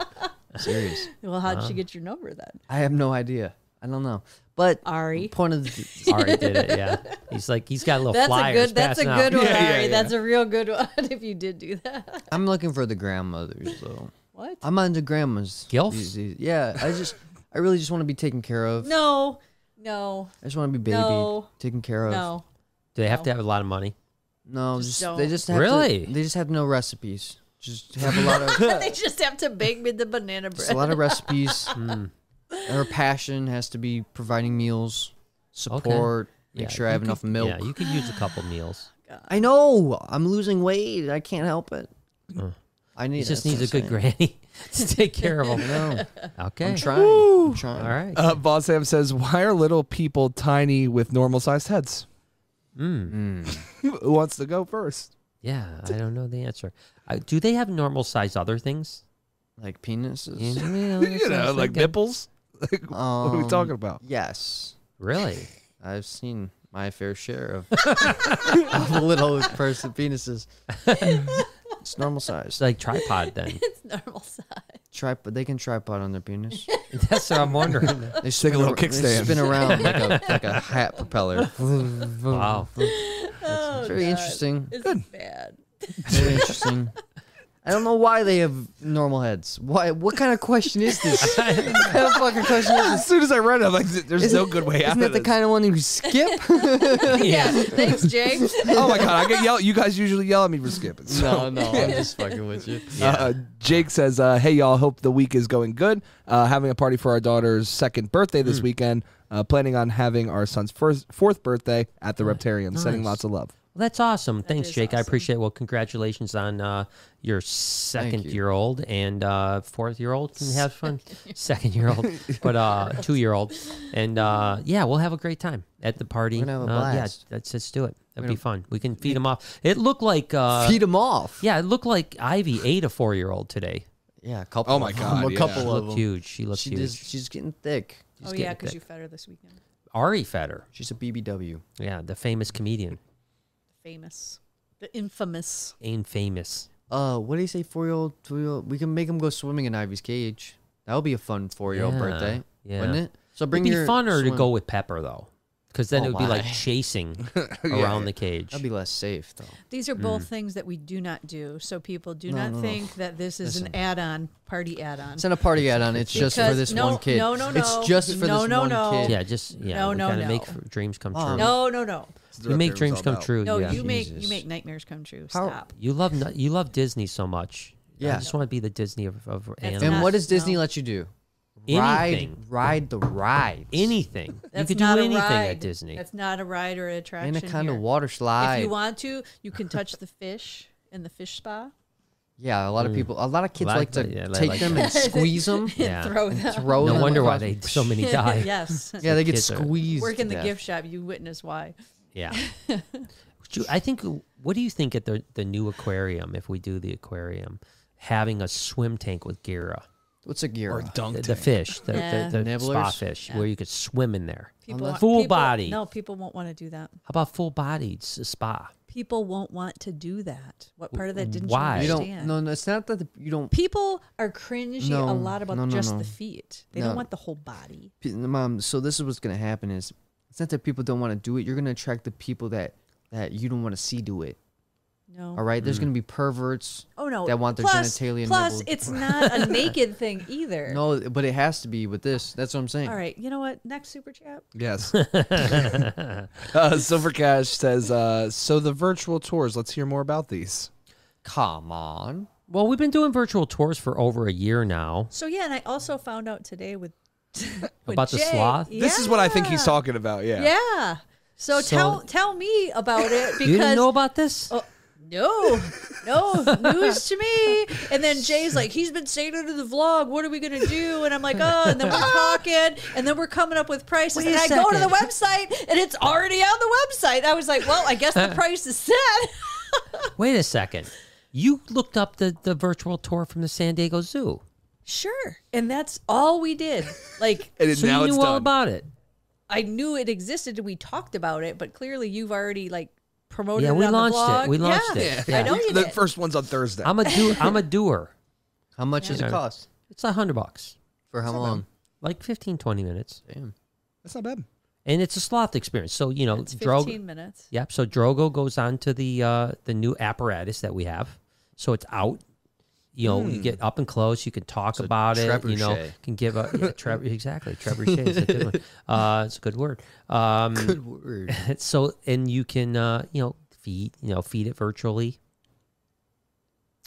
Speaker 1: Serious.
Speaker 2: well, how'd she get your number then?
Speaker 1: I have no idea. I don't know. But
Speaker 2: Ari.
Speaker 1: point of the,
Speaker 4: Ari did it. Yeah, he's like he's got little
Speaker 2: That's a
Speaker 4: flyers.
Speaker 2: good. That's a
Speaker 4: passing
Speaker 2: good
Speaker 4: out.
Speaker 2: one,
Speaker 3: Yeah, yeah,
Speaker 2: Ari.
Speaker 3: yeah.
Speaker 2: That's a real good one. If you did do that,
Speaker 1: I'm looking for the grandmothers though.
Speaker 2: what?
Speaker 1: I'm on the grandmas.
Speaker 4: Gilfs?
Speaker 1: These- these- Yeah, I just I really just want to be taken care of.
Speaker 2: No, no,
Speaker 1: I just want to be baby
Speaker 2: No.
Speaker 1: taken care of.
Speaker 2: no.
Speaker 4: Do they have to have a lot of money?
Speaker 1: No,
Speaker 2: Just
Speaker 1: just, they
Speaker 2: don't.
Speaker 1: just have
Speaker 4: Really?
Speaker 1: to, they just have no recipes. Just have a lot of
Speaker 2: they just have to bake me the banana bread.
Speaker 1: just a lot of recipes.
Speaker 2: Mm.
Speaker 1: Her passion has to be providing meals, support, make
Speaker 4: Yeah,
Speaker 1: sure I
Speaker 4: you
Speaker 1: have
Speaker 4: could-
Speaker 1: enough milk.
Speaker 4: Yeah, you could use a couple meals.
Speaker 1: I know I'm losing weight. I can't help it. I need.
Speaker 4: He just
Speaker 1: that's
Speaker 4: needs a good
Speaker 1: what
Speaker 4: granny to take care of
Speaker 1: I'm
Speaker 4: him.
Speaker 1: saying. No,
Speaker 4: Okay.
Speaker 1: I'm trying. I'm
Speaker 4: All
Speaker 1: trying.
Speaker 4: right.
Speaker 3: Uh, Boss Sam says, "Why are little people tiny with normal sized heads?"
Speaker 1: mm.
Speaker 3: Who wants to go first?
Speaker 4: Hmm. Yeah, I don't know the answer. Uh, do they have normal size other things?
Speaker 1: Like penises.
Speaker 4: You know, that's
Speaker 3: You
Speaker 4: what I
Speaker 3: know,
Speaker 4: was
Speaker 3: like
Speaker 4: thinking.
Speaker 3: nipples. Like, what are we
Speaker 1: Um,
Speaker 3: talking about?
Speaker 1: Yes,
Speaker 4: Really?
Speaker 1: I've seen my fair share of, of little person penises. It's normal size.
Speaker 4: It's like tripod then.
Speaker 2: it's normal size.
Speaker 1: Tripod. They can tripod on their penis.
Speaker 4: That's what I'm wondering.
Speaker 1: They stick
Speaker 3: a little
Speaker 1: They
Speaker 3: kickstand.
Speaker 1: spin around like a, like a hat propeller.
Speaker 4: Wow.
Speaker 2: Oh,
Speaker 1: Very
Speaker 2: God.
Speaker 1: interesting.
Speaker 2: This is bad.
Speaker 1: Very interesting. I don't know why they have normal heads. Why? What kind of question is this? what kind of fucking question is
Speaker 3: As soon as I read it, I'm like, "There's
Speaker 1: Isn't-
Speaker 3: no good way out
Speaker 1: Isn't that
Speaker 3: of
Speaker 1: the
Speaker 3: this."
Speaker 1: kind of one you skip?
Speaker 2: Yeah. Thanks, Jake.
Speaker 3: oh my god, I get yelled. You guys usually yell at me for skipping.
Speaker 1: no,
Speaker 3: So.
Speaker 1: no, I'm just fucking with you.
Speaker 3: Uh, Jake says, uh, "Hey y'all, hope the week is going good. Uh, having a party for our daughter's second birthday this weekend. Uh, planning on having our son's first fourth birthday at the Reptarium. Sending
Speaker 4: nice.
Speaker 3: lots of love.
Speaker 4: Well, that's awesome. Thanks,
Speaker 2: is
Speaker 4: Jake. I
Speaker 2: awesome.
Speaker 4: appreciate it. Well, congratulations on uh, your second
Speaker 1: you.
Speaker 4: year old and uh, fourth year old can have fun. second year old, but uh, two year old. And uh, yeah, we'll have a great time at the party.
Speaker 1: We're gonna have a
Speaker 4: Uh,
Speaker 1: blast.
Speaker 4: yeah, let's, let's do it. That'd be fun. We can feed them off. It looked like. Uh,
Speaker 1: Feed them off.
Speaker 4: yeah, it looked like Ivy ate a four year old today.
Speaker 1: Yeah, a couple.
Speaker 3: Oh my
Speaker 1: of
Speaker 3: God,
Speaker 1: them. a
Speaker 3: yeah.
Speaker 1: couple
Speaker 4: She
Speaker 1: of
Speaker 4: looked
Speaker 1: them.
Speaker 4: huge. She looked
Speaker 1: She
Speaker 4: huge.
Speaker 1: just, she's getting thick.
Speaker 2: oh
Speaker 4: Just
Speaker 2: yeah,
Speaker 4: get
Speaker 2: because
Speaker 4: that.
Speaker 2: you fed her this weekend.
Speaker 4: Ari fed her.
Speaker 1: She's a BBW.
Speaker 4: Yeah, the famous comedian.
Speaker 2: Famous. The infamous.
Speaker 4: Ain't famous.
Speaker 1: Uh, what do you say, four year old, two year old? We can make them go swimming in Ivy's cage. That would be a fun four year old
Speaker 4: Yeah,
Speaker 1: birthday,
Speaker 4: yeah.
Speaker 1: wouldn't it? So bring
Speaker 4: It'd be
Speaker 1: your
Speaker 4: funner to
Speaker 1: swim-
Speaker 4: go with Pepper though, because then
Speaker 1: Oh,
Speaker 4: it would be like
Speaker 1: my.
Speaker 4: chasing around the cage.
Speaker 1: That'd be less safe though.
Speaker 2: These are
Speaker 4: Mm.
Speaker 2: both things that we do not do, so people do
Speaker 1: No,
Speaker 2: not
Speaker 1: no, no.
Speaker 2: think that this is an add-on party add-on.
Speaker 1: Send a party ad on. It's just for
Speaker 2: Because-
Speaker 1: this
Speaker 2: no,
Speaker 1: one kid.
Speaker 2: no, no,
Speaker 1: It's
Speaker 2: no.
Speaker 1: just for
Speaker 2: No,
Speaker 1: this
Speaker 2: no,
Speaker 1: one
Speaker 2: no.
Speaker 1: kid.
Speaker 4: yeah, just yeah.
Speaker 2: No,
Speaker 4: we
Speaker 2: no,
Speaker 4: gotta make
Speaker 2: no.
Speaker 4: f- dreams come
Speaker 1: Oh.
Speaker 4: true.
Speaker 2: No, no, no,
Speaker 4: you make dreams come true.
Speaker 2: no.
Speaker 4: yeah.
Speaker 2: You make you
Speaker 1: Jesus.
Speaker 2: make nightmares come true.
Speaker 1: How-
Speaker 2: Stop.
Speaker 4: You love nu- you love Disney so much. I
Speaker 1: Yeah.
Speaker 4: just want to be the Disney of, of animals.
Speaker 1: And
Speaker 2: not-
Speaker 1: what does Disney
Speaker 2: no.
Speaker 1: let you do?
Speaker 4: Anything.
Speaker 1: Ride, ride the ride.
Speaker 4: anything.
Speaker 2: That's
Speaker 4: you could
Speaker 2: not
Speaker 4: do
Speaker 2: a
Speaker 4: anything
Speaker 2: ride.
Speaker 4: at Disney.
Speaker 2: That's not a ride or an
Speaker 1: in
Speaker 2: attraction.
Speaker 1: a kind
Speaker 2: here.
Speaker 1: of water slide.
Speaker 2: If you want to, you can touch the fish in the fish spa.
Speaker 1: Yeah, a lot of people, a lot of kids
Speaker 4: Mm. Like
Speaker 1: like to
Speaker 4: that, yeah, they
Speaker 1: take
Speaker 4: like
Speaker 1: them and squeeze them,
Speaker 4: Yeah.
Speaker 2: Throw them.
Speaker 1: throw
Speaker 4: no
Speaker 1: them.
Speaker 4: wonder why
Speaker 1: across-
Speaker 4: they so many die. yeah.
Speaker 2: yes.
Speaker 1: Yeah, they get
Speaker 4: kids are-
Speaker 1: squeezed.
Speaker 2: Work in
Speaker 1: to
Speaker 2: the
Speaker 1: death.
Speaker 2: gift shop. You witness why.
Speaker 4: Would you- I think. What do you think at the the new aquarium? If we do the aquarium, having a swim tank with Gira.
Speaker 1: What's a gear?
Speaker 3: Or dunk
Speaker 4: the, the fish, the,
Speaker 2: Yeah.
Speaker 4: the, the spa
Speaker 1: Nibblers?
Speaker 4: fish, where you could swim in there.
Speaker 2: want-
Speaker 4: full
Speaker 2: people-
Speaker 4: body.
Speaker 2: No, people won't want to do that.
Speaker 4: How about full bodied s- spa?
Speaker 2: People won't want to do that. What part of that didn't
Speaker 4: Why?
Speaker 1: You
Speaker 2: you understand?
Speaker 1: don't. No, no, it's not that the, you don't.
Speaker 2: People are cringy a
Speaker 1: No,
Speaker 2: lot about
Speaker 1: no, no,
Speaker 2: just
Speaker 1: no.
Speaker 2: the feet. They
Speaker 1: No.
Speaker 2: don't want the whole body.
Speaker 1: p- Mom, so this is what's gonna happen is it's not that people don't want to do it. You're gonna attract the people that that you don't want to see do it.
Speaker 2: No.
Speaker 1: All right, there's
Speaker 4: Mm.
Speaker 1: gonna be perverts.
Speaker 2: Oh no.
Speaker 1: that want their
Speaker 2: plus,
Speaker 1: genitalia
Speaker 2: Plus,
Speaker 1: nibbled.
Speaker 2: it's not a naked thing either.
Speaker 1: No, but it has to be with this. That's what I'm saying.
Speaker 2: All right. You know what? Next super chat.
Speaker 3: Yes. uh, Silver Cash says, uh, "So the virtual tours. Let's hear more about these."
Speaker 1: Come on.
Speaker 4: Well, we've been doing virtual tours for over a year now.
Speaker 2: So yeah, and I also found out today with, with
Speaker 4: About the
Speaker 2: Jay-
Speaker 4: sloth?
Speaker 3: This is what I think he's
Speaker 2: Yeah.
Speaker 3: talking about. Yeah.
Speaker 2: Yeah. So,
Speaker 4: So-
Speaker 2: tell tell me about it because
Speaker 4: you didn't know about this?
Speaker 2: Oh, no, no news to me. And then Jay's like, he's been saying it in the vlog. What are we gonna do? And I'm like, oh. And then we're talking, and then we're coming up with prices.
Speaker 4: Wait
Speaker 2: and
Speaker 4: a
Speaker 2: I go to the
Speaker 4: second.
Speaker 2: website, and it's already on the website. I was like, well, I guess the price is set.
Speaker 4: Wait a second. You looked up the, the virtual tour from the San Diego Zoo.
Speaker 2: Sure. And that's all we did. Like
Speaker 3: And it-
Speaker 4: So
Speaker 3: now
Speaker 4: you
Speaker 3: it's
Speaker 4: knew all
Speaker 3: done.
Speaker 4: about it.
Speaker 2: I knew it existed and we talked about it, but clearly you've already like promoted
Speaker 4: Yeah,
Speaker 2: it
Speaker 4: we
Speaker 2: on the
Speaker 4: launched it.
Speaker 2: blog.
Speaker 4: We launched
Speaker 2: yeah.
Speaker 4: it.
Speaker 2: Yeah. I know
Speaker 3: We-
Speaker 2: you
Speaker 3: the
Speaker 2: did.
Speaker 3: first one's on Thursday.
Speaker 4: I'm a do I'm a doer.
Speaker 1: How much does it cost?
Speaker 4: It's a hundred bucks.
Speaker 1: For how long?
Speaker 4: Like 15, 20 minutes.
Speaker 1: Damn.
Speaker 3: That's not bad.
Speaker 4: And it's a sloth experience. So, you know,
Speaker 2: It's 15
Speaker 4: Drogo
Speaker 2: minutes.
Speaker 4: Yep. So Drogo goes on to the uh, the new apparatus that we have. So it's out. You know, you get up and close. You can talk about it. You know,
Speaker 1: Hmm. trebuchet.
Speaker 4: can give a yeah, tre- exactly trebuchet. Is a good one. Uh, it's a good word. Um,
Speaker 1: Good word.
Speaker 4: so and you can uh, you know feed you know feed it virtually.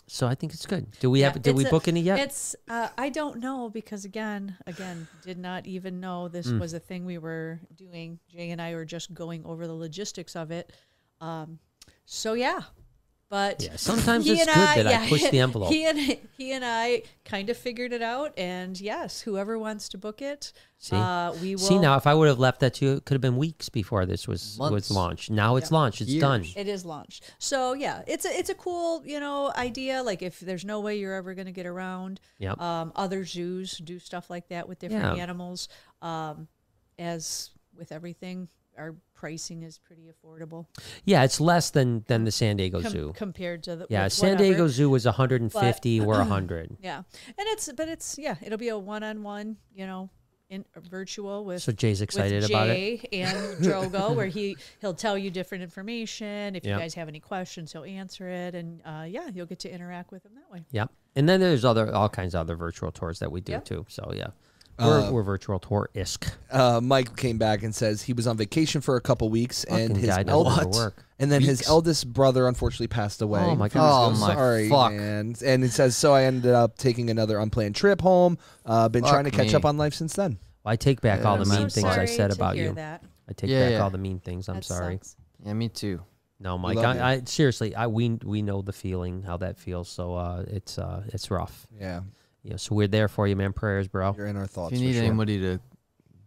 Speaker 4: So I think it's good. Do we have?
Speaker 2: Yeah,
Speaker 4: Did we
Speaker 2: it's a-
Speaker 4: book any yet?
Speaker 2: It's uh, I don't know because again, again, did not even know this
Speaker 4: Mm.
Speaker 2: was a thing we were doing. Jay and I were just going over the logistics of it. Um, so yeah, but
Speaker 4: Yeah, sometimes
Speaker 2: he
Speaker 4: it's
Speaker 2: and
Speaker 4: good that I push the envelope.
Speaker 2: He and he and I kind of figured it out, and yes, whoever wants to book it,
Speaker 4: See?
Speaker 2: uh, we will.
Speaker 4: See now, if I would have left that to you, it could have been weeks before this was
Speaker 1: Months.
Speaker 4: was launched. Now it's launched. It's done.
Speaker 1: Years.
Speaker 2: It is launched. So yeah, it's a it's a cool you know idea. Like if there's no way you're ever going to get around,
Speaker 4: Yep.
Speaker 2: Um, other zoos do stuff like that with different
Speaker 4: Yeah.
Speaker 2: animals. Um, as with everything, our pricing is pretty affordable
Speaker 4: Yeah, it's less than than the San Diego
Speaker 2: com-
Speaker 4: Zoo.
Speaker 2: compared to the
Speaker 4: Yeah,
Speaker 2: with
Speaker 4: San
Speaker 2: whatever.
Speaker 4: Diego Zoo was 150. we're 100.
Speaker 2: Yeah, and it's but it's yeah, it'll be a one on one. You know. In virtual with
Speaker 4: So Jay's excited
Speaker 2: with
Speaker 4: about it.
Speaker 2: Jay and Drogo, where he he'll tell you different information. If
Speaker 4: Yep.
Speaker 2: you guys have any questions, he'll answer it, and uh, yeah, you'll get to interact with him that way.
Speaker 4: Yep. And then there's other all kinds of other virtual tours that we do
Speaker 2: Yeah.
Speaker 4: too. So yeah, we're,
Speaker 1: Uh,
Speaker 4: we're virtual tour isk.
Speaker 3: Uh, Mike came back and says he was on vacation for a couple weeks and
Speaker 4: Fucking
Speaker 3: his
Speaker 4: guy doesn't
Speaker 3: eldest
Speaker 4: go to work.
Speaker 3: and then his eldest brother unfortunately passed away.
Speaker 4: Oh, my
Speaker 3: A few weeks
Speaker 1: God.
Speaker 3: ago.
Speaker 1: Oh, my
Speaker 3: sorry,
Speaker 1: fuck.
Speaker 3: man. And it says so I ended up taking another unplanned trip home. Uh, been
Speaker 1: Fuck
Speaker 3: trying to catch
Speaker 1: me.
Speaker 3: up on life since then.
Speaker 4: I take back all
Speaker 1: Yeah,
Speaker 4: the
Speaker 1: I'm
Speaker 2: so
Speaker 4: mean things I
Speaker 2: sorry
Speaker 4: said
Speaker 2: to
Speaker 4: about
Speaker 2: hear
Speaker 4: you.
Speaker 2: That.
Speaker 4: I take
Speaker 1: Yeah,
Speaker 4: back
Speaker 1: yeah.
Speaker 4: all the mean things. I'm
Speaker 2: That
Speaker 4: sorry.
Speaker 2: sucks.
Speaker 1: Yeah, me too.
Speaker 4: No, Mike.
Speaker 3: love you.
Speaker 4: I, I seriously, I we we know the feeling how that feels. So uh, it's uh, it's rough.
Speaker 3: Yeah,
Speaker 4: Yeah. So we're there for you, man. Prayers, bro.
Speaker 3: you're in our thoughts.
Speaker 1: If you need
Speaker 3: for sure.
Speaker 1: anybody to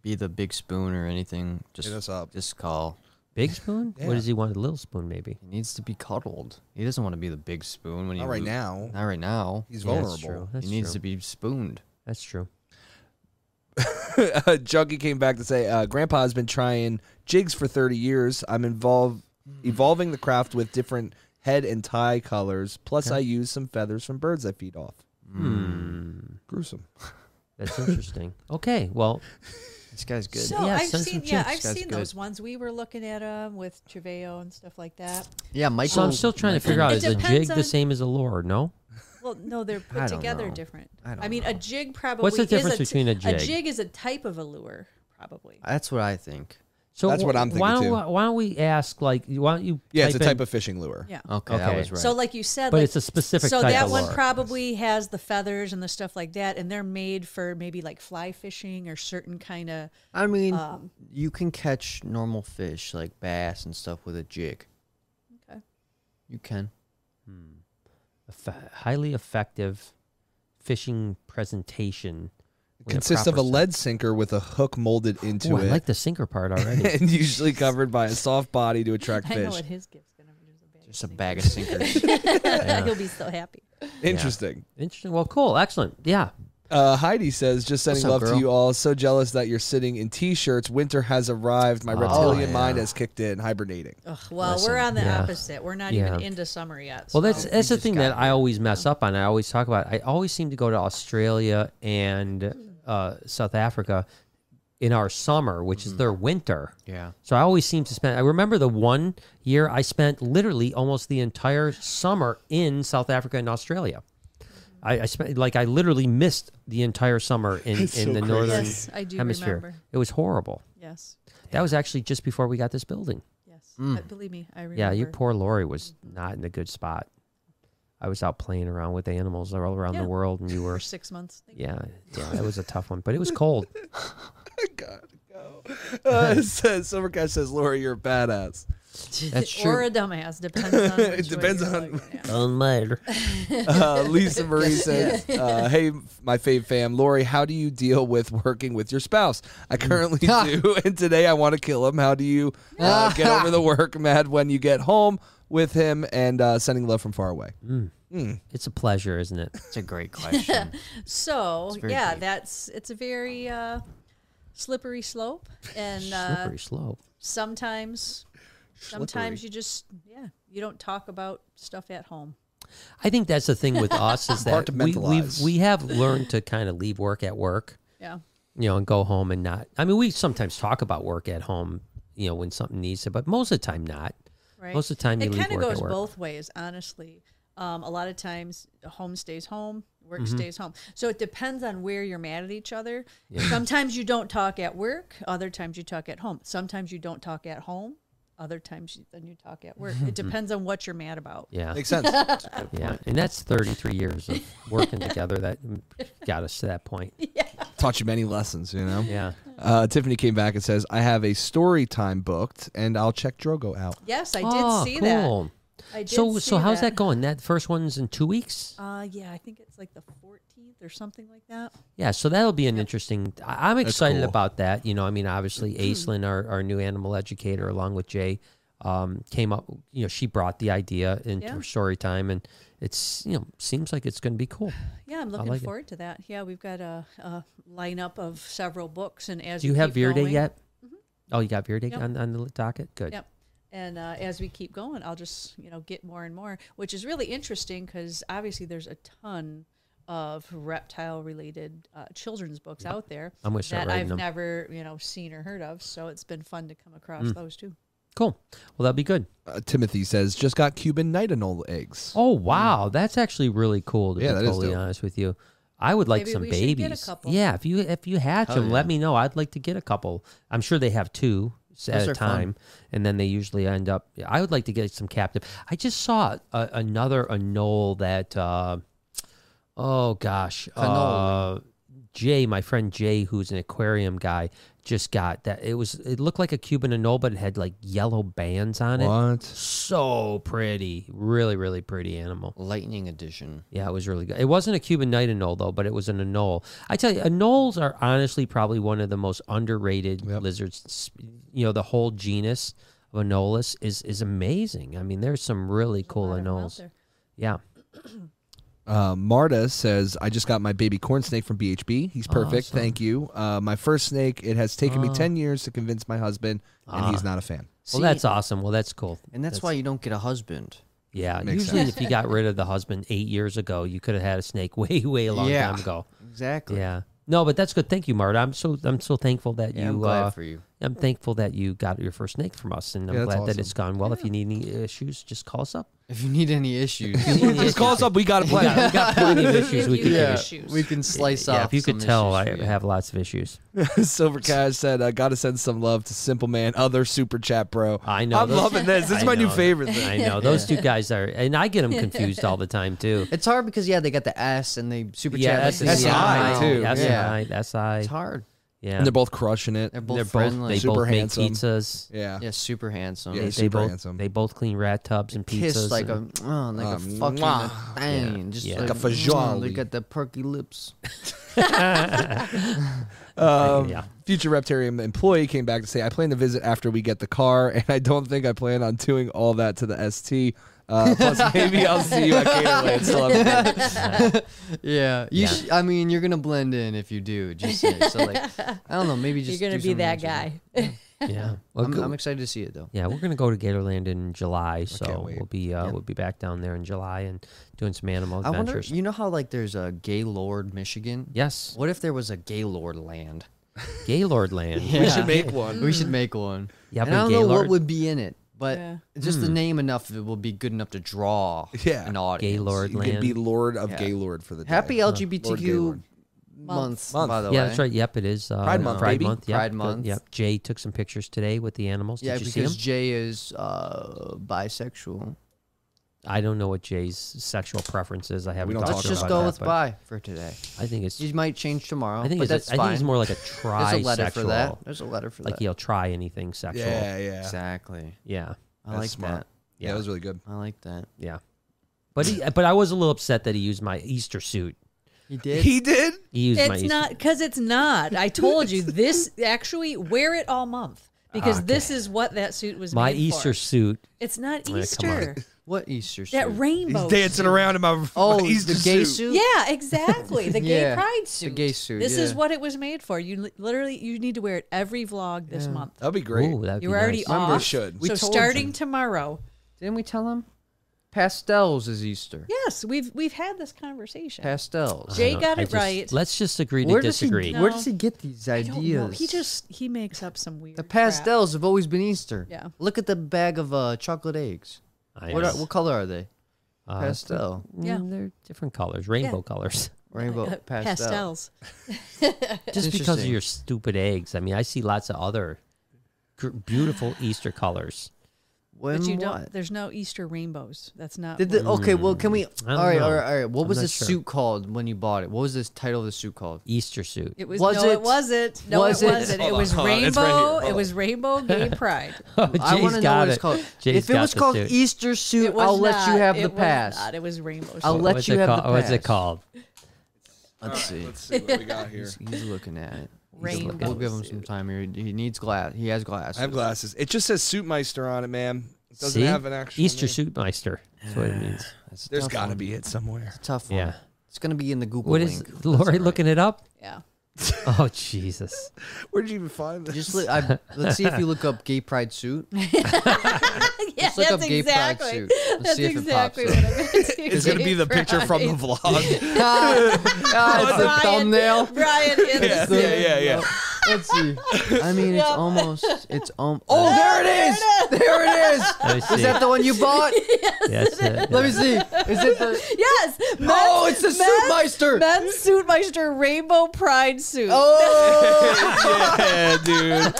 Speaker 1: be the big spoon or anything, just
Speaker 3: Hit us up.
Speaker 1: Just call.
Speaker 4: Big spoon.
Speaker 3: Yeah.
Speaker 4: What does he want? A little spoon, maybe.
Speaker 1: He needs to be cuddled. He doesn't want to be the big spoon when he
Speaker 3: Not right
Speaker 1: lo-
Speaker 3: now.
Speaker 1: Not right now.
Speaker 3: He's
Speaker 4: Yeah,
Speaker 3: vulnerable.
Speaker 4: that's true. That's
Speaker 1: he needs
Speaker 4: true.
Speaker 1: to be spooned.
Speaker 4: That's true.
Speaker 3: Junkie Uh, came back to say, uh, Grandpa's been trying jigs for 30 years. I'm involved evolving the craft with different head and tie colors. Plus, I use some feathers from birds I feed off.
Speaker 1: Mm.
Speaker 4: Hmm.
Speaker 3: Gruesome.
Speaker 4: That's interesting. okay. Well,
Speaker 1: This guy's good.
Speaker 2: So
Speaker 4: Yeah,
Speaker 2: I've
Speaker 4: send
Speaker 2: seen,
Speaker 4: some
Speaker 2: yeah,
Speaker 4: chips,
Speaker 2: I've
Speaker 1: guys,
Speaker 2: seen
Speaker 1: good.
Speaker 2: those ones. We were looking at them with Treveo and stuff like that.
Speaker 1: yeah, Michael.
Speaker 4: so I'm still trying to figure out
Speaker 2: It
Speaker 4: is a jig
Speaker 2: depends
Speaker 4: the
Speaker 2: on-
Speaker 4: same as a lure? No.
Speaker 2: Well, no, they're
Speaker 1: I
Speaker 2: put
Speaker 1: don't
Speaker 2: together
Speaker 1: know.
Speaker 2: different.
Speaker 1: I don't
Speaker 2: mean,
Speaker 1: know.
Speaker 2: a jig probably.
Speaker 4: the difference
Speaker 2: is a
Speaker 4: between a
Speaker 2: A
Speaker 4: jig?
Speaker 2: jig is a type of a lure, probably.
Speaker 1: That's what I think.
Speaker 4: So
Speaker 3: That's what
Speaker 4: wh-
Speaker 3: I'm
Speaker 4: why don't,
Speaker 3: thinking,
Speaker 4: why- Why don't we ask? Like, why don't you?
Speaker 3: Yeah, it's a
Speaker 4: type in-
Speaker 3: type of fishing lure.
Speaker 2: Yeah.
Speaker 1: Okay, I
Speaker 4: Okay.
Speaker 1: was right.
Speaker 2: So, like you said,
Speaker 4: But
Speaker 2: like,
Speaker 4: it's a specific
Speaker 2: So
Speaker 4: type
Speaker 2: that
Speaker 4: of
Speaker 2: one
Speaker 4: lure.
Speaker 2: probably has the feathers and the stuff like that, and they're made for maybe like fly fishing or certain kind of. um,
Speaker 1: I mean,
Speaker 2: Uh,
Speaker 1: you can catch normal fish like bass and stuff with a jig.
Speaker 2: Okay.
Speaker 1: You can.
Speaker 4: eff- Hmm. highly effective fishing presentation. with a
Speaker 3: Consists of
Speaker 4: proper
Speaker 3: a lead sinker with a hook molded
Speaker 4: Ooh,
Speaker 3: into
Speaker 4: I
Speaker 3: it.
Speaker 4: like the sinker part already.
Speaker 3: and usually covered by a soft body to attract
Speaker 2: I know
Speaker 3: fish.
Speaker 2: what his gift's gonna be. is a bag of
Speaker 1: Just a
Speaker 2: singers.
Speaker 1: bag of sinkers.
Speaker 2: He'll be so happy.
Speaker 3: Interesting.
Speaker 4: Interesting. Well, cool. Excellent. Yeah.
Speaker 3: Uh, Heidi says, just sending
Speaker 1: What's up,
Speaker 3: love
Speaker 1: girl?
Speaker 3: to you all. So jealous that you're sitting in t shirts. Winter has arrived. My reptilian mind has kicked in, hibernating.
Speaker 2: Ugh, well, we're on the
Speaker 4: yeah.
Speaker 2: opposite. We're not even
Speaker 4: Yeah.
Speaker 2: into summer yet. so-
Speaker 4: Well, that's that's the
Speaker 1: just
Speaker 4: thing
Speaker 1: got
Speaker 4: that I always mess up on. I always talk about. I always seem to go to Australia and uh, South Africa in our summer, which
Speaker 1: Mm-hmm.
Speaker 4: is their winter.
Speaker 1: yeah.
Speaker 4: So I always seem to spend. I remember the one year I spent literally almost the entire summer in South Africa and Australia. I, I spent like I literally missed the entire summer in, in the northern
Speaker 2: Yes, I do
Speaker 4: hemisphere.
Speaker 2: remember.
Speaker 4: It was horrible.
Speaker 2: yes,
Speaker 4: That was actually just before we got this building.
Speaker 2: yes. Uh, believe me, I remember.
Speaker 4: Yeah, you poor Lori was not in a good spot. I was out playing around with animals all around
Speaker 2: Yeah.
Speaker 4: the world, and you were.
Speaker 2: for six months. Thank you.
Speaker 4: Yeah, yeah, that was a tough one, but it was cold.
Speaker 3: gotta go. Uh, it says Silvercash says, Laura, you're a badass.
Speaker 1: That's
Speaker 2: Or
Speaker 1: true.
Speaker 2: a dumbass depends on.
Speaker 3: It
Speaker 2: which way
Speaker 3: depends
Speaker 2: you're
Speaker 3: on-
Speaker 2: looking at.
Speaker 3: Uh, Lisa Marie says, uh, "Hey, my fave fam, Lori, how do you deal with working with your spouse? I currently do, and today I want to kill him. How do you uh, get over the work mad when you get home? with him and uh, sending love from far away.
Speaker 4: It's a pleasure, isn't it?
Speaker 1: It's a great question.
Speaker 2: So
Speaker 1: very
Speaker 2: yeah,
Speaker 1: deep.
Speaker 2: that's it's a very uh, slippery slope, and uh,
Speaker 4: Slippery slope.
Speaker 2: sometimes sometimes you just yeah you don't talk about stuff at home.
Speaker 4: I think that's the thing with us is that we we've,
Speaker 3: Compartmentalize.
Speaker 4: we have learned to kind of leave work at work,
Speaker 2: Yeah,
Speaker 4: you know, and go home and not. I mean, we sometimes talk about work at home, you know, when something needs it, but most of the time not.
Speaker 2: right.
Speaker 4: Most of the time you
Speaker 2: it
Speaker 4: leave
Speaker 2: kind of
Speaker 4: work at
Speaker 2: goes
Speaker 4: work.
Speaker 2: both ways, honestly. Um, a lot of times, home stays home, work
Speaker 4: Mm-hmm.
Speaker 2: stays home. So it depends on where you're mad at each other. Sometimes you don't talk at work. Other times you talk at home. Sometimes you don't talk at home. Other times you, then you talk at work. It depends on what you're mad about.
Speaker 4: Yeah,
Speaker 3: Makes sense.
Speaker 4: yeah, and that's 33 years of working together that got us to that point.
Speaker 3: Taught you many lessons, you know.
Speaker 4: Yeah,
Speaker 3: Uh, Tiffany came back and says, "I have a story time booked, and I'll check Drogo out."
Speaker 2: Yes, I did
Speaker 4: oh,
Speaker 2: see
Speaker 4: cool.
Speaker 2: that. I did
Speaker 4: So
Speaker 2: see
Speaker 4: so how's that. going? That first one's in two weeks.
Speaker 2: Uh, yeah, I think it's like the 14th or something like that.
Speaker 4: Yeah, so that'll be an interesting. I- I'm excited
Speaker 3: cool.
Speaker 4: about that. You know, I mean, obviously, Aislinn, our, our new animal educator, along with Jay, um, came up. You know, she brought the idea into
Speaker 2: Yeah.
Speaker 4: story time, and it's you know seems like it's going to be cool.
Speaker 2: Yeah, I'm looking
Speaker 4: like it.
Speaker 2: forward to that. Yeah, we've got a, a lineup of several books, and as
Speaker 4: Do you
Speaker 2: we
Speaker 4: have
Speaker 2: keep
Speaker 4: Veer Day
Speaker 2: going- Mm-hmm.
Speaker 4: yet? Oh, you got Veer Day
Speaker 2: Yep.
Speaker 4: on, on the docket. Good.
Speaker 2: Yep. And uh, as we keep going, I'll just you know get more and more, which is really interesting because obviously there's a ton of reptile related uh, children's books out there
Speaker 4: I'm gonna start
Speaker 2: that
Speaker 4: writing
Speaker 2: I've
Speaker 4: them.
Speaker 2: never you know seen or heard of. So it's been fun to come across
Speaker 4: Mm.
Speaker 2: those too.
Speaker 4: Cool. Well, that'll be good.
Speaker 3: Uh, Timothy says, "Just got Cuban nightingale eggs."
Speaker 4: Oh
Speaker 1: Mm-hmm.
Speaker 4: wow, that's actually really cool. To
Speaker 3: Yeah,
Speaker 4: be
Speaker 3: that is
Speaker 4: totally
Speaker 3: dope.
Speaker 4: honest with you, I would like
Speaker 2: Maybe
Speaker 4: some
Speaker 2: we should
Speaker 4: babies.
Speaker 2: get a couple.
Speaker 4: Yeah, if you if you hatch
Speaker 1: Hell
Speaker 4: them, let
Speaker 1: yeah.
Speaker 4: me know. I'd like to get a couple. I'm sure they have two s-
Speaker 1: Those
Speaker 4: at a
Speaker 1: are fun.
Speaker 4: time, and then they usually end up. yeah, I would like to get some captive. I just saw a, another anole that. Uh, oh gosh, uh,
Speaker 1: Cannoli.
Speaker 4: Jay, my friend Jay, who's an aquarium guy, just got that. It was it looked like a Cuban anole, but it had like yellow bands on it
Speaker 3: What?
Speaker 4: so pretty really really pretty animal
Speaker 1: Lightning edition.
Speaker 4: yeah it was really good it wasn't a cuban night anole though but it was an anole i tell you anoles are honestly probably one of the most underrated lizards S- you know the whole genus of anolis is is amazing i mean there's some really cool
Speaker 2: Lot of 'em out
Speaker 4: anoles
Speaker 2: there.
Speaker 4: yeah
Speaker 3: Uh, Marta says, "I just got my baby corn snake from BHB. He's perfect.
Speaker 4: Awesome.
Speaker 3: Thank you. Uh, my first snake. It has taken me ten years to convince my husband, and he's not a fan."
Speaker 4: well that's awesome well that's cool
Speaker 1: And that's, why you don't get a husband.
Speaker 4: yeah
Speaker 3: Makes
Speaker 4: usually
Speaker 3: sense.
Speaker 4: if you got rid of the husband eight years ago you could have had a snake way way a long
Speaker 1: Yeah.
Speaker 4: time ago
Speaker 1: Exactly.
Speaker 4: yeah no but that's good thank you marta i'm so i'm so thankful that
Speaker 1: Yeah,
Speaker 4: you
Speaker 1: I'm glad
Speaker 4: uh,
Speaker 1: for you.
Speaker 4: I'm thankful that you got your first snake from us, and I'm
Speaker 3: Yeah, that's
Speaker 4: glad that
Speaker 3: awesome.
Speaker 4: it's gone well. If you need any issues, just call us up.
Speaker 1: If you need any issues,
Speaker 3: just call us up. We got a
Speaker 4: We
Speaker 3: plan.
Speaker 4: got, we got plenty of issues we
Speaker 2: you
Speaker 4: could
Speaker 2: Yeah.
Speaker 4: yeah.
Speaker 2: issues.
Speaker 1: we can slice
Speaker 4: Yeah,
Speaker 1: off.
Speaker 4: if you could
Speaker 1: some
Speaker 4: tell, I
Speaker 1: issues for you.
Speaker 4: have lots of issues.
Speaker 3: Silver Cash said, "I got to send some love to Simple Man, other super chat bro."
Speaker 4: I know.
Speaker 3: I'm
Speaker 4: those-
Speaker 3: loving this. This is
Speaker 4: I
Speaker 3: my new
Speaker 4: know.
Speaker 3: favorite thing.
Speaker 4: I know those two guys are, and I get them confused all the time too.
Speaker 1: It's hard because yeah, they got the S and they super chat.
Speaker 4: that's
Speaker 1: with
Speaker 3: SI,
Speaker 1: the
Speaker 3: SI, too.
Speaker 4: SI,
Speaker 1: Yeah.
Speaker 4: SI.
Speaker 1: It's hard.
Speaker 4: Yeah,
Speaker 3: And they're both crushing it.
Speaker 1: They're both
Speaker 4: They're both.
Speaker 1: friendly.
Speaker 4: They
Speaker 3: Super
Speaker 4: both make
Speaker 3: handsome.
Speaker 4: pizzas.
Speaker 3: Yeah.
Speaker 1: yeah, super handsome.
Speaker 3: Yeah,
Speaker 4: They,
Speaker 1: They
Speaker 4: they
Speaker 3: super
Speaker 4: both.
Speaker 3: handsome.
Speaker 4: They both clean rat tubs and pizzas.
Speaker 1: kiss like
Speaker 4: and-
Speaker 1: a oh, like a
Speaker 3: Um,
Speaker 1: fucking
Speaker 3: mwah.
Speaker 1: thing. Just
Speaker 4: Yeah.
Speaker 1: like,
Speaker 4: Like
Speaker 3: a
Speaker 1: "Mwah," They
Speaker 3: fajoli.
Speaker 1: got the perky lips.
Speaker 3: Um,
Speaker 4: Yeah.
Speaker 3: Future Reptarium employee came back to say, I plan to visit after we get the car, and I don't think I plan on doing all that to the ST. Uh, plus, maybe I'll see you at Gatorland. Still haven't been.
Speaker 1: Yeah, you.
Speaker 4: Yeah.
Speaker 1: Sh- I mean, you're gonna blend in if you do. Just say. so like, I don't know. Maybe just
Speaker 2: You're gonna
Speaker 1: do
Speaker 2: be
Speaker 1: something
Speaker 2: that
Speaker 1: interesting.
Speaker 2: guy.
Speaker 4: yeah. Well,
Speaker 1: I'm,
Speaker 4: go-
Speaker 1: I'm excited to see it though.
Speaker 4: Yeah, we're gonna go to Gatorland in July, so
Speaker 3: wait.
Speaker 4: we'll be uh, we'll be back down there in July and doing some animal
Speaker 1: I wonder.
Speaker 4: adventures.
Speaker 1: You know how like there's a Gaylord, Michigan.
Speaker 4: yes,
Speaker 1: What if there was a Gaylord land?
Speaker 4: Gaylord Land.
Speaker 1: Yeah.
Speaker 3: make
Speaker 2: Mm.
Speaker 3: one.
Speaker 1: We should make one.
Speaker 4: Yeah,
Speaker 1: and
Speaker 4: but
Speaker 1: I don't know what
Speaker 4: Gaylord-
Speaker 1: would be in it, but
Speaker 2: Yeah.
Speaker 1: just the name enough it will be good enough to draw
Speaker 3: Yeah.
Speaker 1: an audience.
Speaker 4: Gaylord
Speaker 3: You could be
Speaker 4: Land.
Speaker 3: Lord of
Speaker 1: Yeah.
Speaker 3: Gaylord for the day.
Speaker 1: Happy
Speaker 3: Lord
Speaker 1: LGBTQ
Speaker 3: Gaylord.
Speaker 1: month,
Speaker 3: Month.
Speaker 1: by the way.
Speaker 4: Yeah, that's right. Yep, it is uh,
Speaker 3: Pride Month,
Speaker 4: Pride
Speaker 3: baby.
Speaker 4: Month. Yep.
Speaker 1: Pride
Speaker 4: Good.
Speaker 1: Month.
Speaker 4: Yep. Jay took some pictures today with the animals.
Speaker 1: Yeah,
Speaker 4: Did you see them?
Speaker 1: because Jay is uh, bisexual.
Speaker 4: I don't know what Jay's sexual preference is. I haven't.
Speaker 3: don't
Speaker 4: talked
Speaker 1: Let's
Speaker 3: talk
Speaker 4: to him
Speaker 1: just
Speaker 4: about
Speaker 1: go
Speaker 4: that,
Speaker 1: with
Speaker 4: but
Speaker 1: bi for today.
Speaker 4: I think it's.
Speaker 1: He might change tomorrow.
Speaker 4: I think
Speaker 1: but
Speaker 4: it's.
Speaker 1: that's
Speaker 4: I
Speaker 1: fine.
Speaker 4: think he's more like a
Speaker 1: There's a letter for that.
Speaker 4: trisexual.
Speaker 1: There's a letter for
Speaker 4: Like
Speaker 1: that.
Speaker 4: he'll try anything sexual.
Speaker 3: Yeah, yeah.
Speaker 1: Exactly.
Speaker 4: Yeah.
Speaker 1: I
Speaker 3: That's
Speaker 1: like
Speaker 3: smart. Yeah, that was really good.
Speaker 1: that. I like that.
Speaker 4: Yeah. But he, but I was a little upset that he used my Easter suit.
Speaker 1: He did.
Speaker 3: He did?
Speaker 4: He used my
Speaker 2: It's
Speaker 4: Easter.
Speaker 2: not because it's not. I told you this. Actually, wear it all month. because this is what that suit was.
Speaker 4: Ah, My
Speaker 2: made for.
Speaker 4: Easter suit.
Speaker 2: It's not
Speaker 4: on.
Speaker 2: Easter.
Speaker 1: What Easter suit?
Speaker 2: That rainbow.
Speaker 3: He's dancing around in my, my
Speaker 1: oh,
Speaker 3: Easter
Speaker 1: the gay
Speaker 3: suit.
Speaker 1: suit.
Speaker 2: Yeah, exactly. The gay
Speaker 1: Yeah,
Speaker 2: pride
Speaker 1: the
Speaker 2: suit.
Speaker 1: gay suit,
Speaker 2: This is
Speaker 1: yeah.
Speaker 2: what it was made for. You li- literally you need to wear it every vlog this month.
Speaker 3: That'd be great.
Speaker 4: Ooh, that'd
Speaker 2: You're
Speaker 4: be
Speaker 2: already
Speaker 4: nice.
Speaker 3: Remember
Speaker 2: off.
Speaker 3: should. We
Speaker 2: So
Speaker 3: told
Speaker 2: starting tomorrow.
Speaker 1: Didn't we tell him? Pastels is Easter.
Speaker 2: Yes, we've we've had this conversation.
Speaker 1: Pastels.
Speaker 2: Jay
Speaker 4: No,
Speaker 2: got
Speaker 4: I
Speaker 2: it
Speaker 4: just-
Speaker 2: right.
Speaker 4: Let's just agree to
Speaker 1: Where does he?
Speaker 4: disagree.
Speaker 1: Where
Speaker 2: No.
Speaker 1: does he get these
Speaker 2: I don't know.
Speaker 1: ideas?
Speaker 2: He just he makes up some weird.
Speaker 1: the
Speaker 2: crap.
Speaker 1: pastels have always been Easter.
Speaker 2: Yeah.
Speaker 1: Look at the bag of uh, chocolate eggs.
Speaker 4: I
Speaker 1: What, are,
Speaker 4: know.
Speaker 1: what color are they?
Speaker 4: Uh,
Speaker 1: pastel,
Speaker 2: Yeah.
Speaker 4: mm, they're different colors, rainbow colors.
Speaker 1: rainbow,
Speaker 2: Uh,
Speaker 1: Oh, pastel.
Speaker 2: Pastels.
Speaker 4: Just because of
Speaker 1: Interesting.
Speaker 4: your stupid eggs. I mean, I see lots of other gr- beautiful Easter colors.
Speaker 1: When
Speaker 2: but you
Speaker 1: what?
Speaker 2: don't. Uh, There's no Easter rainbows. That's not.
Speaker 1: Did
Speaker 2: what-
Speaker 1: the, okay, well, can we? All
Speaker 4: I don't
Speaker 1: right,
Speaker 4: know.
Speaker 1: all right, all right. What
Speaker 4: I'm
Speaker 1: was
Speaker 4: not
Speaker 1: the
Speaker 4: sure.
Speaker 1: suit called when you bought it? What was this title of the suit called?
Speaker 4: Easter suit.
Speaker 2: it was,
Speaker 1: was
Speaker 2: no, it,
Speaker 1: it-
Speaker 2: wasn't. No,
Speaker 1: was
Speaker 2: it
Speaker 1: it-
Speaker 2: wasn't. It
Speaker 3: Hold on,
Speaker 2: was
Speaker 3: hold on. It's
Speaker 2: rainbow.
Speaker 3: right here. Hold
Speaker 2: it
Speaker 3: on.
Speaker 2: was rainbow gay pride.
Speaker 1: I
Speaker 4: Oh, Jay's
Speaker 1: want to know
Speaker 4: got
Speaker 1: what
Speaker 4: it.
Speaker 1: it's called.
Speaker 4: Jay's
Speaker 1: if it
Speaker 4: got
Speaker 1: was
Speaker 4: the
Speaker 1: called E,
Speaker 4: suit.
Speaker 1: Easter suit,
Speaker 2: It was
Speaker 1: I'll let you
Speaker 2: not-
Speaker 1: have the
Speaker 2: it was
Speaker 1: pass.
Speaker 2: not, It was rainbow.
Speaker 1: I'll
Speaker 2: suit.
Speaker 1: let
Speaker 4: What's
Speaker 1: you
Speaker 4: it
Speaker 1: have the
Speaker 4: called? What's it
Speaker 1: pass.
Speaker 4: called?
Speaker 1: Let's see.
Speaker 3: Let's see what we got here.
Speaker 1: He's, he's looking at it. He's
Speaker 2: Rainbow
Speaker 1: looking- We'll give him some time here. He needs glass. He has glasses.
Speaker 3: I have glasses. It just says Suitmeister on it, man. It doesn't
Speaker 4: See?
Speaker 3: have an actual
Speaker 4: Easter
Speaker 3: name.
Speaker 4: suit meister. That's what it means.
Speaker 1: That's a
Speaker 3: There's
Speaker 1: tough
Speaker 3: got to
Speaker 1: one.
Speaker 3: be it somewhere.
Speaker 1: tough one.
Speaker 4: Yeah.
Speaker 1: It's gonna be in the Google.
Speaker 4: What is
Speaker 1: link. That's all
Speaker 4: Lori
Speaker 1: right.
Speaker 4: looking it up?
Speaker 2: Yeah.
Speaker 4: Oh Jesus!
Speaker 3: Where did you even find this?
Speaker 1: Just li- I, let's see if you look up gay pride suit.
Speaker 2: Yeah,
Speaker 1: Let's look up
Speaker 2: that's
Speaker 1: gay
Speaker 2: exactly.
Speaker 1: pride suit. Let's
Speaker 2: That's
Speaker 1: see if
Speaker 2: exactly
Speaker 1: it
Speaker 2: what
Speaker 1: pops up.
Speaker 2: I'm going to
Speaker 3: it's gonna be the picture from the vlog.
Speaker 1: Ah, it's the thumbnail.
Speaker 2: Brian in
Speaker 3: yeah,
Speaker 2: the
Speaker 3: yeah, yeah, yeah.
Speaker 1: Let's see. I mean, it's
Speaker 2: Yeah.
Speaker 1: almost. It's um. Oh, there it is. There it is.
Speaker 4: Let me
Speaker 1: Is
Speaker 4: see.
Speaker 1: that the one you bought?
Speaker 4: Yes, uh,
Speaker 1: Let me see. Is it the?
Speaker 2: Yes. Men's,
Speaker 1: Oh, it's the
Speaker 2: men's,
Speaker 1: Suitmeister.
Speaker 2: men's Suitmeister Rainbow Pride suit.
Speaker 1: Oh,
Speaker 3: yeah, dude.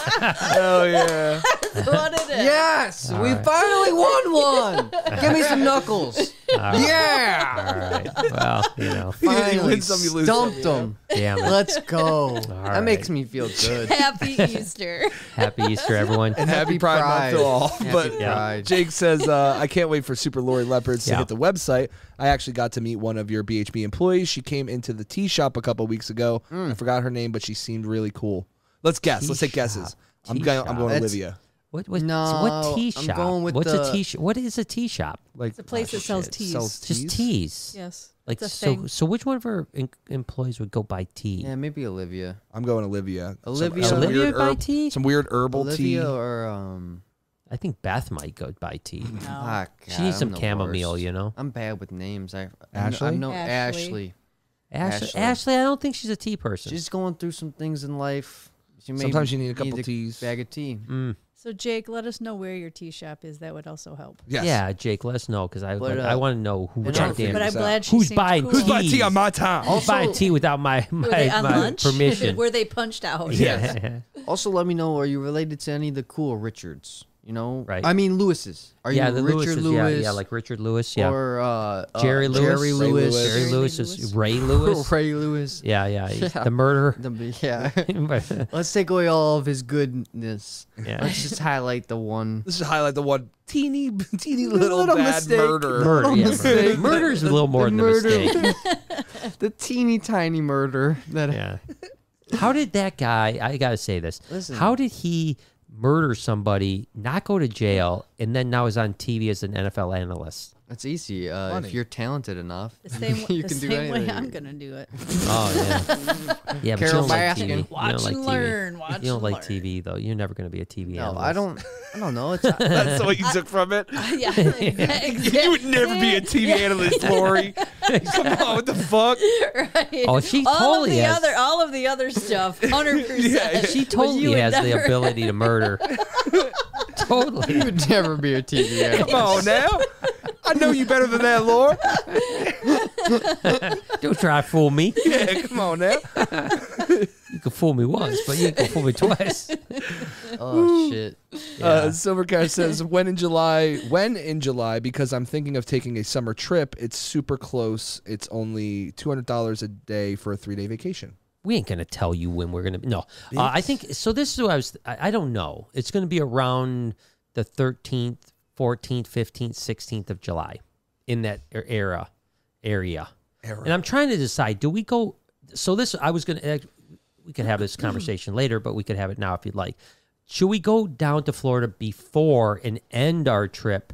Speaker 3: Hell yeah.
Speaker 2: That's what it is.
Speaker 1: yes. we finally won one. Give me some knuckles. Yeah.
Speaker 4: All right. Well, you know,
Speaker 3: You
Speaker 1: Finally
Speaker 3: win some, you lose some.
Speaker 1: stumped them.
Speaker 4: damn it.
Speaker 1: Let's go.
Speaker 4: right.
Speaker 1: That makes me feel good.
Speaker 2: Happy Easter.
Speaker 4: Happy Easter, everyone.
Speaker 3: And happy,
Speaker 1: Happy
Speaker 3: Pride,
Speaker 1: Pride.
Speaker 3: Month to all.
Speaker 1: Happy
Speaker 3: but
Speaker 4: Yeah.
Speaker 1: Pride.
Speaker 3: Jake says, uh, I can't wait for Super Lori Leopards to
Speaker 4: Yeah.
Speaker 3: hit the website. I actually got to meet one of your BHB employees. She came into the tea shop a couple weeks ago. I forgot her name, but she seemed really cool. Let's guess.
Speaker 4: Mm. Tea
Speaker 3: Let's take guesses.
Speaker 4: shop.
Speaker 3: I'm
Speaker 4: Tea
Speaker 3: going. I'm
Speaker 4: shop.
Speaker 3: going
Speaker 1: That's-
Speaker 3: Olivia.
Speaker 4: What? What?
Speaker 1: No,
Speaker 4: what tea
Speaker 1: I'm
Speaker 4: shop?
Speaker 1: going with
Speaker 4: What's
Speaker 1: the-
Speaker 4: a tea? Sh- what is a tea shop?
Speaker 3: Like
Speaker 2: The place that sells teas.
Speaker 4: Just teas.
Speaker 2: yes.
Speaker 4: Like
Speaker 2: it's a
Speaker 4: so.
Speaker 2: thing.
Speaker 4: So which one of her em- employees would go buy tea?
Speaker 1: Yeah, maybe Olivia.
Speaker 3: I'm going Olivia. Some-
Speaker 1: Olivia-
Speaker 3: some
Speaker 4: Olivia
Speaker 3: weird
Speaker 4: buy
Speaker 3: herb-
Speaker 4: tea?
Speaker 3: Some weird herbal
Speaker 1: Olivia
Speaker 3: tea.
Speaker 1: or um.
Speaker 4: I think Beth might go buy tea.
Speaker 1: ah, God,
Speaker 4: She needs some
Speaker 1: I'm the
Speaker 4: chamomile,
Speaker 1: worst.
Speaker 4: you know.
Speaker 1: I'm bad with names. I
Speaker 3: Ashley?
Speaker 1: I know
Speaker 2: Ashley.
Speaker 1: Ashley.
Speaker 4: Ashley,
Speaker 1: Ashley.
Speaker 4: Ashley, I don't think she's a tea person.
Speaker 1: She's going through some things in life. She may
Speaker 3: Sometimes you need a couple teas.
Speaker 1: Bag of tea.
Speaker 4: Mm.
Speaker 2: So Jake, let us know where your tea shop is. That would also help.
Speaker 3: Yes.
Speaker 4: Yeah, Jake, let us know because I
Speaker 1: But,
Speaker 4: like,
Speaker 1: uh,
Speaker 4: I want to know who
Speaker 1: and
Speaker 4: goddamn
Speaker 1: also-
Speaker 2: But I'm
Speaker 3: Who's
Speaker 2: glad she
Speaker 4: who's
Speaker 2: seemed
Speaker 4: buying
Speaker 2: cool.
Speaker 3: Who's buying
Speaker 4: Teas.
Speaker 3: tea on my time?
Speaker 4: who's buying
Speaker 1: Also-
Speaker 4: tea without my
Speaker 2: Were they
Speaker 4: my,
Speaker 2: on
Speaker 4: my
Speaker 2: lunch?
Speaker 4: permission.
Speaker 2: Were they punched out?
Speaker 4: yeah,
Speaker 1: Also, let me know are you related to any of the cool Richards? You know,
Speaker 4: Right.
Speaker 1: I mean Lewis's. Are
Speaker 4: yeah,
Speaker 1: you
Speaker 4: the
Speaker 1: Richard
Speaker 4: Lewis's,
Speaker 1: Lewis?
Speaker 4: yeah, yeah, like Richard Lewis, yeah,
Speaker 1: or uh, uh,
Speaker 4: Jerry Lewis,
Speaker 1: Jerry
Speaker 3: Ray
Speaker 1: Lewis,
Speaker 3: Lewis.
Speaker 4: Jerry
Speaker 2: Jerry
Speaker 4: Lewis
Speaker 2: Lewis.
Speaker 4: is Ray Lewis,
Speaker 1: Ray Lewis.
Speaker 4: yeah, yeah, he's
Speaker 1: Yeah.
Speaker 4: the murderer.
Speaker 1: The- yeah.
Speaker 4: yeah,
Speaker 1: Let's take away all of his goodness.
Speaker 4: Yeah.
Speaker 1: Let's just highlight the one.
Speaker 3: Let's just highlight the one teeny, teeny little,
Speaker 1: Little
Speaker 3: bad
Speaker 1: mistake.
Speaker 3: murderer.
Speaker 4: murder, yeah, murder.
Speaker 1: mistake.
Speaker 4: murder's a little more
Speaker 1: the
Speaker 4: than
Speaker 1: murder.
Speaker 4: a mistake.
Speaker 1: the teeny tiny murder that
Speaker 4: Yeah. How did that guy? I gotta say this.
Speaker 1: Listen.
Speaker 4: How did he murder somebody, not go to jail, and then now is on TV as an NFL analyst?
Speaker 1: That's easy. Uh,
Speaker 3: Funny.
Speaker 1: if you're talented enough,
Speaker 2: The same,
Speaker 1: you
Speaker 2: the
Speaker 1: can do
Speaker 2: same way
Speaker 1: anything.
Speaker 2: I'm gonna do it.
Speaker 4: Oh yeah, yeah. But you
Speaker 1: Carol
Speaker 4: don't like
Speaker 1: Baskin.
Speaker 4: TV. You
Speaker 2: Watch
Speaker 4: don't like
Speaker 2: and
Speaker 4: TV.
Speaker 2: learn. Watch
Speaker 4: You don't
Speaker 2: and
Speaker 4: like
Speaker 2: learn.
Speaker 4: TV though. You're never gonna be a TV
Speaker 1: No,
Speaker 4: analyst.
Speaker 1: I don't. I don't know. It's
Speaker 3: That's what you took from it.
Speaker 2: yeah, exactly.
Speaker 3: You would never be a TV analyst, Lori. Come on, what the fuck?
Speaker 2: right.
Speaker 4: Oh, she
Speaker 2: all
Speaker 4: totally
Speaker 2: of the
Speaker 4: has-
Speaker 2: other, all of the other stuff, hundred
Speaker 3: Yeah,
Speaker 2: percent.
Speaker 4: She totally has the
Speaker 2: never-
Speaker 4: ability to murder. totally.
Speaker 1: would never be a TV
Speaker 3: Come on now. I know you better than that, Lori.
Speaker 4: Don't try to fool me.
Speaker 3: Yeah, come on now.
Speaker 4: You can fool me once, but you ain't gonna fool me twice.
Speaker 1: oh shit!
Speaker 3: Uh, Silvercat says, "When in July? When in July? Because I'm thinking of taking a summer trip. It's super close. It's only two hundred dollars a day for a three day vacation.
Speaker 4: we ain't gonna tell you when we're gonna no uh, i think so this is what i was i, I don't know it's gonna be around the 13th 14th 15th 16th of july in that er- era area
Speaker 3: Era.
Speaker 4: and i'm trying to decide do we go so this i was gonna we could have this conversation later but we could have it now if you'd like should we go down to Florida before and end our trip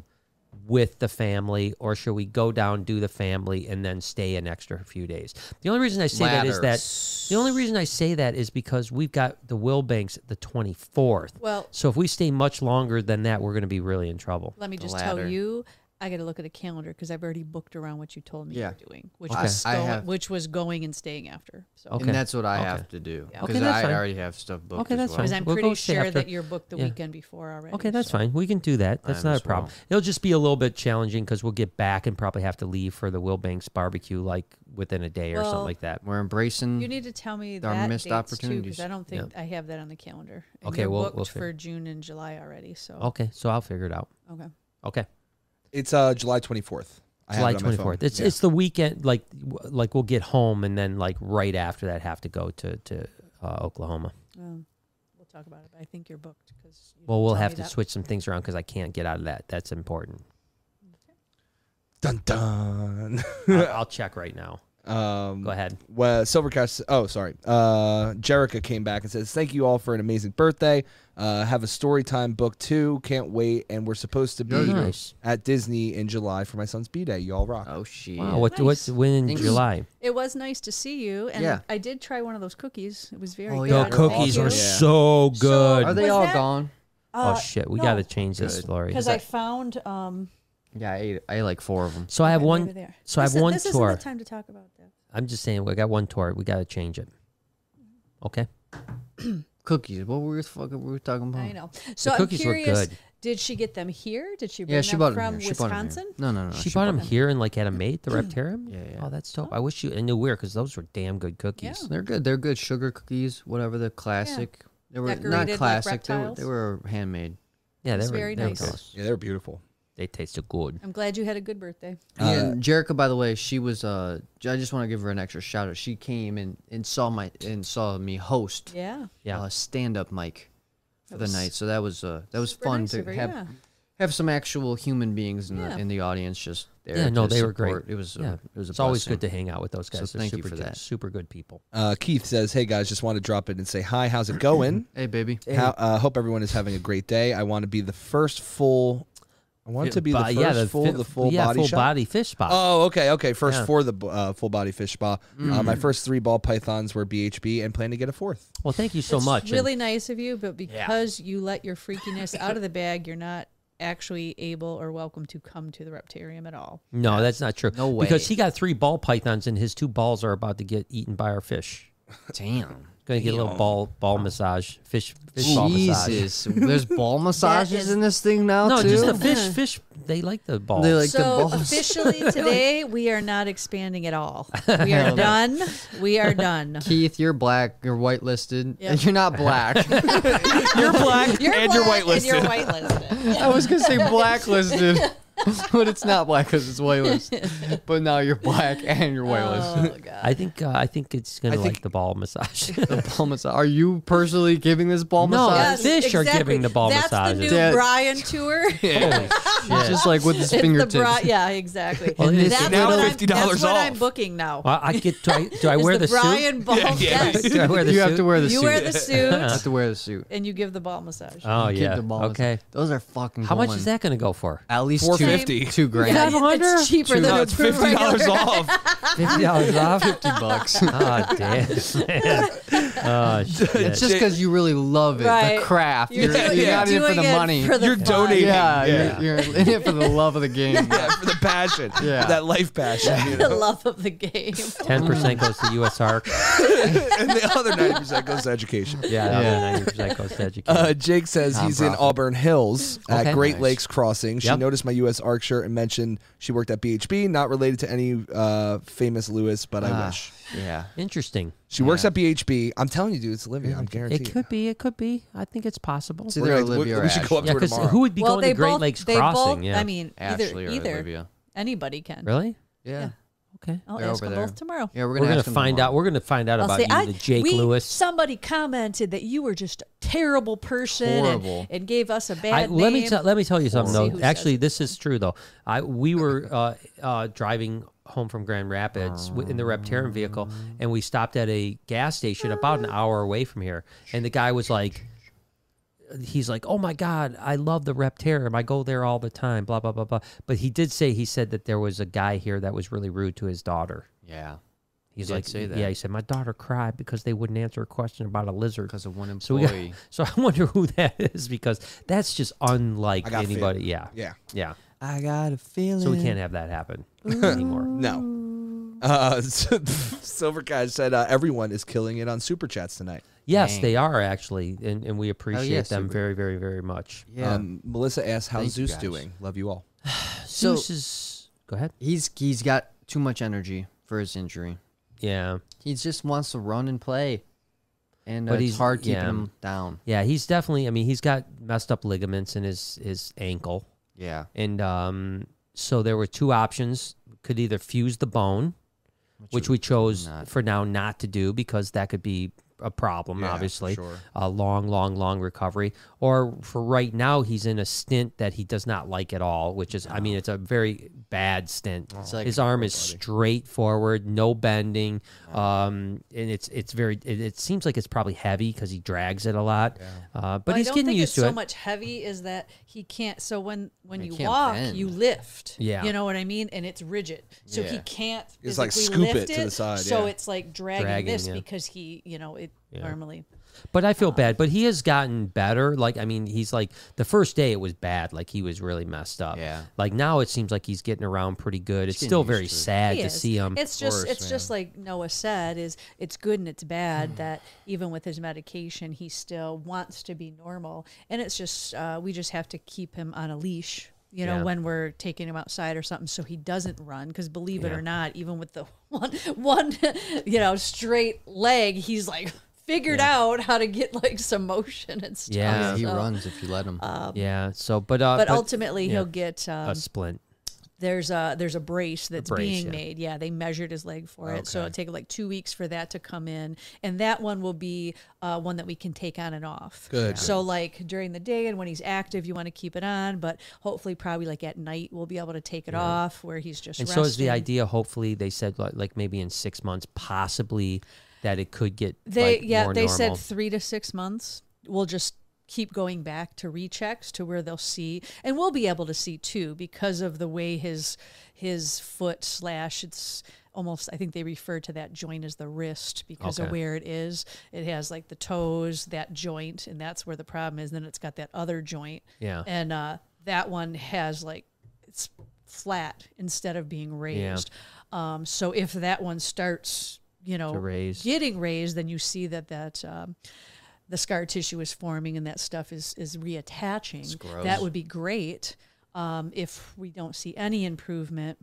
Speaker 4: with the family, or should we go down, do the family, and then stay an extra few days? The only reason I say that is that the only reason I say that is because we've got the Wilbanks the 24th.
Speaker 2: Well-
Speaker 4: so if we stay much longer than that, we're going to be really in trouble.
Speaker 2: Let me
Speaker 1: The
Speaker 2: just
Speaker 1: ladder.
Speaker 2: tell you, I got to look at a calendar because I've already booked around what you told me
Speaker 1: Yeah.
Speaker 2: you were doing, which
Speaker 1: Okay.
Speaker 2: was
Speaker 1: I
Speaker 2: going,
Speaker 1: have-
Speaker 2: which was going and staying after. So
Speaker 4: Okay.
Speaker 1: And that's what I
Speaker 4: Okay.
Speaker 1: have to do
Speaker 2: Yeah.
Speaker 1: because
Speaker 4: Okay, that's
Speaker 1: I
Speaker 4: fine.
Speaker 1: already have stuff booked.
Speaker 4: Okay,
Speaker 1: as
Speaker 4: that's
Speaker 1: well.
Speaker 2: because
Speaker 4: fine.
Speaker 2: I'm
Speaker 4: We'll go
Speaker 2: pretty
Speaker 4: stay
Speaker 2: sure
Speaker 4: after-
Speaker 2: that you're booked the
Speaker 4: Yeah.
Speaker 2: weekend before already.
Speaker 4: Okay, that's
Speaker 2: so-
Speaker 4: fine. We can do that.
Speaker 1: I
Speaker 4: That's
Speaker 1: am
Speaker 4: not a
Speaker 1: as
Speaker 4: problem.
Speaker 1: well.
Speaker 4: It'll just be a little bit challenging because we'll get back and probably have to leave for the Wilbanks barbecue like within a day or something
Speaker 2: Well,
Speaker 4: like that.
Speaker 1: We're embracing.
Speaker 2: You need to tell me
Speaker 1: There are
Speaker 2: that
Speaker 1: missed
Speaker 2: dates too,
Speaker 1: opportunities.
Speaker 2: because I don't think I have that on the calendar. And
Speaker 4: Okay,
Speaker 2: you're
Speaker 4: we'll-
Speaker 2: booked
Speaker 4: we'll Oh. figure-
Speaker 2: for June and July already. So
Speaker 4: Okay, so I'll figure it out.
Speaker 2: okay.
Speaker 4: Okay,
Speaker 3: It's uh, July 24th. I have
Speaker 4: July
Speaker 3: it on my
Speaker 4: twenty
Speaker 3: phone.
Speaker 4: fourth. It's
Speaker 3: Yeah.
Speaker 4: it's the weekend. Like w- like we'll get home and then like right after that have to go to to uh, Oklahoma.
Speaker 2: Um, we'll talk about it. But I think you're booked because
Speaker 4: Well, we'll have to switch some things around because I can't get out of that. That's important.
Speaker 3: dun dun.
Speaker 4: I, I'll check right now.
Speaker 3: Um,
Speaker 4: Go ahead.
Speaker 3: Well, Silvercast. Oh, sorry. Uh, Jerica came back and says, "Thank you all for an amazing birthday. Uh, have a story time book too. Can't wait. And we're supposed to be
Speaker 4: Nice.
Speaker 3: at Disney in July for my son's b day. Y'all rock.
Speaker 1: oh shit!
Speaker 4: Wow. What what's
Speaker 2: Nice.
Speaker 4: when in
Speaker 1: Thanks.
Speaker 4: July?
Speaker 2: It was nice to see you, and
Speaker 1: Yeah.
Speaker 2: I did try one of those cookies. It was very
Speaker 1: Oh,
Speaker 2: good.
Speaker 1: yeah,
Speaker 4: The
Speaker 1: they're
Speaker 4: cookies
Speaker 1: awesome.
Speaker 4: were
Speaker 1: Yeah.
Speaker 4: so good.
Speaker 1: Are
Speaker 2: Was
Speaker 1: they all
Speaker 2: that-
Speaker 1: gone?
Speaker 4: oh shit, we gotta change this story.
Speaker 2: because Uh, I found. Um,
Speaker 1: Yeah, I ate. I ate like four of them.
Speaker 4: So I have
Speaker 2: okay,
Speaker 4: one.
Speaker 2: maybe there.
Speaker 4: So I
Speaker 2: This
Speaker 4: have
Speaker 2: is-
Speaker 4: one
Speaker 2: this
Speaker 4: tour.
Speaker 2: Isn't the time to talk about that.
Speaker 4: I'm just saying, we got one tour. We got to change it. Okay.
Speaker 1: Cookies. What were we fucking? Were we talking about?
Speaker 2: I know. So
Speaker 4: cookies
Speaker 2: I'm
Speaker 4: were
Speaker 2: curious.
Speaker 4: good.
Speaker 2: Did she get them here? Did she bring
Speaker 1: Yeah, she
Speaker 2: them
Speaker 1: bought
Speaker 2: from
Speaker 1: them here. She bought them
Speaker 2: Wisconsin?
Speaker 1: here. No, no, no.
Speaker 4: she bought them here and like at a mate, the Reptarium.
Speaker 1: Yeah, yeah.
Speaker 4: Oh, that's dope. I wish you I knew where because those were damn good cookies.
Speaker 1: They're good. They're good sugar cookies. Whatever the classic. They were
Speaker 2: Decorated
Speaker 1: not
Speaker 2: like
Speaker 1: classic. they were.
Speaker 2: reptiles.
Speaker 1: They were handmade.
Speaker 4: Yeah, they
Speaker 2: It's
Speaker 4: were
Speaker 2: very
Speaker 4: they were
Speaker 2: nice.
Speaker 4: delicious.
Speaker 3: Yeah, they're beautiful.
Speaker 4: They tasted good.
Speaker 2: I'm glad you had a good birthday.
Speaker 4: Uh,
Speaker 1: and Jerica, by the way, she was. Uh, I just want to give her an extra shout out. She came and, and saw my and saw me host.
Speaker 2: Yeah.
Speaker 4: Yeah.
Speaker 1: Uh, stand up mic for
Speaker 2: That
Speaker 1: the
Speaker 2: was
Speaker 1: night. So that was uh that was
Speaker 2: super
Speaker 1: fun
Speaker 2: nice
Speaker 1: to
Speaker 2: of her,
Speaker 1: have
Speaker 2: yeah.
Speaker 1: have some actual human beings in
Speaker 2: Yeah.
Speaker 1: the in the audience just there.
Speaker 4: yeah, no,
Speaker 1: to
Speaker 4: they were
Speaker 1: support.
Speaker 4: great.
Speaker 1: It was. Uh,
Speaker 4: yeah.
Speaker 1: it was. A
Speaker 4: it's always
Speaker 1: blessing.
Speaker 4: good to hang out with those guys. They're
Speaker 1: thank you
Speaker 4: super
Speaker 1: for
Speaker 4: good-
Speaker 1: that.
Speaker 4: Super good people.
Speaker 3: Uh, Keith says, "Hey guys, just want to drop in and say hi. How's it going?
Speaker 1: Hey, baby.
Speaker 3: How, uh, hope everyone is having a great day. I want to be the first full. I want to be the
Speaker 4: But,
Speaker 3: first
Speaker 4: yeah,
Speaker 3: full,
Speaker 4: fi-
Speaker 3: the full
Speaker 4: yeah,
Speaker 3: body
Speaker 4: full
Speaker 3: shop.
Speaker 4: body fish spot.
Speaker 3: Oh, okay, okay. First
Speaker 4: Yeah.
Speaker 3: for the uh, full body fish spa. Uh, my first three ball pythons were BHB, and plan to get a fourth.
Speaker 4: well, thank you so
Speaker 2: It's
Speaker 4: much. and-
Speaker 2: Really nice of you, but because you let your freakiness out of the bag, you're not actually able or welcome to come to the reptarium at all.
Speaker 4: no, that's not true.
Speaker 1: No
Speaker 4: Because
Speaker 1: way.
Speaker 4: he got three ball pythons and his two balls are about to get eaten by our fish.
Speaker 1: Damn.
Speaker 4: Gonna get a little ball ball massage, fish fish ball massage.
Speaker 1: Jesus, there's ball massages
Speaker 2: is-
Speaker 1: in this thing now
Speaker 4: No,
Speaker 1: too.
Speaker 4: just the fish. Fish. They like the balls.
Speaker 1: They like- the
Speaker 2: so
Speaker 1: balls.
Speaker 2: officially today, we are not expanding at all. We are done. We are done.
Speaker 1: Keith, you're black. You're whitelisted.
Speaker 2: Yeah.
Speaker 1: and You're not black.
Speaker 4: you're black.
Speaker 2: You're
Speaker 3: And you're
Speaker 2: black And
Speaker 3: whitelisted.
Speaker 2: you're whitelisted.
Speaker 1: I was gonna say blacklisted, but it's not black because it's whitelisted. But now you're black and you're whitelisted.
Speaker 2: Oh god.
Speaker 4: I think uh, I think it's gonna
Speaker 3: I think-
Speaker 4: like the ball massage.
Speaker 1: The ball massage. Are you personally giving this ball
Speaker 4: No.
Speaker 1: massage?
Speaker 4: fish are giving the ball
Speaker 2: That's
Speaker 4: massages.
Speaker 2: the new
Speaker 1: Yeah.
Speaker 2: Brian tour.
Speaker 1: He's just like with his
Speaker 2: It's
Speaker 1: fingertips.
Speaker 2: The bra- yeah, exactly.
Speaker 4: Well, it is
Speaker 2: that's
Speaker 4: now
Speaker 2: what I'm-
Speaker 3: $50
Speaker 2: That's what
Speaker 3: off.
Speaker 2: I'm booking now.
Speaker 4: Well, I get do I, do I
Speaker 2: Is
Speaker 4: wear the,
Speaker 2: the, Brian ball? Yes.
Speaker 4: suit? do I wear the
Speaker 1: you
Speaker 4: suit?
Speaker 1: have to wear the
Speaker 2: you
Speaker 1: suit.
Speaker 2: wear the
Speaker 1: You have
Speaker 2: suit
Speaker 1: to wear the suit.
Speaker 2: and you give the ball massage.
Speaker 4: Oh
Speaker 1: Keep
Speaker 4: yeah.
Speaker 1: the ball massage.
Speaker 4: okay.
Speaker 1: Those are fucking.
Speaker 4: How much
Speaker 1: going
Speaker 4: is that gonna go for?
Speaker 1: At least two-
Speaker 3: 450.
Speaker 1: Two grand.
Speaker 2: Yeah,
Speaker 4: $500?
Speaker 2: it's cheaper than
Speaker 1: No,
Speaker 2: a
Speaker 1: it's
Speaker 2: true regular.
Speaker 3: off.
Speaker 4: Fifty dollars off.
Speaker 1: Fifty bucks.
Speaker 4: Oh damn. oh shit.
Speaker 1: It's just because you really love it,
Speaker 2: Right.
Speaker 1: the craft.
Speaker 2: You're,
Speaker 1: You're, you're,
Speaker 2: doing, you're
Speaker 1: not in it for the
Speaker 2: doing it
Speaker 1: money.
Speaker 2: for the
Speaker 3: You're
Speaker 2: fun.
Speaker 3: donating.
Speaker 1: yeah,
Speaker 3: Yeah.
Speaker 1: You're, you're in it for the love of the game.
Speaker 3: Yeah, for the passion.
Speaker 1: Yeah.
Speaker 3: that life passion. you
Speaker 2: the
Speaker 3: know?
Speaker 2: love of the game.
Speaker 4: Ten percent goes to U.S. ARC.
Speaker 3: and the other ninety percent goes to education.
Speaker 4: Yeah,
Speaker 1: Yeah.
Speaker 4: ninety percent goes to education.
Speaker 3: Uh, Jake says he's in
Speaker 1: Nonprofit.
Speaker 3: Auburn Hills at
Speaker 4: Ah, Okay.
Speaker 3: Great
Speaker 1: Nice.
Speaker 3: Lakes Crossing. She
Speaker 4: Yep.
Speaker 3: noticed my U.S. ARC shirt and mentioned she worked at BHB, not related to any uh, famous Lewis, but I
Speaker 4: Ah.
Speaker 3: wish.
Speaker 1: Yeah.
Speaker 4: Interesting.
Speaker 3: She works at BHB. I'm telling you, dude, it's Olivia. I'm
Speaker 4: It
Speaker 3: guaranteed.
Speaker 4: could be. It could be. I think it's possible.
Speaker 1: It's either
Speaker 3: We're gonna-
Speaker 1: Olivia
Speaker 3: we,
Speaker 1: or
Speaker 3: we should go up
Speaker 4: Yeah,
Speaker 3: to her
Speaker 4: because
Speaker 3: tomorrow.
Speaker 4: who would be
Speaker 2: well,
Speaker 4: going to
Speaker 2: they
Speaker 4: Great
Speaker 2: both.
Speaker 4: Lakes
Speaker 2: they
Speaker 4: Crossing?
Speaker 2: both.
Speaker 4: yeah.
Speaker 2: I mean, either,
Speaker 1: Ashley or
Speaker 2: either
Speaker 1: Olivia.
Speaker 2: anybody can.
Speaker 4: really?
Speaker 1: Yeah.
Speaker 4: Okay.
Speaker 2: I'll
Speaker 1: They're
Speaker 2: ask
Speaker 1: over
Speaker 2: them
Speaker 1: there.
Speaker 2: both tomorrow.
Speaker 1: Yeah, we're
Speaker 4: We're
Speaker 1: gonna,
Speaker 4: gonna,
Speaker 1: ask them
Speaker 4: find
Speaker 1: tomorrow.
Speaker 4: out. We're gonna find out
Speaker 2: I'll
Speaker 4: about
Speaker 2: say,
Speaker 4: you,
Speaker 2: I,
Speaker 4: and the Jake
Speaker 2: we,
Speaker 4: Lewis.
Speaker 2: Somebody commented that you were just a terrible person
Speaker 1: Horrible.
Speaker 2: and, and gave us a bad
Speaker 4: I,
Speaker 2: name.
Speaker 4: let me tell let me tell you something
Speaker 2: See
Speaker 4: though.
Speaker 2: who says
Speaker 4: Actually, this is true though. I we were uh, uh, driving home from Grand Rapids wi- in the Reptarian vehicle, and we stopped at a gas station about an hour away from here, and the guy was like. he's like, "Oh my God, I love the Reptarium. I go there all the time." Blah blah blah blah. But he did say he said that there was a guy here that was really rude to his daughter.
Speaker 1: Yeah.
Speaker 4: He's
Speaker 1: did
Speaker 4: like,
Speaker 1: say that.
Speaker 4: "Yeah," he said, "My daughter cried because they wouldn't answer a question about a lizard."
Speaker 1: Because of one
Speaker 4: So we got-
Speaker 1: employee.
Speaker 4: So I wonder who that is because that's just unlike
Speaker 3: I got
Speaker 4: anybody. Yeah,
Speaker 3: Yeah.
Speaker 4: yeah.
Speaker 1: I got a feeling.
Speaker 4: So we can't have that happen anymore.
Speaker 3: No. Uh, Silver Cash said uh, everyone is killing it on super chats tonight.
Speaker 4: Yes,
Speaker 1: Dang. Oh,
Speaker 4: they are actually, and, and we appreciate them
Speaker 1: super.
Speaker 4: very, very, very much.
Speaker 1: Yeah.
Speaker 3: Um, Melissa asked, "How's
Speaker 1: Thank you,
Speaker 3: Zeus
Speaker 1: guys.
Speaker 3: doing? Love you all."
Speaker 1: So-
Speaker 4: Zeus is. Go ahead.
Speaker 1: he's he's got too much energy for his injury.
Speaker 4: Yeah,
Speaker 1: He just wants to run and play, and uh,
Speaker 4: But
Speaker 1: it's
Speaker 4: he's-
Speaker 1: hard keeping
Speaker 4: yeah.
Speaker 1: him down.
Speaker 4: yeah. He's definitely. I mean, he's got messed up ligaments in his his ankle,
Speaker 1: Yeah.
Speaker 4: and um, so there were two options. Could either fuse the bone, which we chose
Speaker 1: not-
Speaker 4: for now not to do because that could be a problem,
Speaker 3: Yeah, for
Speaker 4: obviously.
Speaker 3: sure.
Speaker 4: A long, long, long recovery. Or for right now, he's in a stint that he does not like at all, which is, I mean, it's a very bad stint.
Speaker 1: It's like-
Speaker 4: His arm is straight forward, no bending. Um, and it's it's very, it, it seems like it's probably heavy because he drags it a lot. Uh, but
Speaker 2: Well,
Speaker 4: he's
Speaker 2: I don't
Speaker 4: getting
Speaker 2: think
Speaker 4: used
Speaker 2: it's
Speaker 4: to
Speaker 2: so
Speaker 4: it.
Speaker 2: much heavy is that he can't. So when when
Speaker 1: He
Speaker 2: you
Speaker 1: can't
Speaker 2: walk,
Speaker 1: bend.
Speaker 2: you lift.
Speaker 4: Yeah.
Speaker 2: you know what I mean. And it's rigid, so he
Speaker 1: Yeah.
Speaker 2: can't.
Speaker 3: It's like
Speaker 2: physically
Speaker 3: scoop it
Speaker 2: lift
Speaker 3: to the side,
Speaker 2: So
Speaker 3: yeah.
Speaker 2: it's like dragging,
Speaker 4: Dragging,
Speaker 2: this
Speaker 4: yeah.
Speaker 2: because he, you know, it normally.
Speaker 4: But I feel
Speaker 1: Um,
Speaker 4: bad. But he has gotten better. Like I mean, he's like the first day it was bad. Like he was really messed up.
Speaker 1: Yeah.
Speaker 4: Like now it seems like he's getting around pretty good. It's
Speaker 1: getting
Speaker 4: still
Speaker 1: used
Speaker 4: very
Speaker 1: to it.
Speaker 4: sad
Speaker 2: He
Speaker 4: to
Speaker 2: is.
Speaker 4: see him.
Speaker 2: It's just
Speaker 1: course,
Speaker 2: it's just like Noah said is it's good and it's
Speaker 4: Mm.
Speaker 2: bad that even with his medication he still wants to be normal and it's just uh, we just have to keep him on a leash you know
Speaker 4: Yeah.
Speaker 2: when we're taking him outside or something so he doesn't run because believe it
Speaker 4: Yeah.
Speaker 2: or not even with the one one you know straight leg he's like figured out how to get like some motion and stuff
Speaker 4: Yeah. uh,
Speaker 1: Yeah, he
Speaker 2: so-
Speaker 1: runs if you let him.
Speaker 4: yeah. So, but uh,
Speaker 2: but,
Speaker 4: but
Speaker 2: ultimately
Speaker 4: yeah.
Speaker 2: he'll get um,
Speaker 4: a splint.
Speaker 2: there's a there's a brace that's
Speaker 4: brace,
Speaker 2: being
Speaker 4: yeah.
Speaker 2: made. Yeah, they measured his leg for it, so it'll take like two weeks for that to come in, and that one will be uh, one that we can take on and off.
Speaker 3: Good.
Speaker 2: So like during the day and when he's active, you want to keep it on, but hopefully probably like at night we'll be able to take it off where he's just.
Speaker 4: And
Speaker 2: resting.
Speaker 4: so is the idea. Hopefully, they said like, like maybe in six months, possibly that it could get
Speaker 2: They
Speaker 4: like,
Speaker 2: yeah
Speaker 4: more
Speaker 2: they
Speaker 4: normal.
Speaker 2: said three to six months. We'll just keep going back to rechecks to where they'll see, and we'll be able to see too because of the way his his foot slash it's almost I think they refer to that joint as the wrist because
Speaker 4: Okay.
Speaker 2: of where it is. It has like the toes that joint, and that's where the problem is. Then it's got that other joint,
Speaker 4: Yeah.
Speaker 2: and uh, that one has like it's flat instead of being raised. Um, so if that one starts, you know,
Speaker 4: raise.
Speaker 2: getting raised, then you see that that um, the scar tissue is forming and that stuff is is reattaching. That would be great. Um, if we don't see any improvement,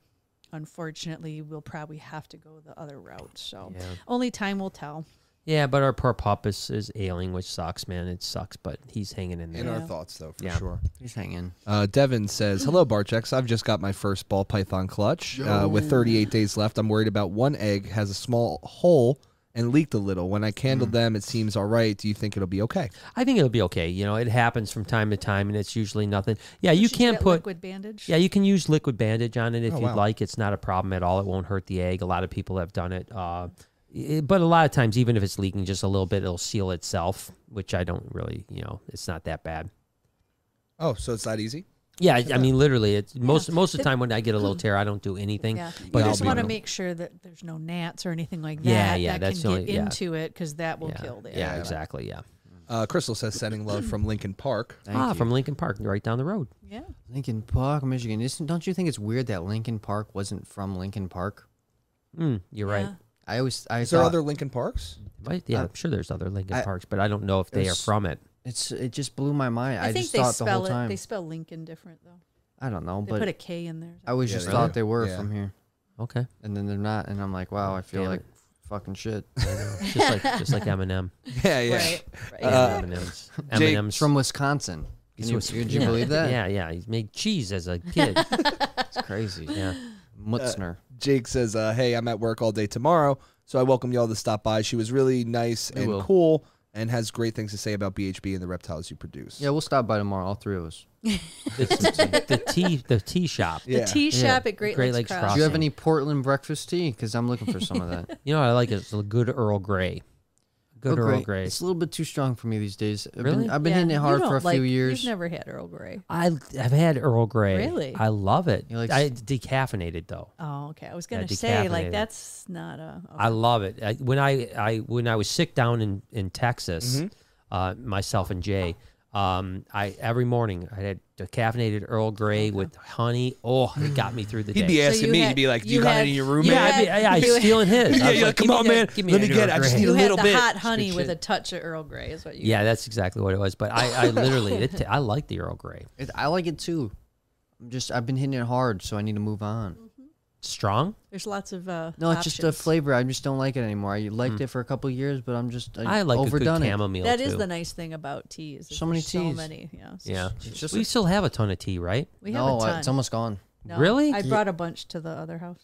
Speaker 2: unfortunately, we'll probably have to go the other route. So only time will tell.
Speaker 4: Yeah, but our poor pup is, is ailing, which sucks, man. It sucks, but he's hanging in there.
Speaker 3: In our
Speaker 2: Yeah.
Speaker 3: thoughts, though, for
Speaker 4: Yeah.
Speaker 3: sure.
Speaker 1: He's hanging.
Speaker 3: Uh, Devin says, "Hello, Barcheks. I've just got my first ball python clutch. Uh, with 38 days left, I'm worried about one egg has a small hole and leaked a little. When I candled them, it seems all right. Do you think it'll be okay?
Speaker 4: I think it'll be okay. You know, it happens from time to time, and it's usually nothing. Yeah, you
Speaker 2: Should
Speaker 4: can
Speaker 2: get
Speaker 4: put
Speaker 2: liquid bandage.
Speaker 4: Yeah, you can use liquid bandage on it if
Speaker 3: Oh,
Speaker 4: you'd
Speaker 3: wow.
Speaker 4: like. It's not a problem at all. It won't hurt the egg. A lot of people have done it. Uh, i- but a lot of times, even if it's leaking just a little bit, it'll seal itself, which I don't really, you know, it's not that bad.
Speaker 3: Oh, so it's not easy.
Speaker 4: Yeah, I, I mean, literally, it's most most of the time when I get a little tear, I don't do anything.
Speaker 2: Yeah,
Speaker 4: but
Speaker 2: you
Speaker 4: I'll
Speaker 2: just
Speaker 4: be-
Speaker 2: want to make sure that there's no gnats or anything like that
Speaker 4: Yeah, yeah,
Speaker 2: that
Speaker 4: that's the
Speaker 2: can
Speaker 4: only-
Speaker 2: get
Speaker 4: yeah.
Speaker 2: into it because that will
Speaker 4: yeah,
Speaker 2: kill the
Speaker 4: yeah,
Speaker 2: egg.
Speaker 4: exactly. Yeah.
Speaker 3: Uh, Crystal says, "Sending love from Lincoln Park."
Speaker 1: Thank
Speaker 4: ah,
Speaker 1: you.
Speaker 4: from Lincoln Park, right down the road.
Speaker 2: Yeah.
Speaker 1: Lincoln Park, Michigan. Isn't, don't you think it's weird that Lincoln Park wasn't from Lincoln Park?
Speaker 4: Mm, you're right.
Speaker 2: Yeah.
Speaker 1: I always, I
Speaker 3: Is there
Speaker 1: thought-
Speaker 3: other Lincoln Parks?
Speaker 4: Right? Yeah,
Speaker 1: I-
Speaker 4: I'm sure there's other Lincoln
Speaker 1: I-
Speaker 4: Parks, but I don't know if they are
Speaker 1: There's-
Speaker 4: from it.
Speaker 1: It's, it just blew my mind. I,
Speaker 2: I, think
Speaker 1: just
Speaker 2: they
Speaker 1: thought the
Speaker 2: spell
Speaker 1: whole
Speaker 2: it.
Speaker 1: time.
Speaker 2: They spell Lincoln different though.
Speaker 1: I don't know,
Speaker 2: They
Speaker 1: but
Speaker 2: put a
Speaker 1: I
Speaker 2: K in there.
Speaker 1: always
Speaker 3: Yeah,
Speaker 1: just
Speaker 3: they
Speaker 1: thought
Speaker 3: do.
Speaker 1: they were
Speaker 3: Yeah.
Speaker 1: from here,
Speaker 4: Okay,
Speaker 1: and then they're not. And I'm like, wow, I feel
Speaker 4: Damn
Speaker 1: like
Speaker 4: it.
Speaker 1: fucking shit.
Speaker 4: just like just like Eminem.
Speaker 3: Yeah, yeah.
Speaker 2: Right. right.
Speaker 3: Uh,
Speaker 4: M&M's.
Speaker 3: Jake
Speaker 1: It's from Wisconsin. Can
Speaker 4: He's
Speaker 1: you,
Speaker 4: Wis-
Speaker 1: could you
Speaker 4: yeah.
Speaker 1: believe that?
Speaker 4: Yeah, yeah. He made cheese as a kid.
Speaker 1: it's crazy.
Speaker 4: yeah.
Speaker 1: Mutzner.
Speaker 3: Jake says, uh, "Hey, I'm at work all day tomorrow, so I welcome y'all to stop by. She was really nice and
Speaker 1: will.
Speaker 3: cool, and has great things to say about BHB and the reptiles you produce."
Speaker 1: yeah, we'll stop by tomorrow. All three of us.
Speaker 4: The, the tea the tea shop.
Speaker 2: the
Speaker 3: yeah.
Speaker 2: tea
Speaker 4: Yeah.
Speaker 2: shop at Great,
Speaker 4: Great
Speaker 2: Lakes,
Speaker 4: Lakes
Speaker 1: Do
Speaker 2: Crossing.
Speaker 1: you have
Speaker 4: Awesome.
Speaker 1: any Portland breakfast tea? Because I'm looking for some of that.
Speaker 4: You know what I like is the good Earl Grey. good Earl
Speaker 1: great.
Speaker 4: Grey.
Speaker 1: It's a little bit too strong for me these days. I've
Speaker 4: Really?
Speaker 1: been, I've been
Speaker 2: Yeah,
Speaker 1: hitting it
Speaker 2: you
Speaker 1: hard for
Speaker 2: don't
Speaker 1: a
Speaker 2: like-
Speaker 1: few years.
Speaker 2: You've never had Earl Grey.
Speaker 4: I I've had Earl Grey.
Speaker 2: Really?
Speaker 4: I love it.
Speaker 1: You like-
Speaker 4: I decaffeinated though.
Speaker 2: Oh, okay. I was
Speaker 4: Yeah,
Speaker 2: gonna say
Speaker 4: decaffeinated.
Speaker 2: like that's not a.
Speaker 4: I love it. I, when I, I when I was sick down in in Texas,
Speaker 3: Mm-hmm.
Speaker 4: uh, myself and Jay, um, I every morning I had decaffeinated Earl Grey with honey. Oh, it got me through the
Speaker 3: He'd
Speaker 4: day.
Speaker 3: be
Speaker 2: So
Speaker 3: asking
Speaker 2: you
Speaker 3: me,
Speaker 2: had-
Speaker 3: he'd be like, "Do
Speaker 2: you
Speaker 3: you, got
Speaker 2: had-
Speaker 3: any in your room?"
Speaker 2: you
Speaker 4: yeah,
Speaker 3: man?"
Speaker 2: had-
Speaker 4: I'd be, I, I
Speaker 2: you-
Speaker 4: stealing his.
Speaker 3: Yeah,
Speaker 4: I was
Speaker 3: you're like,
Speaker 4: "Give
Speaker 3: "Come
Speaker 4: me
Speaker 3: on,
Speaker 4: that-
Speaker 3: man.
Speaker 4: give me
Speaker 3: Let
Speaker 4: that
Speaker 3: me get it.
Speaker 4: Earl
Speaker 3: I just
Speaker 4: Grey."
Speaker 3: need
Speaker 2: you
Speaker 3: a
Speaker 2: had
Speaker 3: little
Speaker 2: the
Speaker 3: bit.
Speaker 2: hot honey with a touch of Earl Grey is what you.
Speaker 4: Yeah, that's exactly what it was. But I, I literally, it, ta- I like the Earl Grey.
Speaker 1: It, I like it too. I'm just I've been hitting it hard, so I need to move on.
Speaker 4: Strong.
Speaker 2: There's lots of. Uh,
Speaker 1: No, it's just the
Speaker 2: options. Hmm.
Speaker 1: flavor. I just don't like it anymore. I liked it for a couple years, but I'm just I,
Speaker 4: I like
Speaker 1: overdone
Speaker 4: a
Speaker 1: it.
Speaker 4: good chamomile.
Speaker 2: That is
Speaker 4: too.
Speaker 2: the nice thing about teas. is
Speaker 1: So many
Speaker 2: there's So
Speaker 1: teas.
Speaker 2: many. Yeah. so
Speaker 4: Yeah,
Speaker 1: It's just
Speaker 4: we
Speaker 1: a-
Speaker 4: still have a ton of tea, right?
Speaker 2: We have
Speaker 1: no,
Speaker 2: a ton.
Speaker 1: it's almost gone.
Speaker 2: No,
Speaker 4: Really?
Speaker 2: I brought a bunch to the other house.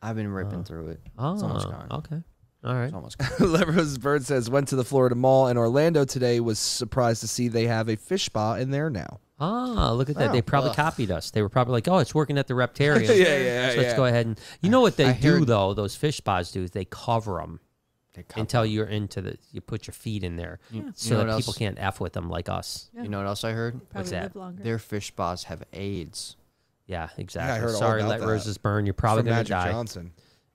Speaker 1: I've been ripping through it.
Speaker 4: Oh,
Speaker 1: it's almost gone.
Speaker 4: okay, all right.
Speaker 1: It's almost gone.
Speaker 3: Lever's Bird says went to the Florida Mall in Orlando today. Was surprised to see they have a fish spa in there now.
Speaker 4: Ah, look at that.
Speaker 1: Oh,
Speaker 4: they probably
Speaker 1: ugh.
Speaker 4: copied us. They were probably like, oh, it's working at the Reptarium.
Speaker 3: yeah,
Speaker 4: So let's go ahead and you know what they
Speaker 1: I
Speaker 4: do
Speaker 1: heard-
Speaker 4: though. Those fish spas do. is They cover them
Speaker 1: They cop-
Speaker 4: until you're into the. You put your feet in there
Speaker 1: You know
Speaker 4: so
Speaker 1: what
Speaker 4: that people
Speaker 1: else?
Speaker 4: can't f with them like us.
Speaker 1: You know what else I heard?
Speaker 2: Probably
Speaker 4: that?
Speaker 2: live longer.
Speaker 1: Their fish spas have AIDS.
Speaker 4: Yeah, exactly.
Speaker 3: heard all
Speaker 4: Sorry,
Speaker 3: about
Speaker 4: let
Speaker 3: that.
Speaker 4: roses burn. You're probably
Speaker 3: From
Speaker 4: gonna
Speaker 3: Magic
Speaker 4: die.
Speaker 3: Johnson.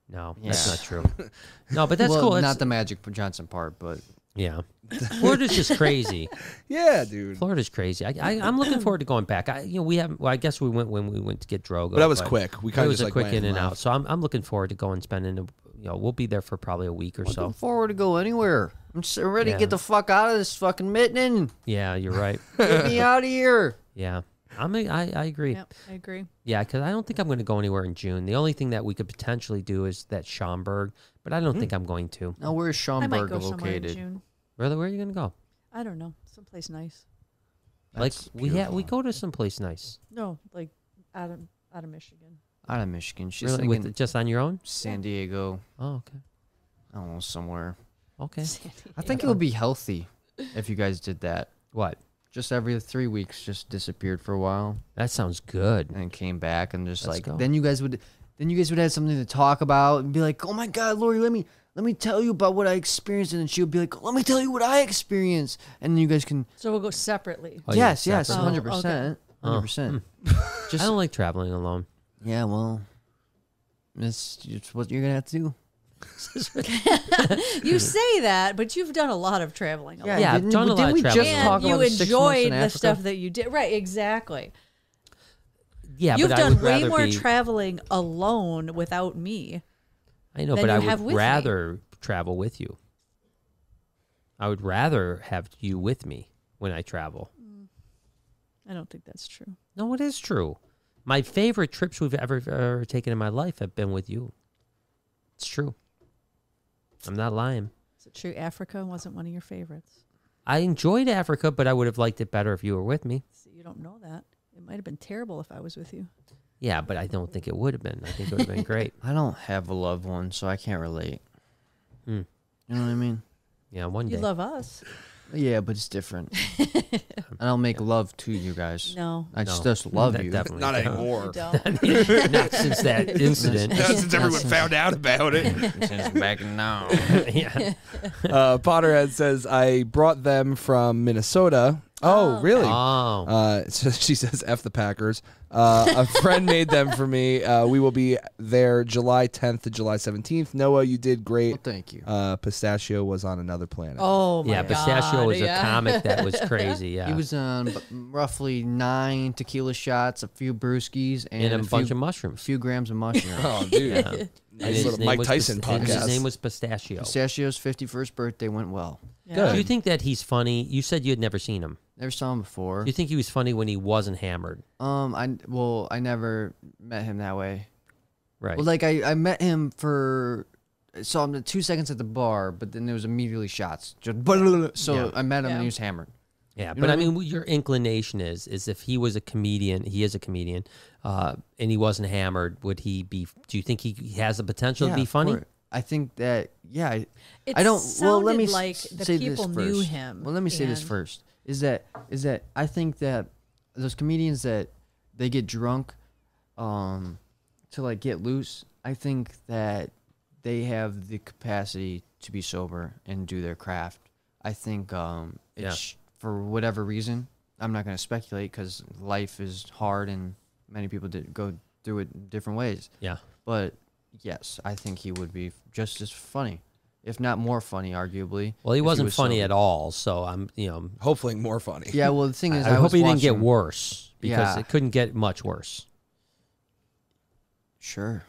Speaker 4: No, that's
Speaker 1: Yeah.
Speaker 4: not true. No, but that's
Speaker 1: well,
Speaker 4: cool. That's,
Speaker 1: Not the Magic Johnson part, but
Speaker 4: yeah, Florida's just crazy.
Speaker 3: Yeah, dude.
Speaker 4: Florida's crazy. I, I, I'm looking forward to going back. I, you know, we have. Well, I guess we went when we went to get Drogo.
Speaker 3: But that was quick. We
Speaker 4: it
Speaker 3: kind of
Speaker 4: was
Speaker 3: just
Speaker 4: a
Speaker 3: like
Speaker 4: quick
Speaker 3: went
Speaker 4: in and
Speaker 3: left.
Speaker 4: out. So I'm, I'm looking forward to going spending. A, you know, we'll be there for probably a week or so.
Speaker 1: looking forward to go anywhere. I'm just ready
Speaker 4: Oh. Yeah.
Speaker 1: to get the fuck out of this fucking mitten.
Speaker 4: Yeah, you're right.
Speaker 1: Get me out of here.
Speaker 4: yeah, I'm. A, I, I agree.
Speaker 2: Yep, I agree.
Speaker 4: Yeah, because I don't think I'm going to go anywhere in June. The only thing that we could potentially do is that Schaumburg, but I don't
Speaker 3: Hmm.
Speaker 4: think I'm going to.
Speaker 1: Now where is
Speaker 2: I might
Speaker 1: Schaumburg
Speaker 2: go somewhere in
Speaker 1: located?
Speaker 2: June.
Speaker 4: Really, where are you going to go?
Speaker 2: I don't know. Someplace nice.
Speaker 1: That's
Speaker 4: like we ha- we
Speaker 1: beautiful.
Speaker 4: go to someplace nice.
Speaker 2: No, like out of out of Michigan.
Speaker 1: Out of Michigan. She's
Speaker 4: Really,
Speaker 1: thinking
Speaker 4: with just on your own.
Speaker 1: San Diego.
Speaker 4: Oh, okay,
Speaker 1: I don't know somewhere.
Speaker 4: okay.
Speaker 1: I think it would be healthy if you guys did that.
Speaker 4: What?
Speaker 1: Just every three weeks, just disappeared for a while
Speaker 4: That sounds good.
Speaker 1: and then came back and just
Speaker 4: Let's
Speaker 1: like
Speaker 4: go.
Speaker 1: then you guys would then you guys would have something to talk about and be like, oh my god, Lori, let me let me tell you about what I experienced, and then she would be like, let me tell you what I experienced, and you guys can
Speaker 2: So we'll go separately.
Speaker 4: Oh, you
Speaker 1: yes,
Speaker 4: would
Speaker 1: yes,
Speaker 4: separate- hmm.
Speaker 2: Oh,
Speaker 1: hundred
Speaker 2: okay.
Speaker 1: percent, hundred percent.
Speaker 4: I
Speaker 1: Just
Speaker 4: don't like traveling alone.
Speaker 1: yeah, well, it's it's what you're gonna have to do.
Speaker 2: You say that, but you've done a lot of traveling. a lot.
Speaker 4: Yeah, I've
Speaker 1: didn't,
Speaker 4: done a
Speaker 1: didn't
Speaker 4: lot of
Speaker 1: we
Speaker 4: traveling.
Speaker 1: just
Speaker 4: And
Speaker 1: talk
Speaker 2: And you
Speaker 1: about the six months in
Speaker 2: enjoyed the
Speaker 1: Africa?
Speaker 2: stuff that you did. Right, exactly.
Speaker 4: Yeah,
Speaker 2: You've
Speaker 4: but I
Speaker 2: done
Speaker 4: would
Speaker 2: way
Speaker 4: rather
Speaker 2: more
Speaker 4: be.
Speaker 2: traveling alone without me.
Speaker 4: I know,
Speaker 2: than
Speaker 4: but I
Speaker 2: you have
Speaker 4: would
Speaker 2: with me.
Speaker 4: rather travel with you. I would rather have you with me when I travel.
Speaker 2: I don't think that's true.
Speaker 4: No, it is true. My favorite trips we've ever, ever taken in my life have been with you. It's true. I'm not lying.
Speaker 2: Is it true? Africa wasn't one of your favorites.
Speaker 4: I enjoyed Africa, but I would have liked it better if you were with me.
Speaker 2: See, you don't know that. It might have been terrible if I was with you.
Speaker 4: Yeah, but I don't think it would have been. I think it would have been great.
Speaker 1: I don't have a loved one, so I can't relate.
Speaker 4: Hmm.
Speaker 1: You know what I mean?
Speaker 4: Yeah, one
Speaker 2: You
Speaker 4: day.
Speaker 2: love us.
Speaker 1: Yeah, but it's different. I don't make love to you guys.
Speaker 2: No.
Speaker 1: I
Speaker 4: No,
Speaker 1: just, just love
Speaker 4: that
Speaker 1: you.
Speaker 4: Definitely
Speaker 3: Not
Speaker 4: don't.
Speaker 2: You
Speaker 3: anymore.
Speaker 2: don't.
Speaker 4: Not since that incident.
Speaker 3: Not since everyone found out about it.
Speaker 1: Since back now.
Speaker 4: yeah.
Speaker 3: uh, Potterhead says, I brought them from Minnesota. Oh, really?
Speaker 4: Oh.
Speaker 3: Uh, so she says, F the Packers. Uh, a friend made them for me. Uh, we will be there July 10th to July 17th. Noah, you did great.
Speaker 1: Well, thank you.
Speaker 3: Uh, Pistachio was on another planet.
Speaker 2: Oh my
Speaker 4: yeah,
Speaker 2: god.
Speaker 4: Pistachio was
Speaker 2: yeah.
Speaker 4: a comic that was crazy. Yeah.
Speaker 1: He was on b- roughly nine tequila shots, a few brewskis, and,
Speaker 4: and a,
Speaker 1: few,
Speaker 4: bunch of mushrooms.
Speaker 1: few grams of mushrooms.
Speaker 3: Oh, dude.
Speaker 4: And
Speaker 3: Nice little
Speaker 4: name
Speaker 3: Mike
Speaker 4: was
Speaker 3: Tyson
Speaker 4: Pista-
Speaker 3: podcast.
Speaker 4: His name was Pistachio.
Speaker 1: Pistachio's 51st birthday went well.
Speaker 2: Yeah.
Speaker 3: Good.
Speaker 4: Do you think that he's funny? You said you had never seen him.
Speaker 1: Never saw him before.
Speaker 4: Do you think he was funny when he wasn't hammered?
Speaker 1: Um, I well, I never met him that way.
Speaker 4: Right.
Speaker 1: Well, like I, I met him for I saw him two seconds at the bar, but then there was immediately shots. Just so
Speaker 4: Yeah.
Speaker 1: I met him
Speaker 2: Yeah.
Speaker 1: and he was hammered.
Speaker 4: yeah,
Speaker 1: know
Speaker 4: but
Speaker 1: what
Speaker 4: I
Speaker 1: I
Speaker 4: mean, what your inclination is is if he was a comedian, he is a comedian, uh, and he wasn't hammered, would he be? Do you think he he has the potential
Speaker 1: Yeah,
Speaker 4: to be
Speaker 1: of
Speaker 4: funny?
Speaker 1: course. I think that yeah. I,
Speaker 2: It
Speaker 1: I don't. Well, let me
Speaker 2: sounded like
Speaker 1: s-
Speaker 2: the
Speaker 1: say
Speaker 2: people
Speaker 1: this
Speaker 2: knew
Speaker 1: first.
Speaker 2: him
Speaker 1: Well, let me say this
Speaker 2: and-
Speaker 1: first. Is that is that I think that those comedians that they get drunk, um, to like get loose. I think that they have the capacity to be sober and do their craft. I think um,
Speaker 4: Yeah.
Speaker 1: it's for whatever reason. I'm not going to speculate because life is hard and many people did go through it in different ways.
Speaker 4: Yeah.
Speaker 1: But yes, I think he would be just as funny, if not more funny, arguably.
Speaker 4: Well, he
Speaker 1: if
Speaker 4: wasn't
Speaker 1: was
Speaker 4: funny
Speaker 1: sober.
Speaker 4: at all. So I'm, you know,
Speaker 3: Hopefully, more funny.
Speaker 1: Yeah, well, the thing is,
Speaker 4: I,
Speaker 1: I,
Speaker 4: hope
Speaker 1: was
Speaker 4: he didn't get
Speaker 1: watching-
Speaker 4: worse because
Speaker 1: Yeah.
Speaker 4: it couldn't get much worse.
Speaker 1: Sure.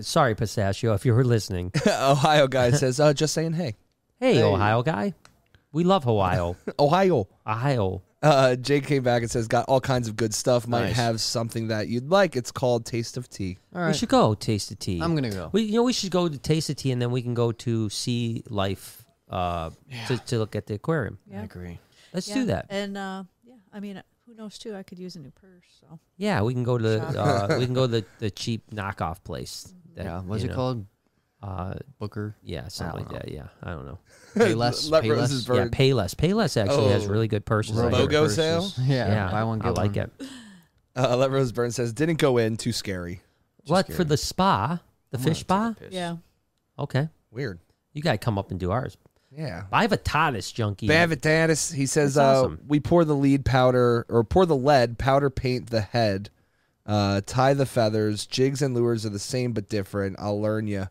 Speaker 4: Sorry, Pistachio, if you were listening.
Speaker 3: Ohio guy says, uh, "Just saying, hey,
Speaker 4: Hey, Ohio guy, we love Ohio.
Speaker 3: Ohio."
Speaker 4: Ohio.
Speaker 3: Uh, Jake came back and says, "Got all kinds of good stuff. Might
Speaker 1: Nice.
Speaker 3: have something that you'd like. It's called Taste of Tea."
Speaker 1: All
Speaker 4: We
Speaker 1: right.
Speaker 4: should go taste the tea.
Speaker 1: I'm gonna go.
Speaker 4: We, you know, we should go to taste the tea, and then we can go to Sea Life uh, to, to look at the aquarium.
Speaker 1: I
Speaker 2: Yeah.
Speaker 1: agree.
Speaker 4: Let's
Speaker 2: Yeah.
Speaker 4: do that.
Speaker 2: And uh, yeah, I mean, who knows too? I could use a new purse. So
Speaker 4: Yeah, we can go to uh, we can go to the, the cheap knockoff place. that,
Speaker 1: yeah. What's
Speaker 4: you
Speaker 1: it
Speaker 4: know,
Speaker 1: called?
Speaker 4: Uh,
Speaker 1: Booker.
Speaker 4: yeah, something like
Speaker 1: don't know.
Speaker 4: that. Yeah, I don't know.
Speaker 1: Pay less.
Speaker 3: Let
Speaker 1: pay
Speaker 3: Rose's
Speaker 1: less.
Speaker 3: burn.
Speaker 4: Yeah, Payless. Payless actually has
Speaker 3: Oh.
Speaker 4: really good purses. I
Speaker 3: Robo
Speaker 4: heard.
Speaker 3: Bogo sale?
Speaker 1: Yeah,
Speaker 4: Yeah,
Speaker 1: buy one get
Speaker 4: I like
Speaker 1: one.
Speaker 4: it.
Speaker 3: Uh, Let Rose Byrne says, "Didn't go in. Too scary.
Speaker 4: What for the spa? The
Speaker 1: I'm gonna
Speaker 4: fish
Speaker 1: take a
Speaker 4: spa?
Speaker 1: piss.
Speaker 2: yeah,
Speaker 4: Okay,
Speaker 3: Weird.
Speaker 4: you gotta come up and do ours.
Speaker 3: Yeah."
Speaker 4: Bivitatis junkie.
Speaker 3: Bavitatis, he says,
Speaker 4: That's
Speaker 3: uh,
Speaker 4: awesome.
Speaker 3: we pour the lead powder or pour the lead, powder paint the head, uh, tie the feathers. Jigs and lures are the same but different. I'll learn you.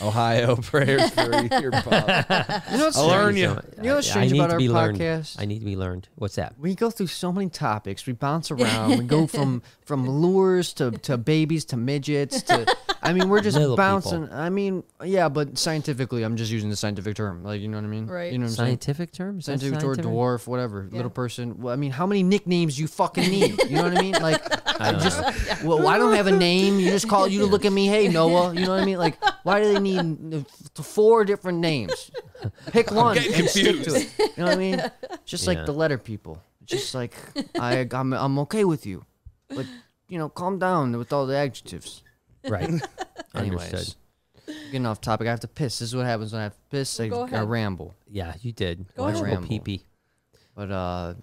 Speaker 3: Ohio prayers for your pop.
Speaker 1: You know
Speaker 4: Oh,
Speaker 1: what's
Speaker 3: I'll learn
Speaker 1: strange?
Speaker 3: you.
Speaker 1: You know what's strange
Speaker 4: I need
Speaker 1: about
Speaker 4: to
Speaker 1: our
Speaker 4: be learned.
Speaker 1: podcast?
Speaker 4: I need to be learned. What's that?
Speaker 1: We go through so many topics. We bounce around. we go from from lures to, to babies to midgets to. I mean, we're just
Speaker 4: Little people.
Speaker 1: bouncing. I mean, yeah, but scientifically, I'm just using the scientific term. Like, you know what I mean?
Speaker 2: Right.
Speaker 1: You know what I'm saying?
Speaker 4: Scientific term? Is that
Speaker 1: Scientific, or dwarf, whatever,
Speaker 2: Yeah.
Speaker 1: little person. Well, I mean, how many nicknames you fucking need? You know what I mean? Like, I
Speaker 4: don't
Speaker 1: just, well, I don't have a name. You just call you to look at me. Hey, Noah. You know what I mean? Like, why do they need n- f- four different names? Pick one and stick to it. You know what I mean? Just
Speaker 4: Yeah.
Speaker 1: like the letter people. Just like I, I'm, I'm okay with you, but you know, calm down with all the adjectives.
Speaker 4: Right.
Speaker 1: Anyways,
Speaker 4: Understood.
Speaker 1: getting off topic. I have to piss. This is what happens when I have to piss. I,
Speaker 2: Go
Speaker 1: I
Speaker 2: ahead.
Speaker 1: ramble.
Speaker 4: Yeah, you did.
Speaker 2: Go
Speaker 4: Watch
Speaker 1: ahead.
Speaker 4: little peepee.
Speaker 1: But uh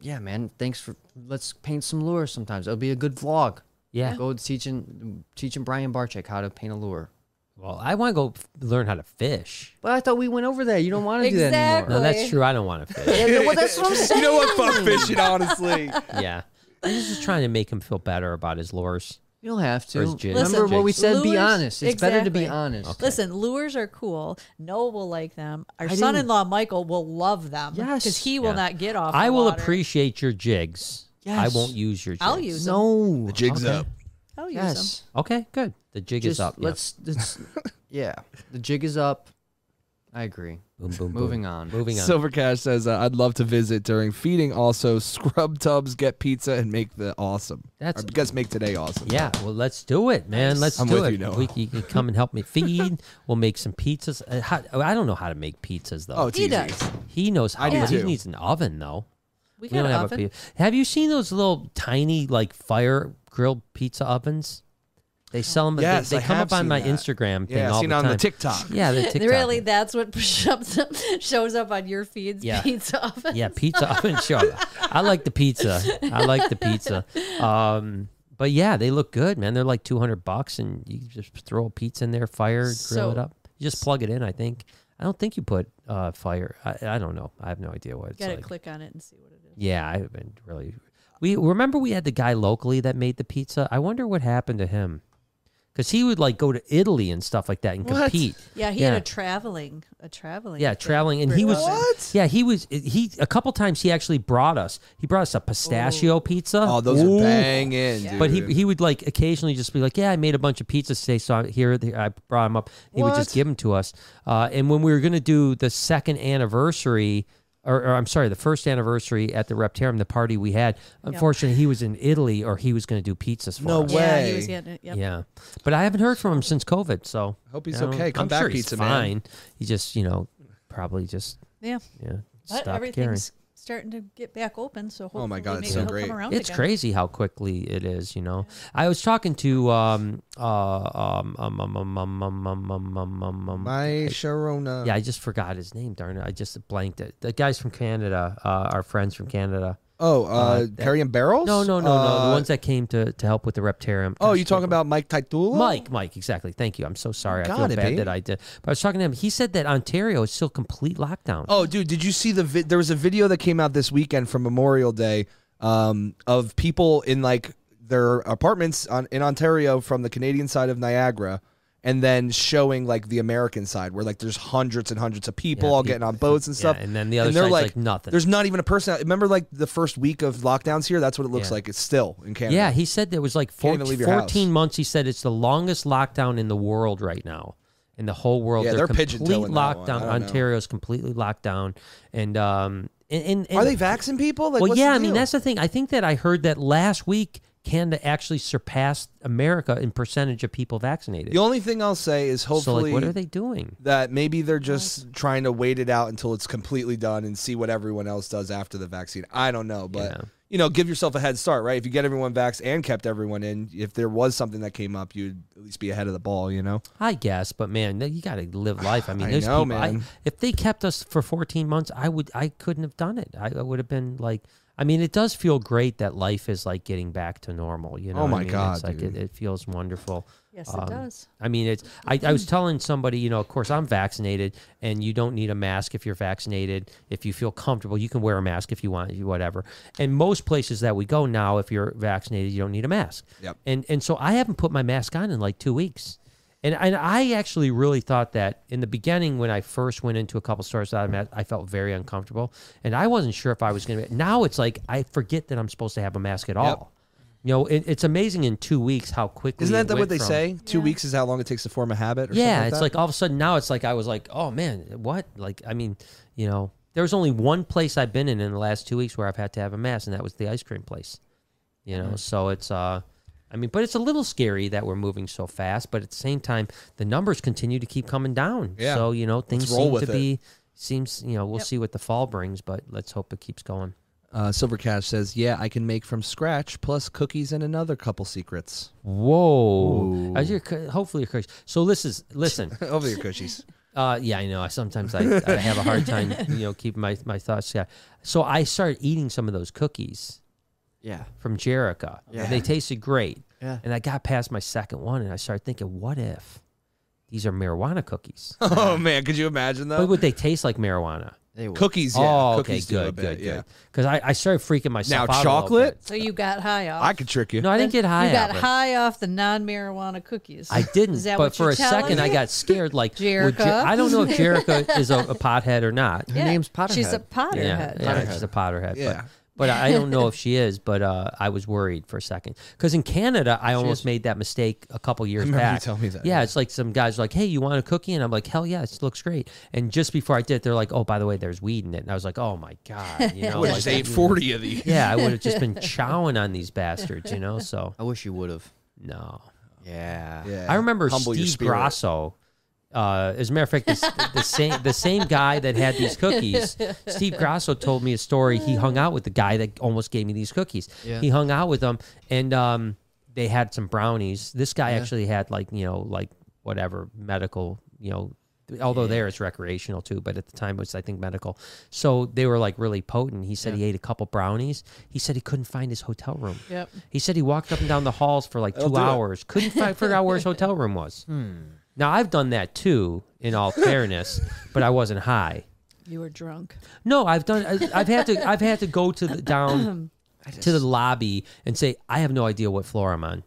Speaker 1: yeah, man, thanks for let's paint some lures sometimes. It'll be a good vlog.
Speaker 4: Yeah.
Speaker 1: Go teaching teaching Brian Barchek how to paint a lure.
Speaker 4: Well, I want to go f- learn how to fish.
Speaker 1: But I thought we went over that. You don't want to do that
Speaker 4: No,
Speaker 1: anymore.
Speaker 2: Exactly.
Speaker 4: that's
Speaker 2: Really?
Speaker 4: true. I don't want to fish.
Speaker 1: Yeah, well, that's what I'm saying.
Speaker 3: you know what? Fuck fishing, honestly.
Speaker 4: yeah. I'm just trying to make him feel better about his lures.
Speaker 1: You don't have to.
Speaker 4: Where's Jake?
Speaker 1: Remember
Speaker 4: Listen,
Speaker 1: what we said, be
Speaker 2: Lures-
Speaker 1: honest. It's better to be
Speaker 2: exactly.
Speaker 1: honest.
Speaker 2: listen, lures are cool. Noah will like them. Our
Speaker 1: I do.
Speaker 2: son-in-law Michael will love them.
Speaker 1: Yes.
Speaker 2: because he will
Speaker 4: Yeah.
Speaker 2: not get off.
Speaker 4: I
Speaker 2: the
Speaker 4: will
Speaker 2: water.
Speaker 4: appreciate your jigs. I
Speaker 1: Yes.
Speaker 4: won't use your jigs.
Speaker 2: I'll use them.
Speaker 1: No.
Speaker 3: The jig's
Speaker 4: Okay.
Speaker 3: up.
Speaker 2: I'll use them.
Speaker 1: yes.
Speaker 4: Okay, good. The jig
Speaker 1: Just
Speaker 4: is up. Yeah.
Speaker 1: let's let's yeah. The jig is up. I agree.
Speaker 4: Boom, boom, boom.
Speaker 1: Moving on.
Speaker 4: Moving on.
Speaker 3: Silver Cash says, uh, I'd love to visit during feeding. Also, scrub tubs, get pizza, and make the awesome.
Speaker 4: That's-
Speaker 3: or guys make today awesome.
Speaker 4: Yeah, well, let's do it, man. Let's
Speaker 3: I'm
Speaker 4: do
Speaker 3: with
Speaker 4: it.
Speaker 3: you, Noah.
Speaker 4: We, you can come and help me feed. We'll make some pizzas. Uh, how, oh, I don't know how to make pizzas though.
Speaker 3: Oh, it's
Speaker 2: He
Speaker 3: easy.
Speaker 2: does.
Speaker 4: he knows how.
Speaker 3: I do,
Speaker 4: to. He
Speaker 3: too.
Speaker 4: needs an oven though.
Speaker 2: We
Speaker 4: We
Speaker 2: got
Speaker 4: don't
Speaker 2: an
Speaker 4: have
Speaker 2: oven.
Speaker 4: a pizza. Have you seen those little tiny like fire grilled pizza ovens? They sell them.
Speaker 3: Yes,
Speaker 4: they,
Speaker 3: I
Speaker 4: they come
Speaker 3: have
Speaker 4: up on
Speaker 3: seen
Speaker 4: my
Speaker 3: that.
Speaker 4: Instagram thing
Speaker 3: Yeah,
Speaker 4: all
Speaker 3: seen
Speaker 4: the
Speaker 3: on
Speaker 4: time.
Speaker 3: the TikTok.
Speaker 4: Yeah, the TikTok.
Speaker 2: Really, that's what shows up, shows up on your feeds.
Speaker 4: Yeah.
Speaker 2: Pizza oven.
Speaker 4: Yeah, pizza oven show. I like the pizza. I like the pizza. Um, but yeah, they look good, man. They're like two hundred bucks, and you just throw a pizza in there, fire, grill
Speaker 2: So-
Speaker 4: it up. You just plug it in. I think. I don't think you put uh, fire. I, I don't know. I have no idea what it's
Speaker 2: Got to
Speaker 4: like.
Speaker 2: click on it and see what it is.
Speaker 4: Yeah, I haven't really. We remember we had the guy locally that made the pizza. I wonder what happened to him, because he would like go to Italy and stuff like that and
Speaker 3: What?
Speaker 4: compete.
Speaker 2: Yeah, he
Speaker 4: Yeah.
Speaker 2: had a traveling, a traveling.
Speaker 4: Yeah,
Speaker 2: thing.
Speaker 4: traveling, and he
Speaker 2: Bring
Speaker 4: was
Speaker 2: oven.
Speaker 3: What?
Speaker 4: Yeah, he was he a couple times he actually brought us. He brought us a pistachio pizza.
Speaker 3: Oh, those
Speaker 4: Ooh.
Speaker 3: are banging, dude.
Speaker 4: But he he would like occasionally just be like, "Yeah, I made a bunch of pizzas today, so I, here they- I brought them up." He would just
Speaker 1: What?
Speaker 4: give them to us. Uh, and when we were gonna do the second anniversary. Or, or I'm sorry, the first anniversary at the Reptarium, the party we had. Unfortunately, he was in Italy, or he was going to do pizzas for
Speaker 3: No
Speaker 4: us.
Speaker 3: way.
Speaker 2: Yeah, he was getting it. Yep.
Speaker 4: Yeah, but I haven't heard from him since COVID. So
Speaker 3: Hope he's
Speaker 4: I don't-
Speaker 3: okay. Come
Speaker 4: I'm
Speaker 3: back,
Speaker 4: sure
Speaker 3: pizza
Speaker 4: he's
Speaker 3: man.
Speaker 4: fine. He just, you know, probably just
Speaker 2: Yeah.
Speaker 4: yeah.
Speaker 2: But
Speaker 4: stopped caring.
Speaker 2: everything's starting to get back open, so hopefully
Speaker 3: Oh my God,
Speaker 2: maybe
Speaker 3: it's so
Speaker 2: it'll
Speaker 3: great.
Speaker 2: come around
Speaker 4: It's
Speaker 2: again.
Speaker 4: crazy how quickly it is, you know. I was talking to um uh um um um um um um um um um um um
Speaker 3: My Sharona.
Speaker 4: yeah, I just forgot his name. Darn it, I just blanked it. The guys from Canada, uh, our uh, friends from Canada.
Speaker 3: Oh, uh,
Speaker 4: that-
Speaker 3: Perry and Barrels?
Speaker 4: No, no, no, no.
Speaker 3: Uh,
Speaker 4: The ones that came to, to help with the Reptarium.
Speaker 3: Oh, you
Speaker 4: Conserva-
Speaker 3: talking about Mike Taitula?
Speaker 4: Mike? Mike, exactly. Thank you. I'm so sorry. I
Speaker 3: got
Speaker 4: feel
Speaker 3: it,
Speaker 4: bad
Speaker 3: babe.
Speaker 4: that I did. But I was talking to him. He said that Ontario is still complete lockdown.
Speaker 3: Oh, dude, did you see the? Vi- there was a video that came out this weekend from Memorial Day um, of people in like their apartments on, in Ontario from the Canadian side of Niagara, and then showing like the American side where like there's hundreds and hundreds of people
Speaker 4: Yeah,
Speaker 3: all
Speaker 4: people-
Speaker 3: getting on boats and
Speaker 4: yeah,
Speaker 3: stuff.
Speaker 4: and then the other
Speaker 3: they're
Speaker 4: side's, like, nothing.
Speaker 3: There's not even a person. out- Remember like the first week of lockdowns here? That's what it looks
Speaker 4: Yeah.
Speaker 3: like. It's still in Canada.
Speaker 4: yeah. He said there was like
Speaker 3: Can't
Speaker 4: 14,
Speaker 3: even leave your house.
Speaker 4: 14 months. He said it's the longest lockdown in the world right now. In the whole world,
Speaker 3: Yeah, they're
Speaker 4: complete
Speaker 3: pigeon-toeing that one.
Speaker 4: lockdown.
Speaker 3: I don't know.
Speaker 4: Ontario's completely locked down, and um, and, and,
Speaker 3: Are
Speaker 4: and-
Speaker 3: they vaccine people? Like,
Speaker 4: well,
Speaker 3: what's
Speaker 4: yeah,
Speaker 3: the
Speaker 4: I mean
Speaker 3: deal?
Speaker 4: that's the thing. I think that I heard that last week Canada actually surpassed America in percentage of people vaccinated.
Speaker 3: the only thing I'll say is
Speaker 4: so
Speaker 3: hopefully
Speaker 4: like, what are they doing?
Speaker 3: that maybe they're just trying to wait it out until it's completely done and see what everyone else does after the vaccine. I don't know, but
Speaker 4: Yeah.
Speaker 3: you know, give yourself a head start, right? If you get everyone vaxxed and kept everyone in, if there was something that came up, you'd at least be ahead of the ball, you know?
Speaker 4: I guess, but man, you got to live life. I mean,
Speaker 3: I
Speaker 4: there's
Speaker 3: know,
Speaker 4: people. I-
Speaker 3: man.
Speaker 4: if they kept us for 14 months, I would, I couldn't have done it. I, I would have been like, I mean, it does feel great that life is like getting back to normal. You know,
Speaker 3: Oh
Speaker 4: what I
Speaker 3: my
Speaker 4: mean? It's
Speaker 3: God,
Speaker 4: like
Speaker 3: dude.
Speaker 4: It, it feels wonderful.
Speaker 2: Yes,
Speaker 4: Um,
Speaker 2: it does.
Speaker 4: I mean, it's. I, I was telling somebody, you know, of course I'm vaccinated, and you don't need a mask if you're vaccinated. If you feel comfortable, you can wear a mask if you want, you- whatever. And most places that we go now, if you're vaccinated, you don't need a mask.
Speaker 3: Yep.
Speaker 4: And and so I haven't put my mask on in like two weeks, and and I actually really thought that in the beginning when I first went into a couple stores that I met, I felt very uncomfortable, and I wasn't sure if I was gonna. Now it's like I forget that I'm supposed to have a mask at all. You know, it, it's amazing in two weeks how quickly.
Speaker 3: Isn't
Speaker 4: it
Speaker 3: that the-
Speaker 4: went
Speaker 3: what they
Speaker 4: from-
Speaker 3: say? Two
Speaker 2: Yeah.
Speaker 3: weeks is how long it takes to form a habit or
Speaker 4: yeah,
Speaker 3: something
Speaker 4: it's like all of a sudden now it's like I was like, oh man, what? Like I mean, you know, there was only one place I've been in in the last two weeks where I've had to have a mask, and that was the ice cream place. You
Speaker 3: Mm-hmm.
Speaker 4: know, so it's uh, I mean, but it's a little scary that we're moving so fast, but at the same time, the numbers continue to keep coming down.
Speaker 3: Yeah.
Speaker 4: So you know, things
Speaker 3: roll
Speaker 4: seem
Speaker 3: with
Speaker 4: to
Speaker 3: it.
Speaker 4: be seems you know we'll
Speaker 2: Yep.
Speaker 4: see what the fall brings, but let's hope it keeps going.
Speaker 3: uh, Silver Cash says, Yeah, I can make from scratch plus cookies and another couple secrets.
Speaker 4: Whoa! As you're, cu- hopefully you're curious. So listen, listen.
Speaker 3: Over your cookies.
Speaker 4: Uh, yeah, I know. I Sometimes I, I have a hard time, you know, keeping my, my thoughts. Yeah. So I started eating some of those cookies
Speaker 1: Yeah.
Speaker 4: from Jerica.
Speaker 1: Yeah.
Speaker 4: They tasted great.
Speaker 1: Yeah.
Speaker 4: And I got past my second one and I started thinking, what if these are marijuana cookies?
Speaker 3: oh, man. Could you imagine, though?
Speaker 4: But would they taste like marijuana?
Speaker 1: They will.
Speaker 3: cookies, yeah.
Speaker 4: oh, okay,
Speaker 3: cookies do a
Speaker 4: good,
Speaker 3: bit,
Speaker 4: good,
Speaker 3: yeah.
Speaker 4: good. Because I, I started freaking
Speaker 3: Now,
Speaker 4: myself out. a little
Speaker 3: chocolate?
Speaker 4: bit.
Speaker 2: So you got high off.
Speaker 3: I could trick you.
Speaker 4: No, I didn't get high.
Speaker 2: You got
Speaker 4: off it.
Speaker 2: high off the non-marijuana cookies.
Speaker 4: I didn't.
Speaker 2: Is that
Speaker 4: but
Speaker 2: what
Speaker 4: for
Speaker 2: you're
Speaker 4: a
Speaker 2: telling
Speaker 4: second, I
Speaker 2: me?
Speaker 4: got scared. Like, would Jer-
Speaker 2: Jerrica?
Speaker 4: I don't know if Jerica is a, a pothead or not.
Speaker 1: Her name's Potterhead.
Speaker 2: She's a
Speaker 4: Yeah,
Speaker 2: Potterhead.
Speaker 4: yeah, she's a Potterhead.
Speaker 3: Yeah.
Speaker 4: But, but I don't know if she is, but uh, I was worried for a second. Because in Canada, I almost made that mistake a couple years
Speaker 3: remember you
Speaker 4: back.
Speaker 3: telling me that,
Speaker 4: Yeah,
Speaker 3: yeah.
Speaker 4: it's like some guys are like, hey, you want a cookie? And I'm like, hell yeah, it looks great. And just before I did, they're like, oh, by the way, there's weed in it. And I was like, oh my God. You know,
Speaker 3: I
Speaker 4: like,
Speaker 3: just ate 40 of these.
Speaker 4: yeah, I would have just been chowing on these bastards, you know? So,
Speaker 1: I wish you would have.
Speaker 4: no.
Speaker 1: Yeah.
Speaker 3: Yeah.
Speaker 4: I remember
Speaker 3: Humble your
Speaker 4: Steve
Speaker 3: spirit.
Speaker 4: Grasso. Uh, as a matter of fact, the, the same the same guy that had these cookies, Steve Grasso told me a story. He hung out with the guy that almost gave me these cookies.
Speaker 1: Yeah.
Speaker 4: He hung out with them, and um, they had some brownies. This guy actually had like you know like whatever medical you know. Although there it's recreational too, but at the time it was I think medical. So they were like really potent. He said he ate a couple brownies. He said he couldn't find his hotel room.
Speaker 2: Yep.
Speaker 4: He said he walked up and down the halls for like
Speaker 3: That'll
Speaker 4: two
Speaker 3: do it.
Speaker 4: hours. Couldn't fi- figure out where his hotel room was. Now I've done that too, in all fairness, but I wasn't high.
Speaker 2: You were drunk.
Speaker 4: No, I've done. I, I've had to. I've had to go to the down to the lobby and say I have no idea what floor I'm on.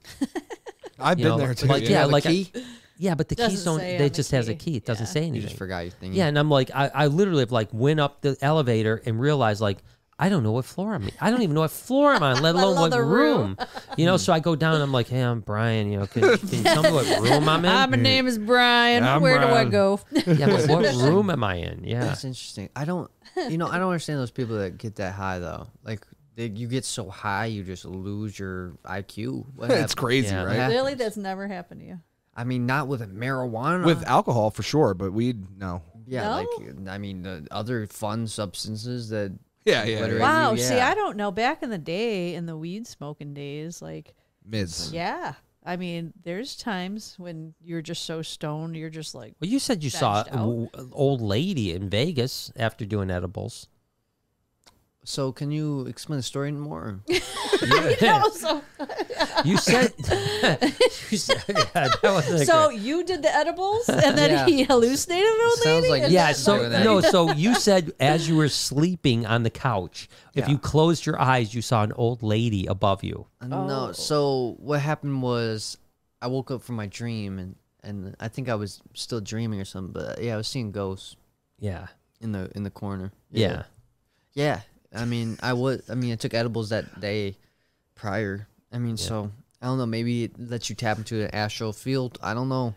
Speaker 3: I've
Speaker 4: You
Speaker 3: been
Speaker 4: know,
Speaker 3: there too.
Speaker 4: like,
Speaker 3: yeah.
Speaker 4: yeah,
Speaker 1: have a
Speaker 4: like I-
Speaker 1: key?
Speaker 4: yeah, but the keys
Speaker 2: Doesn't
Speaker 4: don't.
Speaker 2: say
Speaker 4: They
Speaker 2: on the
Speaker 4: just has a
Speaker 2: key.
Speaker 4: key. It doesn't
Speaker 2: Yeah.
Speaker 4: say anything.
Speaker 1: You just forgot your thing.
Speaker 4: Yeah, and I'm like, I, I literally have like went up the elevator and realized like I don't know what floor I'm. I don't even know what floor I'm on, let alone
Speaker 2: alone
Speaker 4: what
Speaker 2: the
Speaker 4: room.
Speaker 2: room.
Speaker 4: You know, so I go down. I'm like, hey, I'm Brian. You know, can, can you tell me what room I'm in?
Speaker 2: Hi, my name is Brian.
Speaker 3: I'm
Speaker 2: Where do I
Speaker 3: Brian.
Speaker 2: go?
Speaker 4: yeah, but what room am I in? Yeah,
Speaker 1: That's interesting. I don't, you know, I don't understand those people that get that high though. Like, they, you get so high, you just lose your IQ. What
Speaker 3: It's
Speaker 1: happened?
Speaker 3: crazy,
Speaker 4: Yeah.
Speaker 3: right?
Speaker 1: Yeah.
Speaker 2: Really, that's never happened to you.
Speaker 1: I mean, not with marijuana.
Speaker 3: With alcohol for sure, but weed, no.
Speaker 1: yeah,
Speaker 2: No?
Speaker 1: like I mean, the other fun substances that
Speaker 3: Yeah, yeah.
Speaker 1: Literally.
Speaker 3: yeah.
Speaker 2: Wow. See,
Speaker 1: yeah.
Speaker 2: I don't know. Back in the day, in the weed smoking days, like,
Speaker 3: Mids.
Speaker 2: yeah. I mean, there's times when you're just so stoned, you're just like,
Speaker 4: Well, you said you saw
Speaker 2: Vegged
Speaker 4: an old lady in Vegas after doing edibles.
Speaker 1: So can you explain the story more?
Speaker 2: That was oh, so
Speaker 4: You said, you said yeah, that was
Speaker 2: So you did the edibles, and then
Speaker 1: Yeah.
Speaker 2: he hallucinated an old
Speaker 1: Sounds
Speaker 2: lady.
Speaker 1: like-
Speaker 2: and
Speaker 1: Yeah,
Speaker 2: then-
Speaker 1: so-
Speaker 4: So
Speaker 1: with that.
Speaker 4: no, so you said as you were sleeping on the couch, if
Speaker 1: Yeah.
Speaker 4: you closed your eyes, you saw an old lady above you.
Speaker 1: Uh, No. So what happened was I woke up from my dream and and I think I was still dreaming or something, but yeah, I was seeing ghosts
Speaker 4: Yeah.
Speaker 1: in the in the corner.
Speaker 4: Yeah.
Speaker 1: Yeah. I mean, I was I mean, I took edibles that day prior. I mean, so I don't know, maybe it lets you tap into an astral field. I don't know.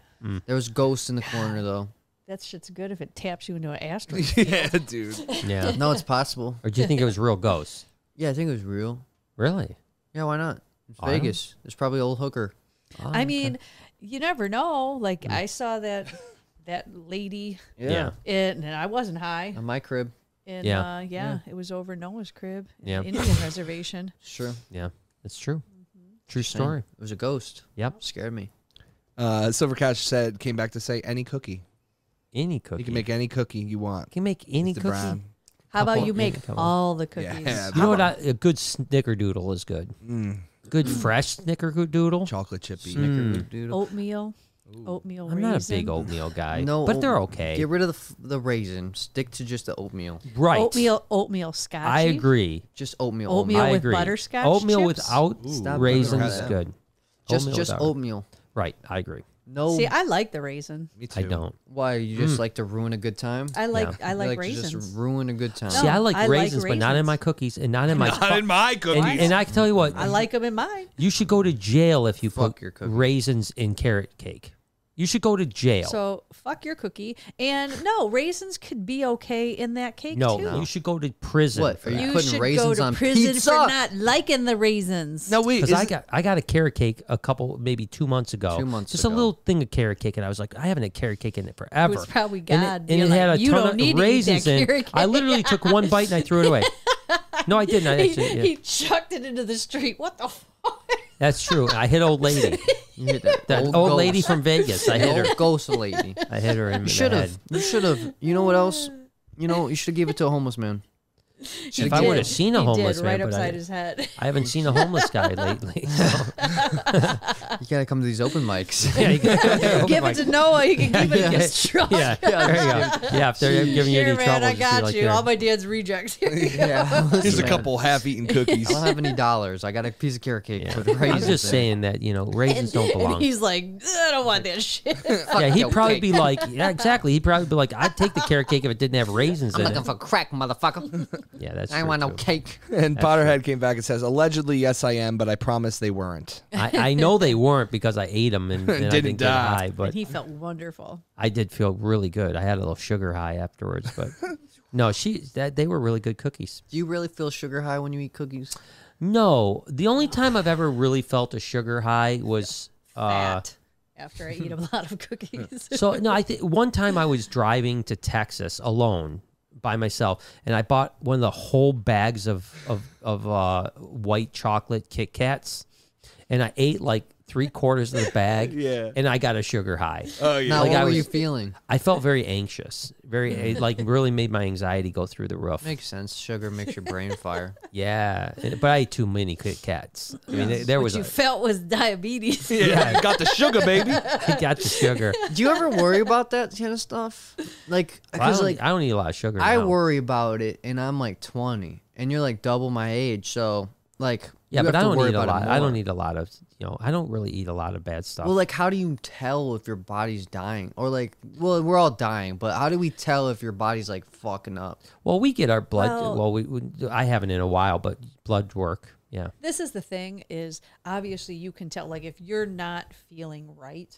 Speaker 1: There was ghosts in the corner though.
Speaker 2: that shit's good if it taps you into an astral.
Speaker 3: yeah, dude.
Speaker 4: Yeah.
Speaker 1: No, it's possible.
Speaker 4: Or do you think it was real ghosts?
Speaker 1: Yeah, I think it was real.
Speaker 4: Really?
Speaker 1: Yeah, why not? It's
Speaker 4: I don't-
Speaker 1: Vegas. There's probably old hooker.
Speaker 4: Oh,
Speaker 2: I
Speaker 4: okay.
Speaker 2: mean, you never know. Like I saw that that lady,
Speaker 4: Yeah. Yeah.
Speaker 2: in, and I wasn't high.
Speaker 1: On my crib.
Speaker 2: And
Speaker 4: Yeah.
Speaker 2: Uh, yeah, it was over Noah's crib, in
Speaker 4: Yeah.
Speaker 2: the Indian reservation.
Speaker 1: Sure.
Speaker 4: It's true. True
Speaker 1: Same.
Speaker 4: story.
Speaker 1: It was a ghost.
Speaker 4: Yep.
Speaker 1: Scared me.
Speaker 3: Uh, Silver Couch said came back to say any cookie.
Speaker 4: Any cookie.
Speaker 3: You can make any cookie you want.
Speaker 4: You can make any
Speaker 3: Mr.
Speaker 4: cookie.
Speaker 3: Brown.
Speaker 2: How about
Speaker 4: Couple-
Speaker 2: you make
Speaker 4: couple.
Speaker 2: all the
Speaker 3: Yeah.
Speaker 2: cookies?
Speaker 4: You know what? I, a good snickerdoodle is good.
Speaker 3: Mm,
Speaker 4: Good fresh snickerdoodle.
Speaker 3: chocolate
Speaker 4: Hmm.
Speaker 3: chippy.
Speaker 1: Snickerdoodle.
Speaker 2: Oatmeal, oatmeal.
Speaker 4: I'm not a
Speaker 2: raisin.
Speaker 4: big oatmeal guy.
Speaker 1: No,
Speaker 4: but they're
Speaker 1: oat-
Speaker 4: okay.
Speaker 1: Get rid of the, f- the raisin. Stick to just the oatmeal.
Speaker 4: right.
Speaker 2: Oatmeal, oatmeal scotch.
Speaker 4: I agree.
Speaker 1: Just oatmeal.
Speaker 2: Oatmeal
Speaker 4: I
Speaker 1: only.
Speaker 2: with
Speaker 4: agree.
Speaker 2: butterscotch
Speaker 4: Oatmeal
Speaker 2: chips?
Speaker 4: without
Speaker 1: Stop
Speaker 4: raisins
Speaker 1: putting
Speaker 4: is
Speaker 1: that.
Speaker 4: good.
Speaker 1: Just
Speaker 4: Oatmeal
Speaker 1: just
Speaker 4: without-
Speaker 1: oatmeal.
Speaker 4: Right. I agree.
Speaker 1: No.
Speaker 2: See, I like the raisin.
Speaker 3: Me too.
Speaker 4: I don't.
Speaker 1: why you
Speaker 4: Hmm.
Speaker 1: just like to ruin a good time?
Speaker 2: I like I
Speaker 1: You
Speaker 2: like,
Speaker 1: to
Speaker 2: raisins.
Speaker 1: Just ruin a good time.
Speaker 4: See, I
Speaker 2: No,
Speaker 4: like,
Speaker 2: I like
Speaker 4: raisins, but not in
Speaker 2: raisins.
Speaker 4: my cookies and not in my.
Speaker 3: Not in my cookies.
Speaker 4: and, and I can tell you what,
Speaker 2: I like them in mine.
Speaker 4: you should go to jail if you
Speaker 1: Fuck
Speaker 4: put
Speaker 1: your cookies.
Speaker 4: raisins in carrot cake. You should go to jail.
Speaker 2: So fuck your cookie. And no, raisins could be okay in that cake
Speaker 4: no,
Speaker 2: too.
Speaker 4: you should go to prison.
Speaker 1: What,
Speaker 4: for
Speaker 1: are
Speaker 4: that.
Speaker 1: you
Speaker 2: You
Speaker 1: putting
Speaker 2: should go
Speaker 1: raisins
Speaker 2: to
Speaker 1: on
Speaker 2: prison
Speaker 1: pizza?
Speaker 2: for not liking the raisins.
Speaker 3: no, wait.
Speaker 4: Because I
Speaker 3: isn't-
Speaker 4: got I got a carrot cake a couple maybe two months ago.
Speaker 1: Two months
Speaker 4: just a
Speaker 1: ago.
Speaker 4: little thing of carrot cake, and I was like, I haven't had carrot cake in it forever.
Speaker 2: It was probably
Speaker 4: And it-
Speaker 2: God
Speaker 4: And it,
Speaker 2: being like,
Speaker 4: had a
Speaker 2: "You don't
Speaker 4: ton
Speaker 2: need to eat
Speaker 4: of raisins
Speaker 2: that
Speaker 4: in.
Speaker 2: carrot
Speaker 4: it. I
Speaker 2: cake.
Speaker 4: literally took one bite and I threw it away. No, I didn't. I
Speaker 2: he,
Speaker 4: actually, yeah.
Speaker 2: he chucked it into the street. What the fuck?
Speaker 4: that's true. I hit old lady,
Speaker 1: You hit that,
Speaker 4: that old,
Speaker 1: ghost.
Speaker 4: lady from Vegas. I
Speaker 1: The
Speaker 4: hit her.
Speaker 1: old ghost lady.
Speaker 4: I hit her in
Speaker 1: You
Speaker 4: the
Speaker 1: should
Speaker 4: head.
Speaker 1: have. You should have. You know what else? You know you should have gave it to a homeless man.
Speaker 4: If I
Speaker 2: He
Speaker 4: would
Speaker 2: did.
Speaker 4: have seen a
Speaker 2: He
Speaker 4: homeless
Speaker 2: did,
Speaker 4: man,
Speaker 2: right
Speaker 4: but
Speaker 2: upside
Speaker 4: I,
Speaker 2: his head.
Speaker 4: I haven't seen a homeless guy lately. so-
Speaker 1: You gotta come to these open mics.
Speaker 4: yeah, you can- oh
Speaker 2: Give
Speaker 4: my
Speaker 2: it to Noah. He can keep it in
Speaker 4: Yeah.
Speaker 2: his truck.
Speaker 4: Yeah, there you go. Yeah, if they're giving you
Speaker 2: Here,
Speaker 4: any
Speaker 2: man,
Speaker 4: trouble,
Speaker 2: I
Speaker 4: just be
Speaker 2: got
Speaker 4: like,
Speaker 2: you.
Speaker 4: "Here."
Speaker 2: All my dad's rejects. Here you go.
Speaker 1: yeah.
Speaker 3: Here's a
Speaker 4: Yeah.
Speaker 3: couple half-eaten cookies.
Speaker 1: I don't have any dollars. I got a piece of carrot cake with raisins.
Speaker 4: I'm just
Speaker 1: in it.
Speaker 4: saying that you know
Speaker 2: And,
Speaker 4: raisins don't belong.
Speaker 2: and he's like, I don't want that shit.
Speaker 4: yeah, he'd
Speaker 1: your
Speaker 4: probably
Speaker 1: cake.
Speaker 4: be like, yeah, exactly. He'd probably be like, I'd take the carrot cake if it didn't have raisins in
Speaker 1: I'm looking
Speaker 4: it.
Speaker 1: for crack, motherfucker.
Speaker 4: Yeah, that's.
Speaker 1: I
Speaker 4: true,
Speaker 1: ain't want no
Speaker 4: too.
Speaker 1: cake.
Speaker 3: and Potterhead came back and says, allegedly, yes, I am, but I promise they weren't.
Speaker 4: I, I know they weren't because I ate them and, and I
Speaker 3: Didn't
Speaker 4: didn't
Speaker 3: die.
Speaker 4: get high, but
Speaker 2: And he felt wonderful.
Speaker 4: I did feel really good. I had a little sugar high afterwards, but no, she that they were really good cookies.
Speaker 1: Do you really feel sugar high when you eat cookies?
Speaker 4: No, the only time I've ever really felt a sugar high was. Uh,
Speaker 2: Fat. after I eat a lot of cookies.
Speaker 4: so no, I think one time I was driving to Texas alone by myself, and I bought one of the whole bags of of of uh, white chocolate Kit Kats, and I ate like three quarters of the bag.
Speaker 3: Yeah.
Speaker 4: and I got a sugar high.
Speaker 3: Oh, yeah.
Speaker 1: Now,
Speaker 4: Like
Speaker 1: what
Speaker 4: I
Speaker 1: were you
Speaker 4: was-
Speaker 1: feeling?
Speaker 4: I felt very anxious, very it, like really made my anxiety go through the roof.
Speaker 1: Makes sense. Sugar makes your brain fire.
Speaker 4: Yeah, and- but I ate too many Kit Kats. I mean, there
Speaker 2: what
Speaker 4: was
Speaker 2: you
Speaker 4: a,
Speaker 2: felt was diabetes.
Speaker 3: yeah, got the sugar, baby.
Speaker 4: I got the sugar.
Speaker 1: Do you ever worry about that kind of stuff? Like,
Speaker 4: I
Speaker 1: because
Speaker 4: don't,
Speaker 1: like
Speaker 4: I don't eat a lot of sugar.
Speaker 1: I
Speaker 4: now.
Speaker 1: worry about it, and I'm like 20, and you're like double my age, so like
Speaker 4: Yeah,
Speaker 1: you have
Speaker 4: but I
Speaker 1: to
Speaker 4: don't
Speaker 1: worry
Speaker 4: eat a
Speaker 1: about it
Speaker 4: lot. I
Speaker 1: more.
Speaker 4: don't eat a lot of you know. I don't really eat a lot of bad stuff.
Speaker 1: Well, like, how do you tell if your body's dying, or like, well, we're all dying, but how do we tell if your body's like fucking up?
Speaker 4: Well, we get our blood. Well,
Speaker 2: Well-
Speaker 4: we, we I haven't in a while, but blood work. Yeah,
Speaker 2: This is the thing is obviously you can tell like if you're not feeling right,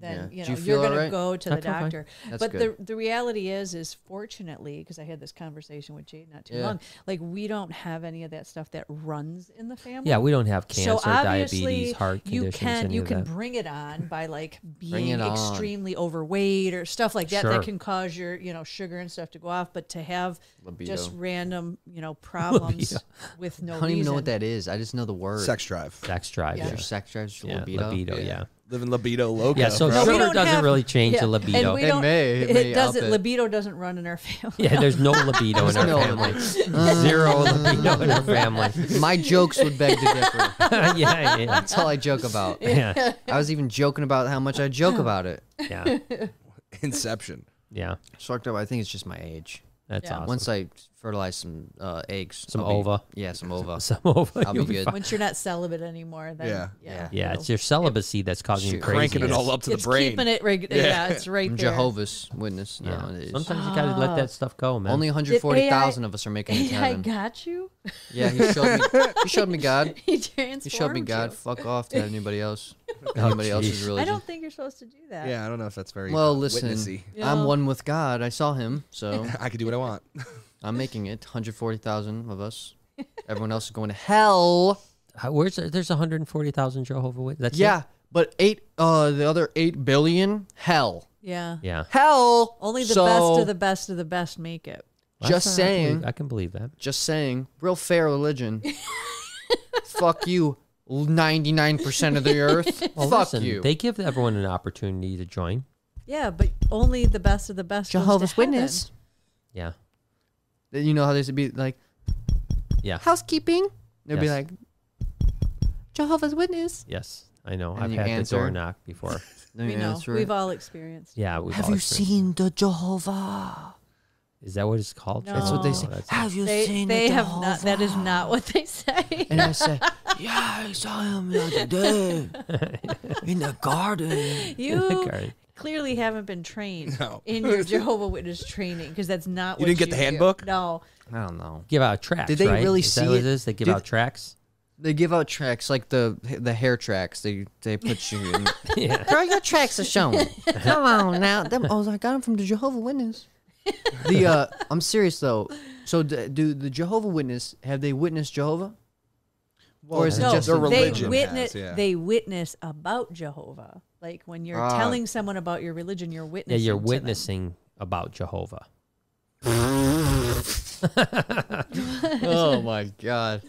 Speaker 2: then
Speaker 1: Yeah.
Speaker 2: you
Speaker 1: Do
Speaker 2: know
Speaker 1: you
Speaker 2: you are
Speaker 1: feel
Speaker 2: gonna
Speaker 1: alright?
Speaker 2: go to
Speaker 4: I
Speaker 2: the
Speaker 4: feel fine.
Speaker 2: doctor.
Speaker 1: That's
Speaker 2: but
Speaker 1: good.
Speaker 2: the the reality is is fortunately because I had this conversation with Jade not too
Speaker 1: Yeah.
Speaker 2: long, like we don't have any of that stuff that runs in the family.
Speaker 4: yeah. We don't have
Speaker 2: so
Speaker 4: cancer,
Speaker 2: obviously
Speaker 4: diabetes, heart
Speaker 2: you
Speaker 4: conditions.
Speaker 2: can
Speaker 4: any
Speaker 2: you
Speaker 4: of
Speaker 2: can
Speaker 4: that.
Speaker 2: bring it on by like
Speaker 1: it
Speaker 2: being
Speaker 1: on.
Speaker 2: extremely overweight or stuff like that
Speaker 4: Sure.
Speaker 2: that can cause your you know sugar and stuff to go off but to have just
Speaker 1: Libido.
Speaker 2: random you know problems
Speaker 4: Libido.
Speaker 2: with no
Speaker 1: I don't even know what
Speaker 2: reason-
Speaker 1: that is. I just know the word.
Speaker 3: Sex drive.
Speaker 4: sex drive.
Speaker 2: Yeah.
Speaker 4: Yeah,
Speaker 1: Your sex drives your
Speaker 4: yeah.
Speaker 1: libido.
Speaker 4: libido.
Speaker 3: Yeah.
Speaker 4: yeah.
Speaker 3: Living libido loco.
Speaker 4: Yeah, so
Speaker 2: No,
Speaker 3: bro.
Speaker 2: we
Speaker 4: sure
Speaker 2: don't
Speaker 4: doesn't
Speaker 2: have-
Speaker 4: really change
Speaker 2: yeah,
Speaker 4: the
Speaker 2: and
Speaker 4: libido.
Speaker 2: we
Speaker 5: It
Speaker 2: don't-
Speaker 5: may- it
Speaker 2: It,
Speaker 5: may
Speaker 2: doesn't.
Speaker 5: outfit.
Speaker 2: Libido doesn't run in our family.
Speaker 4: yeah, there's no libido in our
Speaker 1: No.
Speaker 4: family. Zero libido in our family.
Speaker 1: My jokes would beg to differ.
Speaker 4: yeah, yeah,
Speaker 1: That's all I joke about.
Speaker 4: yeah,
Speaker 1: I was even joking about how much I joke about it.
Speaker 4: yeah,
Speaker 3: Inception.
Speaker 4: yeah.
Speaker 1: Sort of, I think it's just my age.
Speaker 4: That's
Speaker 2: Yeah.
Speaker 4: awesome.
Speaker 1: Once I fertilize some uh, eggs,
Speaker 4: Some
Speaker 1: I'll be-
Speaker 4: ova.
Speaker 1: yeah, some ova.
Speaker 4: Some over.
Speaker 1: I'll be
Speaker 4: you'll
Speaker 1: good.
Speaker 4: fine.
Speaker 2: Once you're not celibate anymore, then
Speaker 3: Yeah.
Speaker 2: yeah,
Speaker 4: Yeah, it's
Speaker 2: it'll-
Speaker 4: your celibacy that's causing you
Speaker 1: Shoot.
Speaker 4: crazy.
Speaker 3: Cranking it all up to
Speaker 2: it's
Speaker 3: the brain.
Speaker 2: keeping it. Reg- yeah. it's right
Speaker 1: I'm
Speaker 2: there.
Speaker 1: Jehovah's Witness
Speaker 4: Yeah.
Speaker 1: nowadays.
Speaker 4: Sometimes you gotta let that stuff go, man.
Speaker 1: Only 140,000 of us are making it to
Speaker 2: I
Speaker 1: heaven.
Speaker 2: got you.
Speaker 1: Yeah, he showed me. He showed me God.
Speaker 2: He transformed
Speaker 1: He showed me God.
Speaker 2: you.
Speaker 1: Fuck off to anybody else. Anybody else's
Speaker 4: Oh, jeez.
Speaker 1: religion.
Speaker 2: I don't think you're supposed to do that.
Speaker 3: Yeah, I don't know if that's very
Speaker 1: well,
Speaker 3: uh,
Speaker 1: listen,
Speaker 3: witnessy.
Speaker 1: I'm
Speaker 2: Yeah.
Speaker 1: one with God. I saw him, so
Speaker 3: I could do what I want.
Speaker 1: I'm making it. 140,000 of us. Everyone else is going to hell.
Speaker 4: How- Where's the- there's 140,000 Jehovah Witnesses. That's it?
Speaker 1: Yeah, but eight. Uh, the other eight billion hell.
Speaker 2: Yeah.
Speaker 4: Yeah.
Speaker 1: Hell.
Speaker 2: Only the
Speaker 1: So,
Speaker 2: best of the best of the best make it.
Speaker 4: That's
Speaker 1: Just
Speaker 4: all right. I
Speaker 1: saying.
Speaker 4: believe- I can believe that.
Speaker 1: Just saying. Real fair religion. Fuck you. 99% of the earth.
Speaker 4: Well,
Speaker 1: Fuck
Speaker 4: Oh, listen,
Speaker 1: you.
Speaker 4: They give everyone an opportunity to join.
Speaker 2: Yeah, but only the best of the best. goes to
Speaker 1: Jehovah's
Speaker 2: heaven.
Speaker 1: Witness.
Speaker 4: Yeah.
Speaker 1: You know how they used to be like,
Speaker 4: Yeah.
Speaker 1: housekeeping. They'd be
Speaker 4: Yes.
Speaker 1: like, Jehovah's Witness.
Speaker 4: Yes. I know.
Speaker 1: And
Speaker 4: I've
Speaker 1: you
Speaker 4: had the door
Speaker 1: answer.
Speaker 4: knock before.
Speaker 2: We know. We've all experienced.
Speaker 4: Yeah. We've
Speaker 5: Have
Speaker 4: all
Speaker 5: you
Speaker 4: experienced-
Speaker 5: seen the Jehovah?
Speaker 4: Is that what it's called?
Speaker 2: That's what they
Speaker 4: Oh,
Speaker 2: say.
Speaker 4: that's-
Speaker 5: Have you
Speaker 2: They,
Speaker 5: seen
Speaker 2: they
Speaker 5: the
Speaker 2: have
Speaker 5: Jehovah?
Speaker 2: not. That is not what they say.
Speaker 1: and I say,
Speaker 5: Yeah, I saw him the other day in the garden.
Speaker 2: You
Speaker 4: Okay.
Speaker 2: clearly haven't been trained
Speaker 3: No.
Speaker 2: in your Jehovah Witness training because that's not.
Speaker 3: You
Speaker 2: what
Speaker 3: didn't get the
Speaker 2: do.
Speaker 3: handbook?
Speaker 2: No.
Speaker 1: I don't know.
Speaker 4: Give out tracks.
Speaker 1: Did they
Speaker 4: right?
Speaker 1: really
Speaker 4: is
Speaker 1: see
Speaker 4: that what
Speaker 1: it?
Speaker 4: it is? They give
Speaker 1: Did-
Speaker 4: out tracks.
Speaker 1: They give out tracks like the the hair tracks. They they put you in.
Speaker 4: Yeah.
Speaker 1: Girl, your tracks are showing. Come on now. Them, oh, I got them from the Jehovah Witness. The uh, I'm serious though. So d- do the Jehovah Witness have they witnessed Jehovah? Or is it
Speaker 2: No,
Speaker 1: just
Speaker 3: their
Speaker 1: a
Speaker 3: religion?
Speaker 2: they witness
Speaker 3: has, yeah.
Speaker 2: they witness about Jehovah. Like when you're
Speaker 1: Ah.
Speaker 2: telling someone about your religion, you're
Speaker 4: Yeah.
Speaker 2: witnessing.
Speaker 4: You're
Speaker 2: to them.
Speaker 4: witnessing about Jehovah.
Speaker 1: oh my God.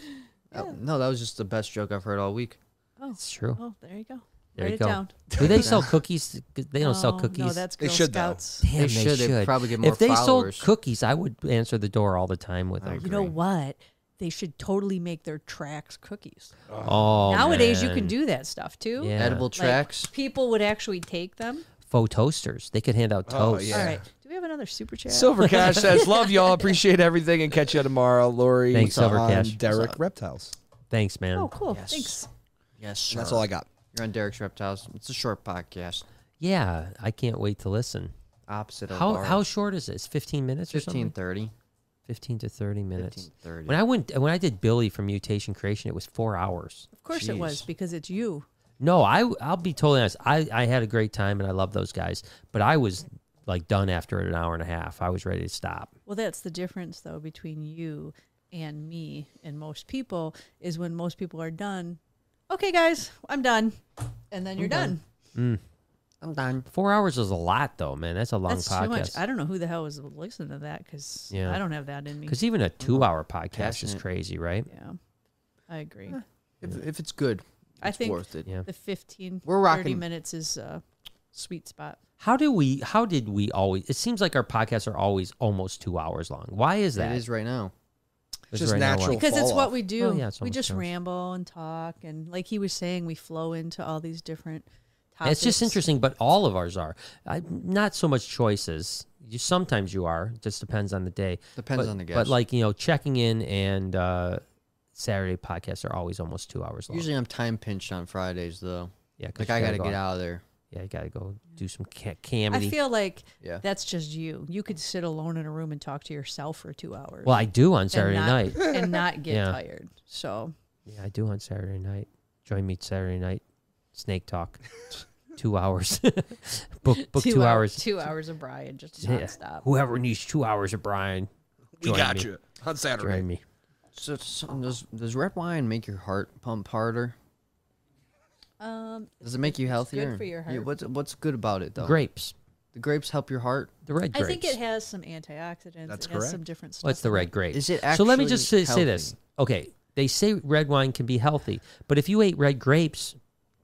Speaker 1: Uh, no, that was just the best joke I've heard all week.
Speaker 2: Oh,
Speaker 4: It's true.
Speaker 2: oh, there you go.
Speaker 4: There
Speaker 2: Write
Speaker 4: you
Speaker 2: it
Speaker 4: go.
Speaker 2: down. Oh,
Speaker 4: Do they sell cookies? They don't
Speaker 2: No,
Speaker 4: sell cookies.
Speaker 2: No, that's
Speaker 3: They
Speaker 2: Girl
Speaker 3: should, though.
Speaker 2: Scouts.
Speaker 4: Damn,
Speaker 1: They should. They'd probably get more
Speaker 4: If they
Speaker 1: followers.
Speaker 4: sold cookies, I would answer the door all the time with them.
Speaker 2: You know what? They should totally make their tracks cookies.
Speaker 4: Oh,
Speaker 2: Nowadays, you
Speaker 4: man.
Speaker 2: can do that stuff too.
Speaker 4: Yeah.
Speaker 1: Edible
Speaker 4: Like,
Speaker 2: Like,
Speaker 1: tracks.
Speaker 2: people would actually take them.
Speaker 4: faux toasters. They could hand out
Speaker 3: Oh,
Speaker 4: toast.
Speaker 3: yeah.
Speaker 2: All right. Do we have another super chat?
Speaker 3: Silver Cash says, "Love y'all, appreciate everything, and catch you tomorrow." Lori,
Speaker 4: Thanks, Silver
Speaker 3: on
Speaker 4: Cash.
Speaker 3: Derek Reptiles.
Speaker 4: Thanks, man.
Speaker 2: oh, cool.
Speaker 1: Yes.
Speaker 2: Thanks.
Speaker 1: Yes,
Speaker 3: And That's
Speaker 1: sir.
Speaker 3: all I got.
Speaker 1: You're on Derek's Reptiles. It's a short podcast.
Speaker 4: Yeah, I can't wait to listen.
Speaker 1: Opposite of
Speaker 4: How
Speaker 1: our
Speaker 4: how short is it? It's fifteen minutes or something.
Speaker 1: 1530.
Speaker 4: Fifteen to thirty minutes.
Speaker 1: 15:30.
Speaker 4: When I went when I did Billy from Mutation Creation, it was four hours.
Speaker 2: Of course it was
Speaker 1: Jeez.
Speaker 2: because it's you.
Speaker 4: No, I I'll be totally honest. I I had a great time and I love those guys, but I was like done after an hour and a half. I was ready to stop.
Speaker 2: Well, that's the difference though between you and me and most people is when most people are done. Okay, guys, I'm done, and then you're done.
Speaker 1: I'm done.
Speaker 4: Four hours is a lot though, man. That's a long
Speaker 2: That's
Speaker 4: podcast.
Speaker 2: too much. I don't know who the hell was listening to that because
Speaker 4: Yeah.
Speaker 2: I don't have that in me.
Speaker 4: Because even a two-hour podcast
Speaker 1: Passionate.
Speaker 4: is crazy, right?
Speaker 2: Yeah, I agree.
Speaker 1: If, if it's good, it's
Speaker 2: I think-
Speaker 1: worth it.
Speaker 4: Yeah.
Speaker 2: The 15,
Speaker 1: We're
Speaker 2: 30
Speaker 1: rocking-
Speaker 2: minutes is a sweet spot.
Speaker 4: How do we? How did we always? It seems like our podcasts are always almost two hours long. Why is that?
Speaker 1: It is right now.
Speaker 4: Is
Speaker 3: just
Speaker 4: right now
Speaker 3: natural.
Speaker 4: what?
Speaker 2: Because it's
Speaker 3: fall
Speaker 2: what
Speaker 3: off.
Speaker 2: we do.
Speaker 4: Oh, yeah, it's
Speaker 2: we
Speaker 4: almost
Speaker 2: just
Speaker 4: hours.
Speaker 2: ramble and talk. And like he was saying, we flow into all these different topics.
Speaker 4: It's just interesting, but all of ours are I, not so much choices. You sometimes you are. Just depends on the day.
Speaker 1: Depends
Speaker 4: But-
Speaker 1: on the guest.
Speaker 4: But like you know, checking in and uh, Saturday podcasts are always almost two hours long.
Speaker 1: Usually I'm time pinched on Fridays, though.
Speaker 4: yeah,
Speaker 1: Like,
Speaker 4: 'cause you
Speaker 1: I got to
Speaker 4: go
Speaker 1: get out of there.
Speaker 4: Yeah, you gotta go do some ca-
Speaker 2: I
Speaker 4: comedy.
Speaker 2: feel like
Speaker 1: Yeah.
Speaker 2: that's just you. You could sit alone in a room and talk to yourself for two hours.
Speaker 4: well, I do on
Speaker 2: and
Speaker 4: Saturday
Speaker 2: not-
Speaker 4: night.
Speaker 2: and not get
Speaker 4: Yeah.
Speaker 2: tired. So
Speaker 4: Yeah, I do on Saturday night. Join me Saturday night. Snake talk. two hours. book book two,
Speaker 2: hou-
Speaker 4: hours.
Speaker 2: Two hours of Brian just
Speaker 4: Yeah.
Speaker 2: nonstop.
Speaker 4: Whoever needs two hours of Brian,
Speaker 3: We
Speaker 4: Join
Speaker 3: got
Speaker 4: me.
Speaker 3: you on Saturday.
Speaker 4: join me.
Speaker 1: So, so does, does red wine make your heart pump harder?
Speaker 2: Um,
Speaker 1: Does it make you
Speaker 2: It's good
Speaker 1: healthier?
Speaker 2: for your
Speaker 1: Yeah,
Speaker 2: heart.
Speaker 1: what's, what's good about it, though?
Speaker 4: Grapes.
Speaker 1: The grapes help your heart.
Speaker 4: The red
Speaker 2: I
Speaker 4: grapes.
Speaker 2: think it has some antioxidants.
Speaker 3: That's
Speaker 2: it has
Speaker 3: correct.
Speaker 2: Some different stuff.
Speaker 4: What's the
Speaker 2: in
Speaker 4: red grape?
Speaker 1: Is it
Speaker 4: so? Let me
Speaker 1: actually
Speaker 4: just say, say this.
Speaker 1: healthy?
Speaker 4: Okay, they say red wine can be healthy, but if you ate red grapes,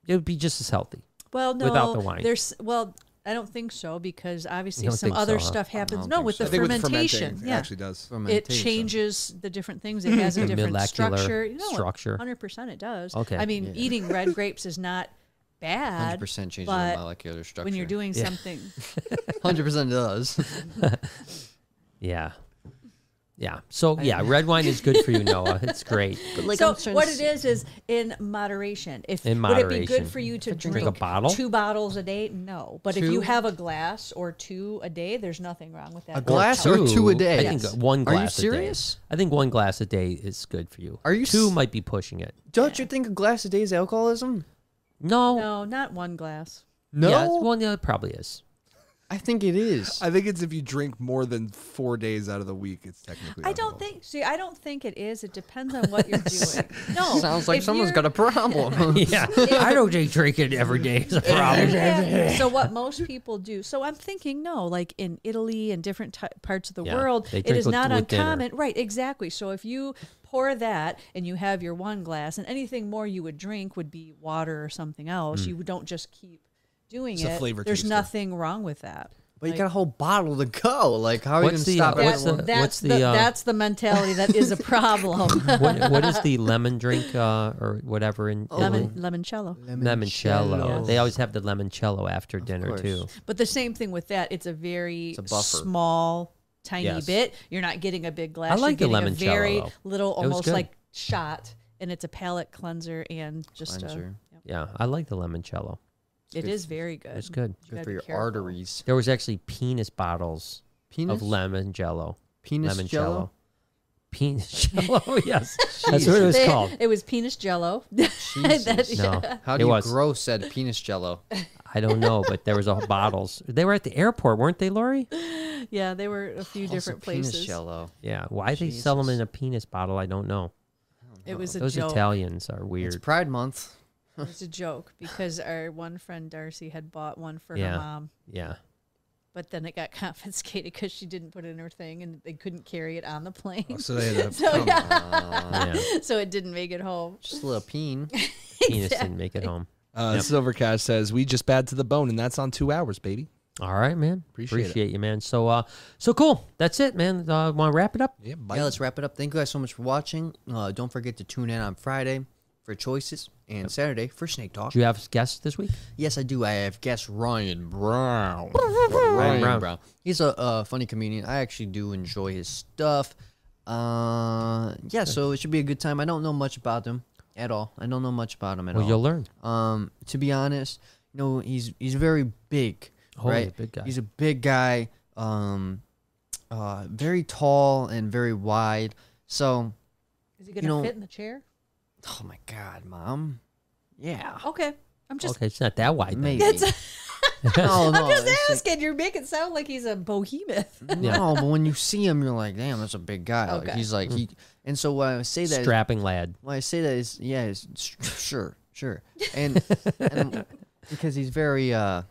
Speaker 4: it would be just as healthy.
Speaker 2: it. Well, no,
Speaker 4: Without the wine.
Speaker 2: There's well, I don't think so because obviously
Speaker 4: You don't
Speaker 2: some
Speaker 4: think
Speaker 2: other
Speaker 4: so, huh?
Speaker 2: stuff happens.
Speaker 1: don't
Speaker 2: No,
Speaker 1: think
Speaker 2: with
Speaker 1: so.
Speaker 2: the
Speaker 1: I
Speaker 3: think with
Speaker 2: fermentation,
Speaker 3: fermenting, it
Speaker 2: yeah,
Speaker 3: actually does.
Speaker 2: it
Speaker 1: Fermentation.
Speaker 2: changes the different things. It has a different
Speaker 4: molecular
Speaker 2: structure. No,
Speaker 4: structure.
Speaker 2: hundred percent, it does.
Speaker 4: Okay.
Speaker 2: I mean,
Speaker 1: Yeah.
Speaker 2: eating red grapes is not bad.
Speaker 1: 100% changes
Speaker 2: but
Speaker 1: the molecular structure.
Speaker 2: When you're doing
Speaker 4: Yeah.
Speaker 2: something,
Speaker 1: 100% does.
Speaker 4: Yeah. Yeah. So yeah, red wine is good for you, Noah. It's great.
Speaker 2: so what it is is in moderation. If
Speaker 4: In
Speaker 2: would it be
Speaker 4: moderation.
Speaker 2: good for you to drink,
Speaker 4: drink a bottle?
Speaker 2: two bottles a day? No, but if
Speaker 1: Two?
Speaker 2: you have a glass or two a day, there's nothing wrong with that.
Speaker 1: A glass or two a day?
Speaker 4: I think
Speaker 1: Yes.
Speaker 4: one
Speaker 1: Are you
Speaker 4: glass.
Speaker 1: serious?
Speaker 4: A day. I think one glass a day is good for you.
Speaker 1: Are you
Speaker 4: two?
Speaker 1: s-
Speaker 4: might be pushing it.
Speaker 1: Don't you think a glass a day is alcoholism?
Speaker 4: No.
Speaker 2: No, not one glass.
Speaker 1: No.
Speaker 4: Yeah, it's- well, yeah, it probably is.
Speaker 1: I think it is.
Speaker 3: I think it's if you drink more than four days out of the week, it's technically.
Speaker 2: I don't
Speaker 3: alcohol.
Speaker 2: think. See, I don't think it is. It depends on what you're doing. No,
Speaker 1: Sounds like
Speaker 2: if
Speaker 1: someone's
Speaker 2: you're-
Speaker 1: got a problem.
Speaker 4: Yeah. I don't drink it every day. It's a problem.
Speaker 2: Yeah. so what most people do. So I'm thinking, no, like in Italy and different ty parts of the
Speaker 4: Yeah,
Speaker 2: world,
Speaker 4: they
Speaker 2: it
Speaker 4: drink
Speaker 2: is
Speaker 4: with-
Speaker 2: not
Speaker 4: with dinner.
Speaker 2: uncommon. Right, exactly. So if you pour that and you have your one glass, and anything more you would drink would be water or something else.
Speaker 4: Hmm.
Speaker 2: You don't just keep doing
Speaker 3: It's a
Speaker 2: it.
Speaker 3: flavor
Speaker 2: There's
Speaker 3: taster.
Speaker 2: nothing wrong with that.
Speaker 1: but you got a whole bottle to go. Like, how are you going
Speaker 4: What's
Speaker 1: to
Speaker 4: the,
Speaker 1: stop
Speaker 4: uh,
Speaker 1: it?
Speaker 4: what's
Speaker 2: That-
Speaker 4: the-
Speaker 2: that's
Speaker 4: what's
Speaker 2: the,
Speaker 4: the, uh,
Speaker 2: that's the mentality that is a problem.
Speaker 4: what, what is the lemon drink uh, or whatever in
Speaker 1: Oh,
Speaker 2: Lemon,
Speaker 4: Italy?
Speaker 2: limoncello.
Speaker 4: Lemoncello.
Speaker 1: Yes.
Speaker 4: They always have the limoncello after dinner
Speaker 1: course.
Speaker 4: too.
Speaker 2: But the same thing with that. It's a very
Speaker 1: a buffer.
Speaker 2: small, tiny
Speaker 4: Yes.
Speaker 2: bit. You're not getting a big glass.
Speaker 4: I like the
Speaker 2: You're getting
Speaker 4: limoncello,
Speaker 2: a very
Speaker 4: though.
Speaker 2: little,
Speaker 4: was
Speaker 2: almost
Speaker 4: good.
Speaker 2: like shot, and it's a palate cleanser and just uh,
Speaker 1: Cleanser.
Speaker 2: a. Yep.
Speaker 4: Yeah, I like the limoncello.
Speaker 2: It is very good.
Speaker 4: It's good.
Speaker 2: You gotta
Speaker 1: for
Speaker 2: be
Speaker 1: your
Speaker 2: careful.
Speaker 1: arteries.
Speaker 4: There was actually penis bottles
Speaker 1: Penis?
Speaker 4: of lemon jello.
Speaker 1: Penis
Speaker 4: Lemon
Speaker 1: jello?
Speaker 4: jello. Penis jello, yes. That's what it was
Speaker 2: They-
Speaker 4: called.
Speaker 2: It was penis jello.
Speaker 1: Jesus.
Speaker 4: No,
Speaker 1: How
Speaker 4: it
Speaker 1: do you
Speaker 4: was.
Speaker 1: grow said penis jello?
Speaker 4: I don't know, but there was a bottles. They were at the airport, weren't they, Lori?
Speaker 2: yeah, they were a few different
Speaker 1: Penis
Speaker 2: places.
Speaker 1: jello.
Speaker 4: Yeah. Why they sell them in a penis bottle? I don't know.
Speaker 2: It was a
Speaker 4: Those
Speaker 2: joke.
Speaker 4: Italians are
Speaker 1: It's
Speaker 4: weird.
Speaker 1: Pride Month.
Speaker 2: It was a joke because our one friend Darcy had bought one for
Speaker 4: Yeah.
Speaker 2: her mom.
Speaker 4: yeah.
Speaker 2: But then it got confiscated because she didn't put it in her thing, and they couldn't carry it on the plane.
Speaker 3: So they had a,
Speaker 2: so yeah,
Speaker 4: Yeah.
Speaker 2: so it didn't make it home.
Speaker 1: Just a little peen.
Speaker 4: Penis didn't make it home.
Speaker 3: uh, Silver Cash says we just bad to the bone, and that's on two hours, baby.
Speaker 4: All right, man.
Speaker 3: Appreciate it.
Speaker 4: you, man. So uh so cool. That's it, man. Uh wanna wrap it up?
Speaker 3: Yeah,
Speaker 1: Yeah, let's wrap it up. Thank you guys so much for watching. Uh, don't forget to tune in on Friday for choices and Saturday for Snake Talk.
Speaker 4: Do you have guests this week?
Speaker 1: Yes, I do. I have guest Ryan Brown.
Speaker 4: Ryan
Speaker 1: Ryan
Speaker 4: Brown.
Speaker 1: Brown. He's a, uh funny comedian. I actually do enjoy his stuff. Uh, yeah, so it should be a good time. I don't know much about him at all. I don't know much about him at
Speaker 4: Well
Speaker 1: all.
Speaker 4: you'll learn.
Speaker 1: Um, to be honest, you know, he's he's very big,
Speaker 4: Oh, he's a
Speaker 1: right?
Speaker 4: big guy.
Speaker 1: He's a big guy. Um, uh, very tall and very wide. So,
Speaker 2: Is he gonna
Speaker 1: know-
Speaker 2: fit in the chair?
Speaker 1: oh my God, mom. Yeah,
Speaker 2: Okay, I'm just
Speaker 4: okay, it's not that wide. then.
Speaker 1: maybe. no, Oh, no,
Speaker 2: I'm just
Speaker 1: it's like-
Speaker 2: asking. You make it sound like he's a behemoth.
Speaker 1: No, but when you see him, you're like, damn, that's a big guy. Like,
Speaker 2: Okay.
Speaker 1: he's like he,
Speaker 4: Mm-hmm.
Speaker 1: and so why I say that, why
Speaker 4: Strapping lad.
Speaker 1: I say that is yeah, is s- sure, sure, and, and because he's very, uh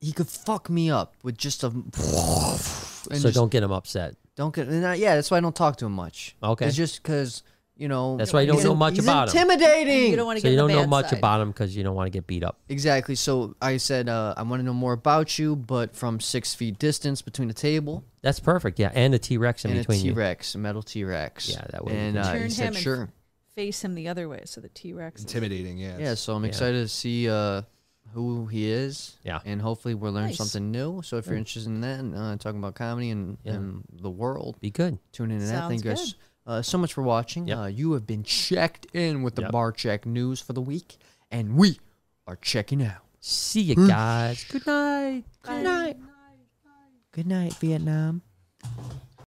Speaker 1: he could fuck me up with just a. And
Speaker 4: so
Speaker 1: just
Speaker 4: don't get him upset.
Speaker 1: don't get and I, yeah. That's why I don't talk to him much.
Speaker 4: Okay.
Speaker 1: it's just because you know
Speaker 4: That's why you don't
Speaker 1: he's
Speaker 4: know
Speaker 1: in-
Speaker 4: much
Speaker 1: he's
Speaker 4: about him.
Speaker 1: intimidating.
Speaker 2: You don't want to
Speaker 4: So
Speaker 2: get
Speaker 4: you
Speaker 2: the
Speaker 4: don't know
Speaker 2: bad
Speaker 4: much
Speaker 2: side.
Speaker 4: about him because you don't want to get beat up.
Speaker 1: Exactly. So I said uh, I want to know more about you, but from six feet distance between the table.
Speaker 4: That's perfect. Yeah, and a T Rex in
Speaker 1: and a
Speaker 4: between
Speaker 1: T
Speaker 4: you.
Speaker 1: Rex, a metal T Rex.
Speaker 4: Yeah, that way you
Speaker 1: And
Speaker 4: can
Speaker 1: uh,
Speaker 2: Turn
Speaker 1: he
Speaker 2: him
Speaker 1: said,
Speaker 2: and-
Speaker 1: sure.
Speaker 2: Face him the other way, so the T Rex.
Speaker 3: intimidating. Yeah.
Speaker 1: Yeah,
Speaker 3: it's-
Speaker 1: so I'm excited to see uh, who he is.
Speaker 4: Yeah.
Speaker 1: And hopefully we'll learn
Speaker 2: Nice.
Speaker 1: something new. So if you're interested in that and uh, talking about comedy and,
Speaker 4: Yeah.
Speaker 1: and the world,
Speaker 4: Be good.
Speaker 1: tune in to that. Thank
Speaker 2: Sounds
Speaker 1: you guys uh, so much for watching.
Speaker 4: Yep.
Speaker 1: Uh, you have been checked in with the
Speaker 4: Yep.
Speaker 1: Bar Check News for the week, and we are checking out.
Speaker 4: See you
Speaker 1: Mm.
Speaker 4: guys. Good night.
Speaker 1: Good night, Vietnam.